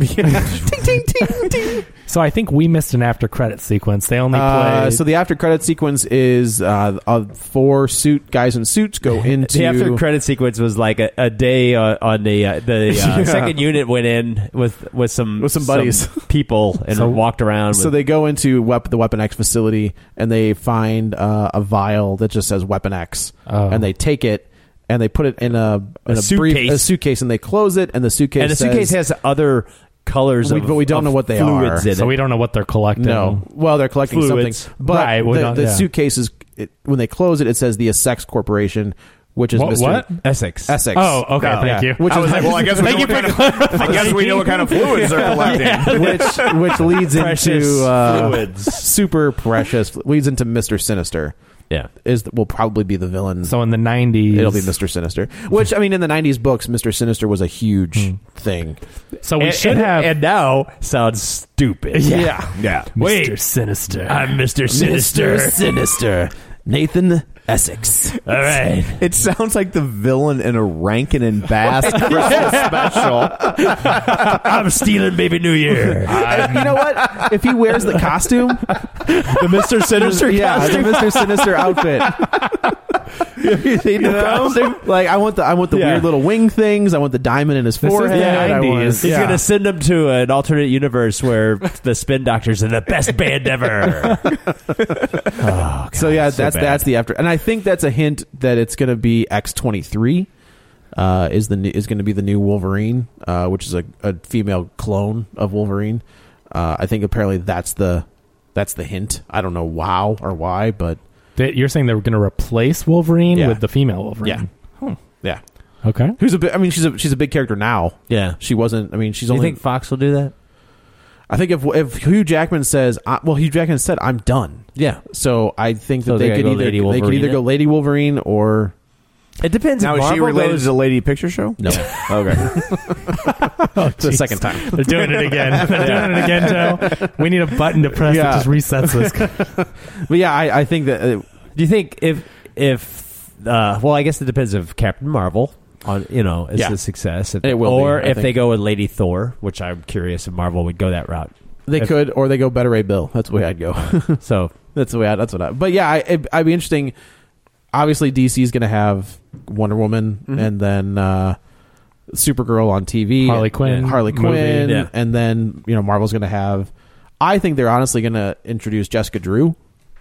S4: So I think we missed an after credit sequence. They only
S3: Uh,
S4: played.
S3: so the after credit sequence is uh, uh, four suit guys in suits go into
S5: The after credit sequence was like a, a day uh, on the uh, the uh,
S3: Yeah.
S5: second unit went in with with some
S3: With some buddies.
S5: people and
S4: So-
S5: walked around.
S3: So
S5: with-
S3: they go into wep- the Weapon X facility and they find uh, a vial that just says Weapon X,
S4: Oh.
S3: and they take it and they put it in a in a, brief
S5: suitcase.
S3: a suitcase and they close it and the suitcase
S5: and the suitcase
S3: says-
S5: has other colors,
S3: We-
S5: of-
S3: but we don't
S5: of
S3: know what they
S5: fluids
S3: are.
S5: In
S4: So
S5: it.
S4: we don't know what they're collecting.
S3: no well they're collecting
S5: Fluids.
S3: something but
S4: Right, we
S3: the,
S4: don't-
S3: the
S4: yeah.
S3: suitcase is it, when they close it it says the Essex Corporation which is
S4: What-
S3: Mr.
S4: what?
S5: Essex.
S3: Essex
S4: Oh, okay. thank you.
S3: which
S2: I
S3: is
S2: was like, well, I guess we know
S4: Thank
S2: what
S4: you
S2: kind of, I guess we know what kind of fluids they're collecting.
S3: which which leads
S5: Precious
S3: into uh,
S5: fluids.
S3: super precious leads into Mr. Sinister
S5: Yeah.
S3: is will probably be the villain
S4: So in the nineties,
S3: It'll be Mr. Sinister, which I mean, in the '90s books, Mr. Sinister was a huge thing.
S4: So we
S5: and,
S4: should
S5: and-
S4: have.
S5: And now sounds stupid.
S3: Yeah,
S2: Yeah.
S5: Wait.
S4: Mr. Sinister.
S5: I'm Mr. Sinister.
S3: Sinister, Nathan Essex.
S5: All right.
S2: It sounds like the villain in a Rankin and Bass Christmas special.
S5: I'm stealing Baby New Year.
S3: you know what? If he wears the costume,
S5: the Mr. Sinister
S3: yeah, the Mr. Sinister outfit. You know? Like I want the I want the
S5: Yeah.
S3: weird little wing things. I want the diamond in his
S4: is the
S3: forehead. I want-
S4: 90s.
S5: He's
S3: yeah.
S5: gonna send them to an alternate universe where the Spin Doctors are the best band ever.
S3: so yeah,
S5: so
S3: that's
S5: bad.
S3: that's the after, and I think that's a hint that it's going to be X twenty three. Uh, is the new, is going to be the new Wolverine, uh, which is a, a female clone of Wolverine. Uh, I think apparently that's the that's the hint. I don't know wow or why, but
S4: They- You're saying they were going to replace Wolverine
S3: Yeah.
S4: with the female Wolverine.
S3: yeah,
S4: Yeah. Okay.
S3: who's a bit? I mean, she's a she's a big character now.
S5: Yeah.
S3: She wasn't. I mean, she's
S5: Do you
S3: only.
S5: think Fox will do that?
S3: I think if if Hugh Jackman says, I, well, Hugh Jackman said, I'm done.
S5: Yeah.
S3: So I think that
S5: So
S3: they,
S5: they
S3: could
S5: gotta go
S3: either they
S5: Lady
S3: could
S5: Wolverine
S3: either
S5: it?
S3: go Lady Wolverine or
S5: It depends.
S2: Now
S5: if
S2: is she
S5: Marvel
S2: related
S5: goes-
S2: to the Lady Picture Show?
S3: no.
S2: Okay.
S3: the second time.
S4: They're doing it again. They're doing it again, Joe. We need a button to press
S3: Yeah.
S4: that just resets this.
S3: But yeah, I, I think that uh,
S5: Do you think if if uh, well, I guess it depends if Captain Marvel on you know is
S3: Yeah.
S5: a success, if,
S3: It will be,
S5: or
S3: I
S5: if
S3: think.
S5: they go with Lady Thor, which I'm curious if Marvel would go that route.
S3: They
S5: If-
S3: could, or they go Better Ray Bill. That's the way I'd go.
S5: So
S3: that's the way. I, that's what I. But yeah, I, it, I'd be interesting. Obviously, DC's going to have Wonder Woman, and then uh, Supergirl on TV,
S4: Harley
S3: and-
S4: Quinn
S3: and Harley
S4: movie,
S3: Quinn,
S5: yeah.
S3: and then you know Marvel's going to have. I think they're honestly going to introduce Jessica Drew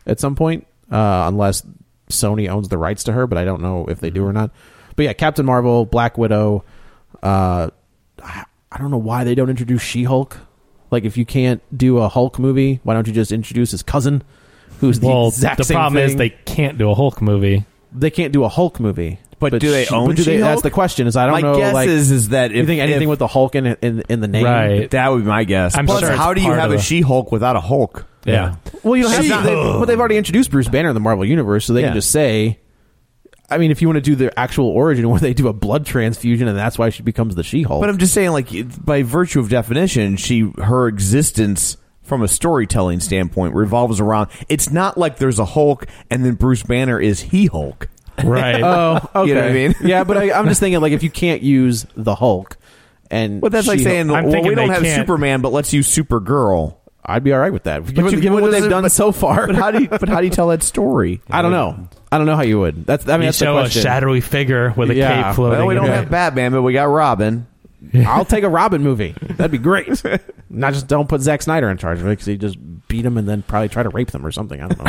S3: at some point, uh, unless Sony owns the rights to her. But I don't know if they do or not. But yeah, Captain Marvel, Black Widow. Uh, I I don't know why they don't introduce She Hulk. Like, if you can't do a Hulk movie, why don't you just introduce his cousin, who's the
S4: well,
S3: exact
S4: the
S3: same
S4: problem is
S3: thing?
S4: they can't do a Hulk movie.
S3: they can't do a Hulk movie.
S2: But do they own She-Hulk?
S3: That's the question. Is I don't
S2: My
S3: know.
S2: guess
S3: like,
S2: is is that if
S3: you think anything
S2: if-
S3: with the Hulk in in, in the name?
S4: Right.
S2: that would be my guess.
S4: I'm
S2: Plus,
S4: sure it's
S2: how do you
S4: part
S2: have
S4: of
S2: a
S4: the-
S2: She Hulk without a Hulk?
S5: yeah,
S3: Well, you don't have
S2: She-Hulk.
S3: to. They, but they've already introduced Bruce Banner in the Marvel universe, so they
S5: Yeah.
S3: can just say. I mean, if you want to do the actual origin where they do a blood transfusion and that's why she becomes the She-Hulk.
S2: But I'm just saying, like it- by virtue of definition, she her existence from a storytelling standpoint revolves around. It's not like there's a Hulk and then Bruce Banner is he Hulk.
S4: Right.
S3: Oh, okay.
S2: You know what I mean?
S3: yeah, but I, I'm just thinking like if you can't use the Hulk, and
S2: But that's like
S3: She-Hulk-
S2: saying,
S4: I'm
S2: well,
S4: thinking
S2: we don't
S4: they
S2: have
S4: can't.
S2: Superman, but let's use Supergirl.
S3: I'd be all right with that. Given,
S2: you-
S3: given
S2: what
S3: what
S2: is
S3: they've
S2: it-
S3: done
S2: but-
S3: so far,
S2: But how do you, but how do you tell that story?
S3: I don't know. I don't know how you would. That's I mean
S4: you
S3: that's the
S4: show a
S3: question.
S4: shadowy figure with a
S3: Yeah.
S4: cape floating.
S2: Well, we
S4: in
S2: don't
S4: it.
S2: have Batman, but we got Robin.
S3: I'll take a Robin movie. That'd be great. Not just don't put Zack Snyder in charge of it because he just beat him and then probably try to rape them or something. I don't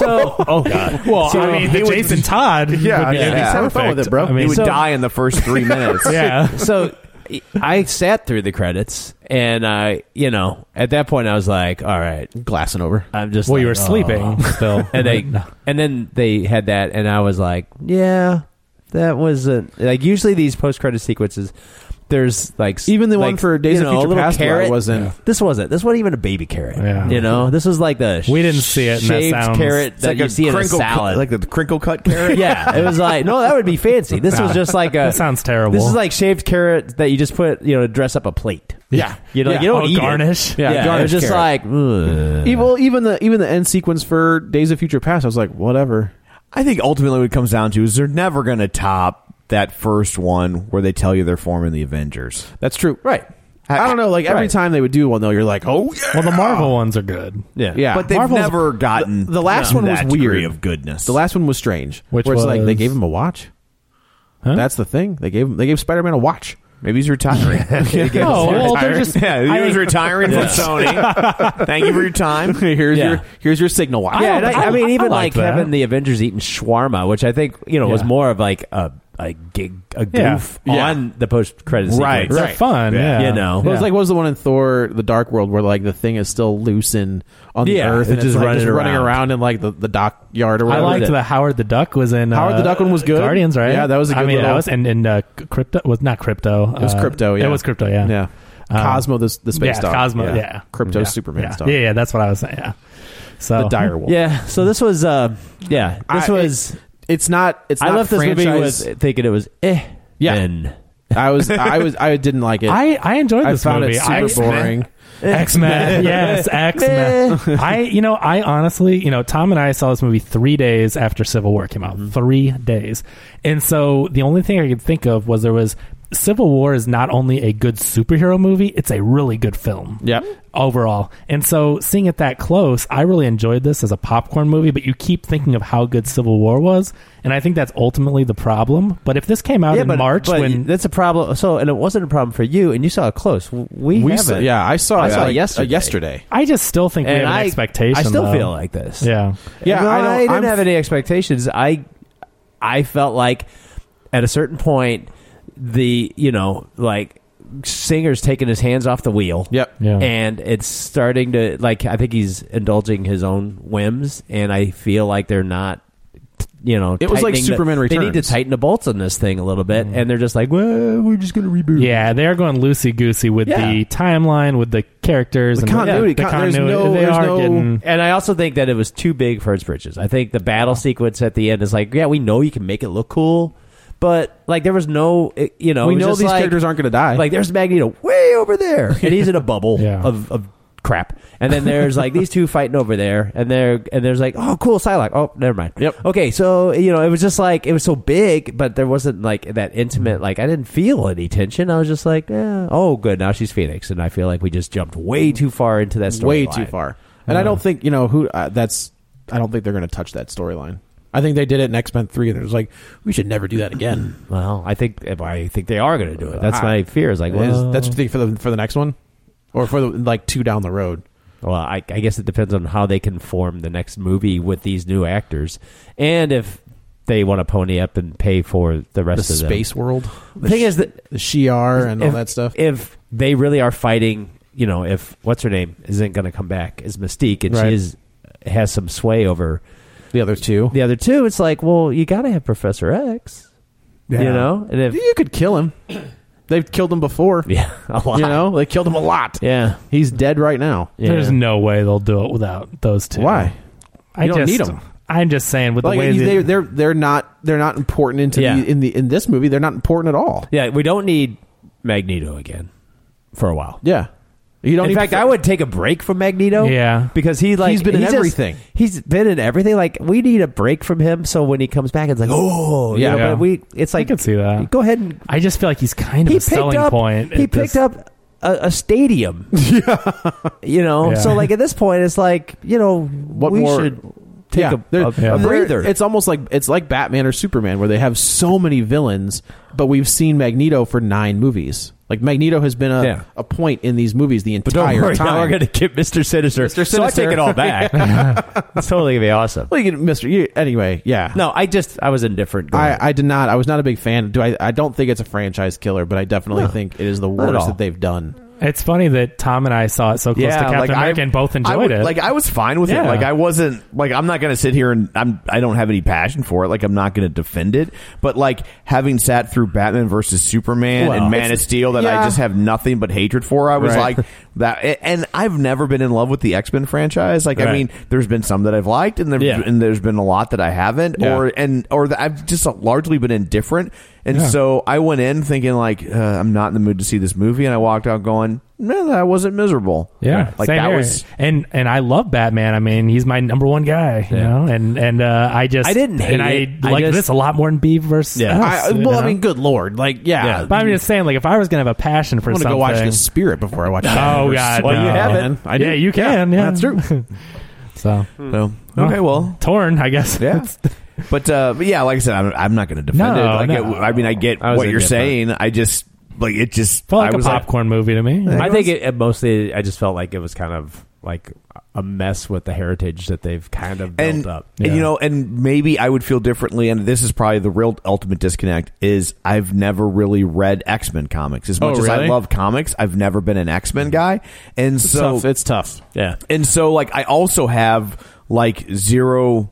S3: know.
S5: oh god.
S4: Well,
S3: So
S4: I mean,
S3: he
S4: the
S3: would-
S4: Jason Todd. would be
S3: yeah.
S4: perfect.
S3: Have fun with it, bro.
S4: I mean,
S2: he would
S4: so-
S2: die in the first three minutes.
S4: Yeah.
S5: So I sat through the credits, and I, you know, at that point, I was like, all right,
S3: glassing over.
S5: I'm just.
S4: Well,
S5: like,
S4: you were
S5: oh.
S4: sleeping still.
S5: and they, and then they had that, and I was like, yeah, that wasn't like usually these post credit sequences. There's like
S3: Even the
S5: like,
S3: one for Days
S5: you
S3: of
S5: know, a
S3: Future
S5: little
S3: Past where I
S5: carrot
S3: wasn't.
S5: This wasn't. This wasn't even a baby carrot.
S4: Yeah.
S5: You know, this was like the
S4: We didn't see it, and that
S5: shaved
S4: sounds-
S5: carrot
S2: It's
S5: that you see in a
S2: crinkle cut-
S5: salad.
S2: like the crinkle cut carrot.
S5: yeah, it was like no, that would be fancy. This was just like a.
S4: That sounds terrible.
S5: This is like shaved carrot that you just put, you know, to dress up a plate.
S4: Yeah.
S5: you know,
S4: Yeah.
S5: you don't
S4: Oh,
S5: eat it.
S4: garnish? Yeah,
S5: Yeah, it was
S4: garnish
S5: just
S4: carrot.
S5: like ugh.
S3: Evil, even the even the end sequence for Days of Future Past, I was like, whatever.
S2: I think ultimately what it comes down to is they're never going to top that first one where they tell you they're forming the Avengers.
S3: That's true,
S5: right.
S3: I, don't know. Like every
S5: Right.
S3: time they would do one, though, you're like, oh yeah.
S4: well, the Marvel ones are good.
S5: Yeah,
S3: Yeah.
S2: But they've
S3: Marvel's-
S2: never gotten
S3: the- the last
S2: to
S3: one was
S2: that degree
S3: weird.
S2: of goodness.
S3: The last one was strange.
S4: Which
S3: where it's like
S4: was-
S3: they gave him a watch.
S4: Huh?
S3: That's the thing. They gave him they gave Spider Man a watch.
S2: maybe he's retiring.
S4: No, well, they're
S2: Retiring.
S4: just-
S2: yeah, he
S4: I
S2: was
S4: think-
S2: retiring from Sony. Thank you for your time.
S3: here's
S5: Yeah.
S3: your here's your signal watch.
S5: yeah.
S4: I
S5: and I,
S4: don't-
S5: I mean,
S4: I- I
S5: even like
S4: liked that.
S5: having the Avengers eating shawarma, which I think you know was
S4: Yeah.
S5: more of like a a gig a
S4: Yeah.
S5: goof
S3: Yeah.
S5: on the post credits.
S2: Right.
S5: sequence.
S4: They're fun. Yeah.
S5: You know.
S3: It was like what was the one in Thor: The Dark World where like the thing is still loose and on the
S5: Yeah,
S3: earth and
S5: it's
S3: it's
S5: just
S3: like,
S5: running
S3: just running
S5: around.
S3: around in like the, the dockyard or
S4: I
S3: whatever.
S4: liked that Howard the Duck was in.
S3: Howard the
S4: uh,
S3: Duck one was good.
S4: Guardians, right?
S3: Yeah, that was a
S4: I
S3: good
S4: mean, that
S3: little-
S4: was and and uh, c- crypto was not crypto.
S3: It was
S4: uh,
S3: crypto. Yeah,
S4: it was crypto. Yeah,
S3: yeah.
S4: Um,
S3: Cosmo, the, the space
S4: yeah,
S3: dog.
S4: Cosmo. Yeah,
S3: Crypto
S4: Yeah.
S3: Superman
S4: yeah.
S3: dog.
S4: Yeah, yeah, that's what I was saying. Yeah, so
S3: The dire wolf.
S5: Yeah. So this was, uh, yeah, this
S3: I-
S5: was.
S3: It's not. It's
S5: I
S3: not
S5: left this movie
S3: franchise-
S5: with thinking it was eh.
S3: Yeah.
S5: and-
S3: I was. I was. I didn't like it.
S4: I I enjoyed
S3: I
S4: this
S3: found
S4: movie.
S3: it super
S4: I-
S3: boring.
S4: X Men. yes, X Men. I, you know, I honestly, you know, Tom and I saw this movie three days after Civil War came out.
S3: Mm-hmm.
S4: Three days. And so the only thing I could think of was there was Civil War is not only a good superhero movie, it's a really good film.
S3: Yep.
S4: Overall. And so seeing it that close, I really enjoyed this as a popcorn movie, but you keep thinking of how good Civil War was. And I think that's ultimately the problem. But if this came out
S5: yeah,
S4: in
S5: but,
S4: March
S5: but
S4: when
S5: that's a problem. So, and it wasn't a problem for you, and you saw it close. We,
S3: We
S5: haven't.
S3: saw, yeah, I saw.
S5: I
S3: it
S5: saw it
S3: like, uh,
S5: yesterday.
S3: yesterday.
S4: I just still think we
S5: and
S4: have an
S5: I,
S4: expectation.
S5: I still
S4: though.
S5: feel like this.
S4: Yeah.
S3: Yeah,
S5: No,
S3: I
S5: I,
S3: don't-
S5: didn't
S3: I'm
S5: have any expectations. I I felt like at a certain point the you know like singer's taking his hands off the wheel.
S3: Yep.
S4: Yeah.
S5: And it's starting to like I think he's indulging his own whims, and I feel like they're not. You know,
S3: It was like
S5: tightening the-
S3: Superman
S5: They need to
S3: Returns. Mm-hmm.
S5: tighten the bolts on this thing a little bit, and they're just like, "Well, we're just going to reboot."
S4: Yeah, they are going loosey goosey with
S5: Yeah.
S4: the timeline, with the characters,
S3: The
S4: and
S3: continuity.
S4: The, the
S3: Con- there's
S4: continuity.
S3: no-
S4: they
S3: there's
S4: are
S3: no-
S4: getting.
S5: And I also think that it was too big for its britches. I think the battle sequence at the end is like, yeah, we know you can make it look cool, but like there was no, it- you know,
S3: we
S5: it was
S3: know
S5: just
S3: these
S5: like-
S3: characters aren't going to die.
S5: Like there's Magneto way over there, and he's in a bubble
S4: Yeah.
S5: of, of crap. And then there's like these two fighting over there, and there and there's like, oh, cool Psylocke. Oh, never mind.
S3: Yep.
S5: Okay, so you know, it was just like it was so big, but there wasn't like that intimate. Like I didn't feel any tension. I was just like, eh, oh, good. Now she's Phoenix, and I feel like we just jumped way too far into that storyline.
S3: way too far. And I don't think you know who. Uh, that's. I don't think they're going to touch that storyline. I think they did it in X Men Three, and it was like we should never do that again.
S5: Well, I think I think they are going to do it. That's
S3: I-
S5: my fear. Is like,
S3: Is-
S5: well,
S3: that's the thing for the for the next one, or for the like two down the road.
S5: well, I, I guess it depends on how they can form the next movie with these new actors, and if they want to pony up and pay for the
S3: The
S5: rest of them.
S3: space world.
S5: The thing is that
S3: the Shi'ar and all
S5: if-
S3: that stuff.
S5: If they really are fighting, you know, if what's her name isn't going to come back is Mystique, and
S3: Right.
S5: she is has some sway over
S3: the other two.
S5: the other two. It's like, well, you got to have Professor X, you know, and if
S3: you could kill him. They've killed him before.
S5: yeah, a lot,
S3: You know, they killed him a lot.
S5: yeah,
S3: He's dead right now.
S5: yeah.
S4: There's no way they'll do it without those two.
S3: Why?
S4: I
S3: You don't
S4: just,
S3: need 'em.
S4: I'm just saying with
S3: Like
S4: the way
S3: they,
S4: the,
S3: they're they're not they're not important into
S5: Yeah.
S3: the in the in this movie. They're not important at all.
S5: yeah. We don't need Magneto again for a while.
S3: Yeah. You don't.
S5: In
S3: need
S5: fact,
S3: to-
S5: I would take a break from Magneto.
S4: Yeah.
S5: because he like
S3: He's been in
S5: just-
S3: everything.
S5: he's been in everything. Like we need a break from him, so when he comes back, it's like oh you
S3: Yeah.
S5: know,
S4: Yeah.
S5: But we it's
S4: I
S5: like
S4: could see that.
S5: Go ahead and
S4: I just feel like he's kind of
S5: he
S4: a
S5: picked
S4: selling
S5: up
S4: point.
S5: he
S4: at
S5: picked
S4: this-
S5: up a, a stadium. Yeah, you know.
S4: Yeah.
S5: So like at this point, it's like you know
S3: What
S5: we
S3: more-
S5: should take a,
S3: there-
S5: a,
S3: there-
S5: a breather.
S3: It's almost like it's like Batman or Superman, where they have so many villains, but we've seen Magneto for nine movies. Like Magneto has been a,
S5: Yeah.
S3: a point in these movies the entire
S5: but don't worry,
S3: time.
S5: now we're going to get Mister Sinister.
S3: Mr.
S5: So I take
S3: Sinister.
S5: it all back. it's totally gonna be awesome.
S3: Well, you get Mister. You, anyway, yeah.
S5: No, I just I was indifferent. going in.
S3: I, I did not. I was not a big fan. Do I? I don't think it's a franchise killer, but I definitely think it is the
S5: at
S3: worst
S5: all.
S3: that they've done.
S4: It's funny that Tom and I saw it so close to Captain America and both
S2: I
S4: enjoyed
S2: would-
S4: it.
S2: Like I was fine with it.
S4: Yeah.
S2: Like I wasn't like I'm not going to sit here and I'm I don't have any passion for it. Like I'm not going to defend it. But like having sat through Batman versus Superman
S3: Well,
S2: and Man of
S3: it's-
S2: Steel that
S3: yeah.
S2: I just have nothing but hatred for, I was
S3: Right.
S2: like that. And I've never been in love with the X Men franchise. Like I
S5: Right.
S2: mean, there's been some that I've liked, and there
S5: Yeah.
S2: and there's been a lot that I haven't,
S5: Yeah.
S2: or and or that I've just largely been indifferent. And so I went in thinking like uh, I'm not in the mood to see this movie, and I walked out going, no, that wasn't miserable.
S4: Yeah,
S2: like
S4: same
S2: that
S4: here.
S2: was
S4: and and I love Batman. I mean, he's my number one guy, you know. And and uh, I just
S5: I didn't hate
S4: and
S5: it. I
S4: I like
S5: just-
S4: this a lot more than B versus.
S5: Yeah.
S4: us,
S3: I,
S4: you
S3: well, I
S4: know?
S3: mean, good lord, like yeah.
S5: Yeah.
S4: but I'm just saying, like, if I was gonna have a passion for
S3: I'm gonna
S4: something,
S3: go watch The Spirit before I watch.
S4: oh god,
S5: Well,
S4: no.
S5: you have it.
S3: I do.
S4: yeah, you can. Yeah,
S3: that's true.
S4: so
S2: So okay, well,
S4: torn, I guess.
S2: yeah, but uh, but yeah, like I said, I'm, I'm not going to defend
S4: No,
S2: it. Like,
S4: no.
S2: I, I mean, I get
S5: I was
S2: what you're
S5: indifferent.
S2: saying. I just like it. Just
S4: felt like
S2: I was
S4: a popcorn movie to me.
S5: I think it, it mostly. I just felt like it was kind of like a mess with the heritage that they've kind of built
S2: and,
S5: up.
S2: and, you know, and maybe I would feel differently. And this is probably the real ultimate disconnect is I've never really read X Men comics as much as I
S3: really?
S2: love comics. I've never been an X Men guy, and so
S3: tough. It's tough.
S5: yeah,
S2: and so like I also have like 0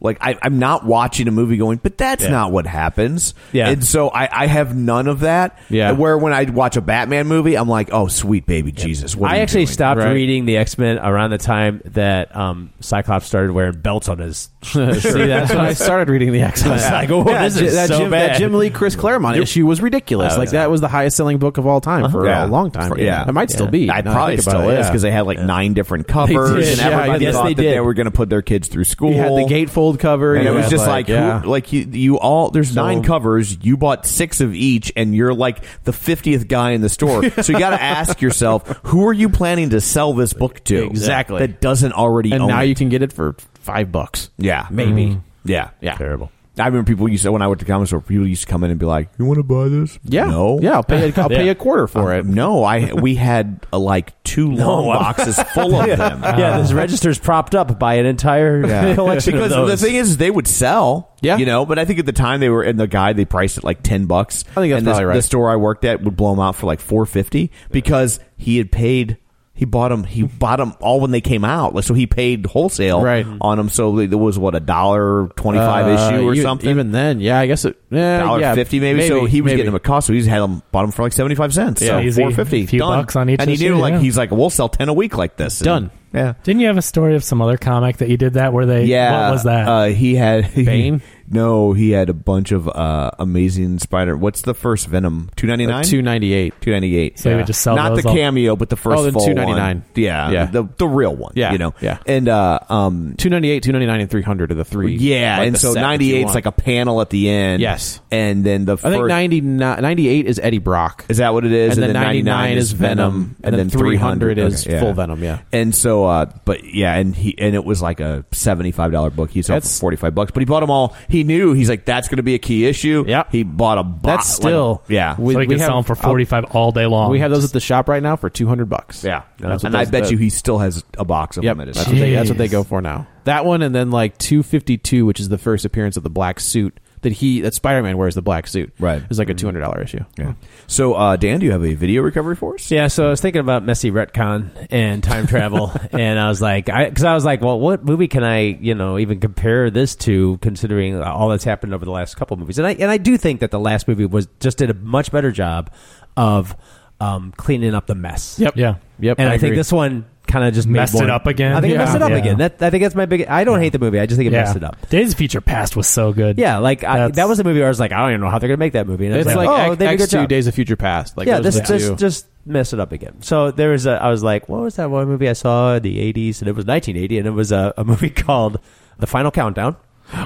S2: like I, I'm not watching a movie going, but that's
S5: Yeah.
S2: not what happens.
S5: Yeah.
S2: and so I, I have none of that.
S3: Yeah.
S2: where when I watch a Batman movie, I'm like, oh sweet baby Jesus, what are
S5: I
S2: you
S5: actually
S2: doing?
S5: stopped
S3: Right.
S5: reading the X Men around the time that um, Cyclops started wearing belts on his. See, that's
S3: when I started reading the X Men.
S5: was like, oh, this is
S3: that,
S5: so
S3: Jim,
S5: bad.
S3: that Jim Lee Chris Claremont issue was ridiculous.
S5: Oh,
S3: like
S5: yeah.
S3: that was the highest selling book of all time Uh-huh. for
S2: Yeah.
S3: a long time.
S2: For- yeah.
S3: it might still be.
S2: I
S3: now that
S2: probably
S3: think about
S2: still
S3: it,
S2: is
S3: yeah.
S2: because they had like nine different covers, and
S3: did. Yeah,
S2: everybody
S3: yes,
S2: thought
S5: they
S2: that they
S5: did.
S2: were going to put their kids through school.
S3: you had the gatefold cover.
S2: And
S3: you
S2: it was
S3: had,
S2: just like,
S3: yeah.
S2: who, like you, you all. There's nine covers. You bought six of each, and you're like the fiftieth guy in the store. so you got to ask yourself, who are you planning to sell this book to?
S3: Exactly.
S2: That doesn't already.
S3: and
S2: own
S3: now
S2: it.
S3: you can get it for five bucks.
S2: Yeah. Mm-hmm.
S3: maybe.
S2: Yeah.
S3: Yeah.
S5: terrible.
S2: I remember people used to when I went to comic store. People used to come in and be like, "You want to buy this?
S3: Yeah,
S2: No. Um,
S3: yeah. I'll pay. A, I'll pay
S5: Yeah.
S3: a quarter for it.
S2: No. I we had uh, like two long
S5: I'm-
S2: boxes full of them.
S5: yeah, this register's propped up by an entire collection
S2: because
S5: of those.
S2: the thing is they would sell
S3: Yeah.
S2: you know but i think at the time they were in the guy they priced it like 10 bucks
S3: I think that's
S2: and this-
S3: probably right.
S2: the store i worked at would blow them out for like 450 because he had paid he bought them he bought them all when they came out Like, so he paid wholesale
S3: Right.
S2: on them so it was what a dollar 25 issue
S3: Uh,
S2: or
S3: even-
S2: something
S3: Even then, yeah, I guess it. Yeah,
S2: Dollar
S3: yeah,
S2: fifty maybe. so he was
S3: maybe.
S2: getting them at cost. So he had them bought them for like seventy five cents.
S4: Yeah.
S2: so
S4: Easy.
S2: four fifty.
S4: A few
S2: done.
S4: bucks on each
S2: And he
S4: issue,
S2: knew like
S4: yeah.
S2: he's like, we'll sell ten a week like this. And-
S3: Done.
S2: yeah.
S4: Didn't you have a story of some other comic that you did that where they?
S2: Yeah,
S4: what was that?
S2: Uh, he had he-
S3: Bane?
S2: no, he had a bunch of uh, amazing Spider. What's the first Venom? Two ninety nine.
S3: Uh, two ninety eight.
S2: Two ninety eight.
S4: So he would just sell
S2: not
S4: those
S2: the
S4: all-
S2: cameo, but the first
S3: Oh, then
S2: full one.
S3: $2.99.
S2: Yeah,
S3: Yeah.
S2: the the real one.
S3: Yeah,
S2: you know.
S3: yeah.
S2: and uh, um,
S3: 298, 299, and 300 are the three.
S2: yeah,
S3: like,
S2: and
S3: the
S2: so
S3: set that you
S2: ninety eight's
S3: want.
S2: like a panel at the end.
S3: Yes.
S2: and then the
S3: I think
S2: first,
S3: 99, 98 is Eddie Brock.
S2: Is that what it is?
S3: And then 99 is Venom,
S2: and, then 300,
S3: is
S2: okay, yeah.
S3: full Venom, yeah.
S2: And so, uh, but yeah, and he and it was like a seventy-five dollar book. He sold for
S3: That's-
S2: forty-five bucks, but he bought them all. He knew he's like that's going to be a key issue.
S3: Yeah.
S2: he bought a box.
S3: That's still
S2: yeah,
S3: we-
S4: so you could sell them for
S3: I'll-
S4: forty five all day long.
S3: We have those at the shop right now for 200 bucks.
S2: yeah.
S3: That's what
S2: and I
S3: those-
S2: bet
S3: that-
S2: you he still has a box of
S3: Yep,
S2: them. At his
S3: that's
S2: house.
S3: what, they, that's
S4: Jeez.
S3: what they go for now. That one, and then like two fifty two, which is the first appearance of the black suit that he that Spider Man wears the black suit.
S2: Right.
S3: is
S4: Mm-hmm.
S3: like a two hundred dollar issue.
S2: Yeah. So, uh, Dan, do you have a video recovery for us?
S5: Yeah, so I was thinking about messy retcon and time travel, and I was like, I because I was like, well, what movie can I, you know, even compare this to, considering all that's happened over the last couple movies, and I and I do think that the last movie was just did a much better job of um, cleaning up the mess.
S3: Yep.
S4: Yeah.
S3: Yep.
S5: and I, think
S3: agree.
S5: this one kind of just made
S4: Messed it
S5: one-
S4: up again.
S5: I think it
S4: Yeah.
S5: messed it up
S4: Yeah.
S5: again. That I think that's my big. I don't hate the movie. I just think it
S4: yeah.
S5: messed it up.
S4: Days of Future Past was so good.
S5: Yeah, like I,
S4: That's-
S5: that was a movie where I was like, I don't even know how they're gonna make that movie. And I was
S3: It's like,
S5: oh,
S3: X,
S5: they did a good
S3: X two
S5: job.
S3: Days of Future Past. Like
S5: yeah,
S3: those
S5: this
S3: are the two.
S5: just just mess it up again. So there was a. I was like, what was that one movie I saw in the '80s? And it was 1980, and it was a, a movie called The Final Countdown.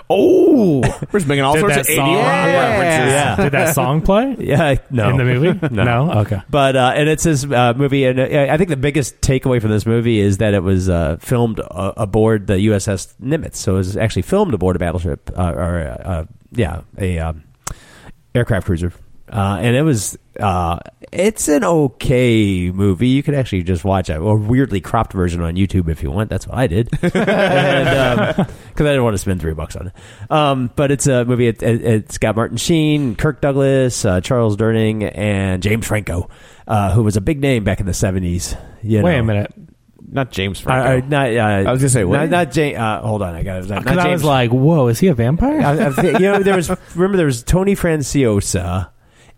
S3: Oh,
S2: We're just making all
S4: Did
S2: sorts
S4: that
S2: of 80
S4: song-
S2: rock
S4: Yeah.
S2: references.
S5: Yeah.
S4: Did that song play
S5: Yeah, no.
S4: in the movie?
S5: No.
S4: Okay.
S5: But uh, and it's this uh, movie, and uh, I think the biggest takeaway from this movie is that it was uh, filmed uh, aboard the USS Nimitz, so it was actually filmed aboard a battleship uh, or uh, uh, yeah, a um, aircraft cruiser, uh, and it was uh, it's an okay movie. You could actually just watch a, a weirdly cropped version on YouTube if you want. That's what I did, because um, I didn't want to spend three bucks on it. Um, but it's a movie. It, it, it's got Martin Sheen, Kirk Douglas, uh, Charles Durning, and James Franco, uh, who was a big name back in the seventies.
S4: Wait a minute.
S3: not James
S5: Uh, uh,
S3: Franco.
S5: not, uh,
S2: I was gonna say, what?
S5: not, not James. Uh, hold on, I got it. Not
S4: Because I
S5: James
S4: was like, whoa, is he a vampire?
S5: I, I think, you know, there was remember there was Tony Franciosa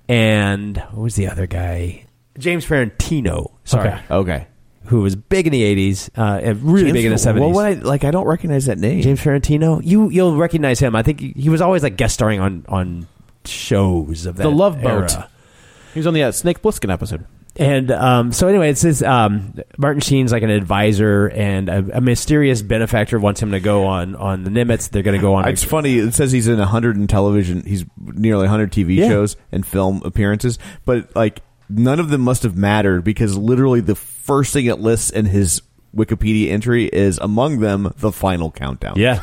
S5: and what was the other guy? James Ferrantino, sorry,
S4: Okay.
S2: Okay.
S5: who was big in the eighties, uh, and really big in the
S2: Well,
S5: seventies.
S2: what I, like, I don't recognize that name.
S5: James Ferrantino, you you'll recognize him. I think he, he was always like guest starring on on shows of that
S3: The Love Boat.
S5: era.
S3: He was on the uh, Snake Plissken episode.
S5: And um, so, anyway, it says um, Martin Sheen's like an advisor, and a, a mysterious benefactor wants him to go on on the Nimitz. They're going to go on.
S2: It's funny. It says he's in hundred in television. He's nearly hundred TV
S5: Yeah.
S2: shows and film appearances, but like none of them must have mattered because literally the first thing it lists in his Wikipedia entry is among them the final countdown.
S5: Yeah,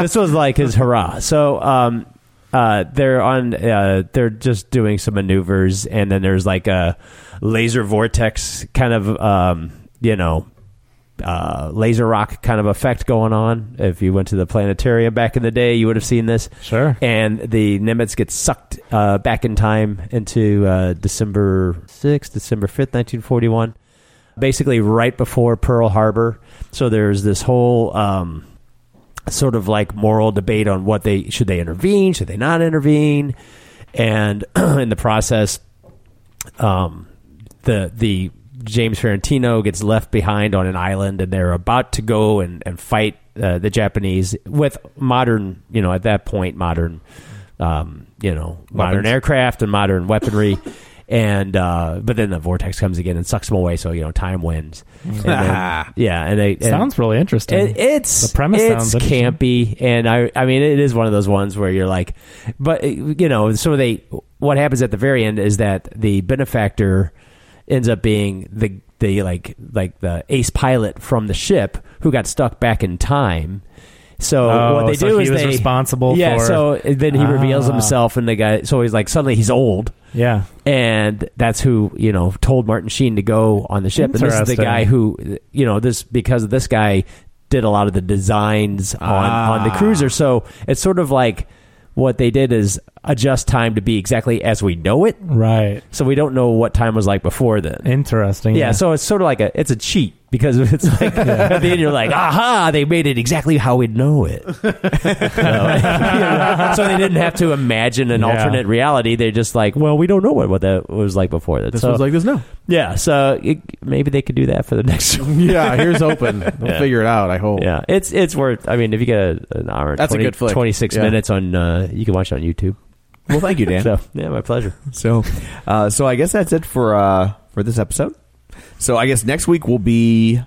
S5: this was like his hurrah. So um, uh, they're on. Uh, they're just doing some maneuvers, and then there's like a laser vortex kind of, um, you know, uh, laser rock kind of effect going on. If you went to the planetarium back in the day, you would have seen this.
S4: Sure.
S5: And the Nimitz gets sucked uh, back in time into uh, December 6th, December 5th, 1941, basically right before Pearl Harbor. So there's this whole. Um, sort of like moral debate on what they should they intervene, should they not intervene, and in the process, um, the the James Ferrantino gets left behind on an island, and they're about to go and and fight uh, the Japanese with modern, you know, at that point, modern, um, you know, modern aircraft and modern weaponry. And uh, but then the vortex comes again and sucks them away, so you know time wins. And then- yeah, and they and-
S4: Sounds really interesting.
S5: it, it's
S4: The premise
S5: it's
S4: sounds interesting.
S5: campy, and I I mean it is one of those ones where you're like, but uh, you know, so they what happens at the very end is that the benefactor ends up being the the like like the ace pilot from the ship who got stuck back in time. So
S4: Oh,
S5: what they
S4: so
S5: do
S4: he
S5: is
S4: was
S5: they
S4: responsible
S5: Yeah,
S4: for-
S5: so then he reveals
S4: Ah.
S5: himself, and the guy. So he's like suddenly he's old
S4: yeah.
S5: and that's who you know told Martin Sheen to go on the ship. And this is the
S4: Interesting.
S5: guy who you know this because of this guy did a lot of the designs on on the cruiser. So it's sort of like what they did is adjust time to be exactly as we know it.
S4: Right.
S5: So we don't know what time was like before then.
S4: Interesting.
S5: yeah, so it's sort of like a it's a cheat because it's like at the end you're like, aha, they made it exactly how we know it. so, so they didn't have to imagine an
S4: Yeah.
S5: alternate reality. They're just like, well, we don't know what, what that was like before that.
S3: This
S5: so,
S3: one's like this now.
S5: yeah, so it, maybe they could do that for the next one.
S3: Yeah, here's open. They'll
S5: Yeah.
S3: figure it out. I hope.
S5: Yeah, it's it's worth. I mean, if you get a, an hour, and
S3: That's a
S5: 20
S3: good flick.
S5: 26
S3: Yeah.
S5: minutes on, uh, you can watch it on YouTube.
S2: Well, thank you, Dan.
S5: So yeah, my pleasure.
S2: So, uh, so I guess that's it for uh, for this episode. So I guess next week will be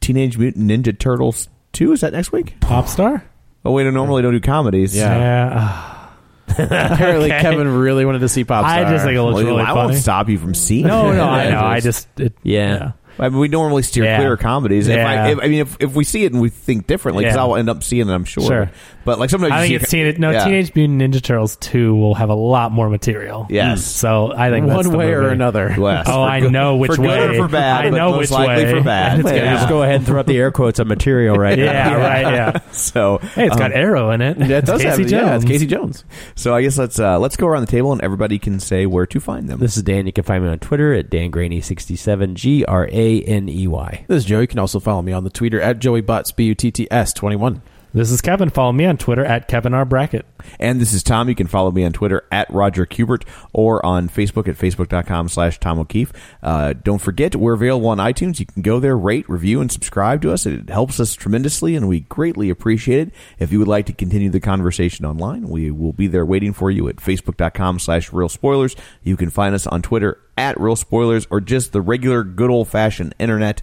S2: Teenage Mutant Ninja Turtles two. Is that next week?
S4: Pop star?
S2: Oh wait, I normally don't do comedies.
S3: Yeah.
S4: Ah.
S3: Apparently,
S4: Okay.
S3: Kevin really wanted to see Pop
S4: I
S3: Star.
S4: just think it looks
S2: Well,
S4: really
S2: I
S4: funny.
S2: won't stop you from seeing.
S4: No,
S2: it.
S4: no, I know. I just it,
S5: Yeah.
S2: I mean, we normally steer
S4: Yeah.
S2: clear of comedies. If I,
S4: Yeah.
S2: if, I mean, if, if we see it and we think differently, because
S4: Yeah.
S2: I'll end up seeing it, I'm sure.
S4: Sure.
S2: But like sometimes
S4: I
S2: you
S4: think
S2: see
S4: it's seen it. No,
S2: Yeah.
S4: Teenage Mutant Ninja Turtles two will have a lot more material. Mm.
S2: Yes.
S4: So I think that's
S3: one
S4: the
S3: way or
S4: movie.
S3: another.
S2: Yes.
S4: Oh,
S2: For
S4: I
S2: good-
S4: know which
S2: for
S4: way.
S2: good or for bad.
S4: I know
S2: but
S4: which
S2: most likely
S4: way.
S2: for bad.
S4: It's
S2: Yeah.
S4: gonna
S5: Just go ahead and throw up the air quotes on material right
S4: Yeah,
S5: now.
S4: right. Yeah.
S2: So
S4: Hey, it's got
S2: um,
S4: Arrow in it.
S3: Yeah, it does
S4: Casey
S3: have.
S4: Jones.
S3: Yeah, it's Casey Jones.
S2: so I guess let's uh, let's go around the table and everybody can say where to find them.
S5: This is Dan. You can find me on Twitter at dangraney67, G R A N E Y.
S3: This is Joe. You can also follow me on the Twitter at Joey Butts B U T T S twenty one.
S4: This is Kevin. Follow me on Twitter at Kevin R Brackett.
S2: And this is Tom. You can follow me on Twitter at Roger Kubert or on Facebook at facebook.com slash Tom O'Keefe. Uh, don't forget, we're available on iTunes. You can go there, rate, review, and subscribe to us. It helps us tremendously, and we greatly appreciate it. If you would like to continue the conversation online, we will be there waiting for you at facebook.com slash real spoilers. You can find us on Twitter at real spoilers or just the regular good old fashioned internet,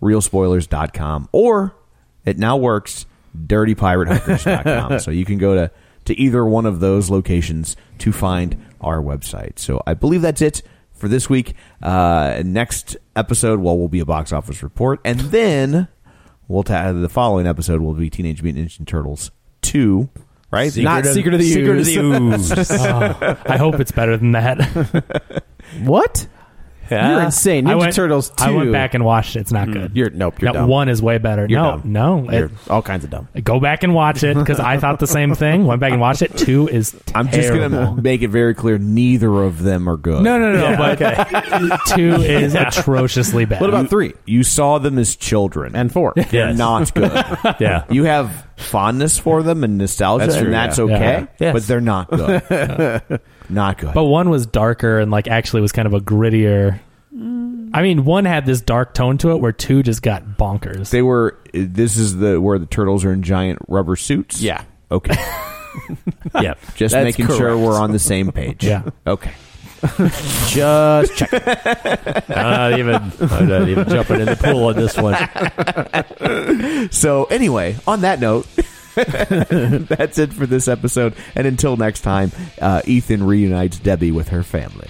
S2: realspoilers.com or it now works dirtypiratehunters.com. so you can go to, to either one of those locations to find our website. So I believe that's it for this week. Uh, next episode, well, will be a box office report. And then we'll ta- the following episode will be Teenage Mutant Ninja Turtles 2. Right?
S5: Not Secret of the
S2: Secret
S5: Ooze.
S2: Ooze.
S4: Oh, I hope it's better than that.
S3: What? You're insane. Ninja
S4: I went,
S3: Turtles 2.
S4: I went back and watched it. It's not good.
S3: You're nope. You're
S4: No,
S3: dumb.
S4: one is way better.
S3: You're
S4: no,
S3: dumb.
S4: no.
S3: You're
S4: It-
S3: all kinds of dumb.
S4: go back and watch it because I thought the same thing. Went back and watched it. Two is
S2: I'm just going
S4: terrible.
S2: to make it very clear neither of them are good.
S4: No, no, no. but two is atrociously bad.
S3: What about three
S2: You saw them as children.
S3: and four?
S2: they're
S5: Yes.
S2: not good.
S5: Yeah.
S2: You have fondness for them and nostalgia,
S5: That's true,
S2: and that's
S5: yeah.
S2: okay.
S5: Yeah. Yes.
S2: But they're not good. not good.
S4: But one was darker and like actually was kind of a grittier. I mean, one had this dark tone to it, where two just got bonkers.
S2: they were. This is the where the turtles are in giant rubber suits.
S3: Yeah.
S2: Okay.
S5: Yep.
S2: Just
S3: That's
S2: making sure
S3: correct.
S2: we're on the same page.
S4: Yeah.
S2: Okay.
S3: Just check.
S5: I'm not even. I'm not even jumping in the pool on this one.
S2: So anyway, on that note. That's it for this episode. And until next time, uh, Ethan reunites Debbie with her family.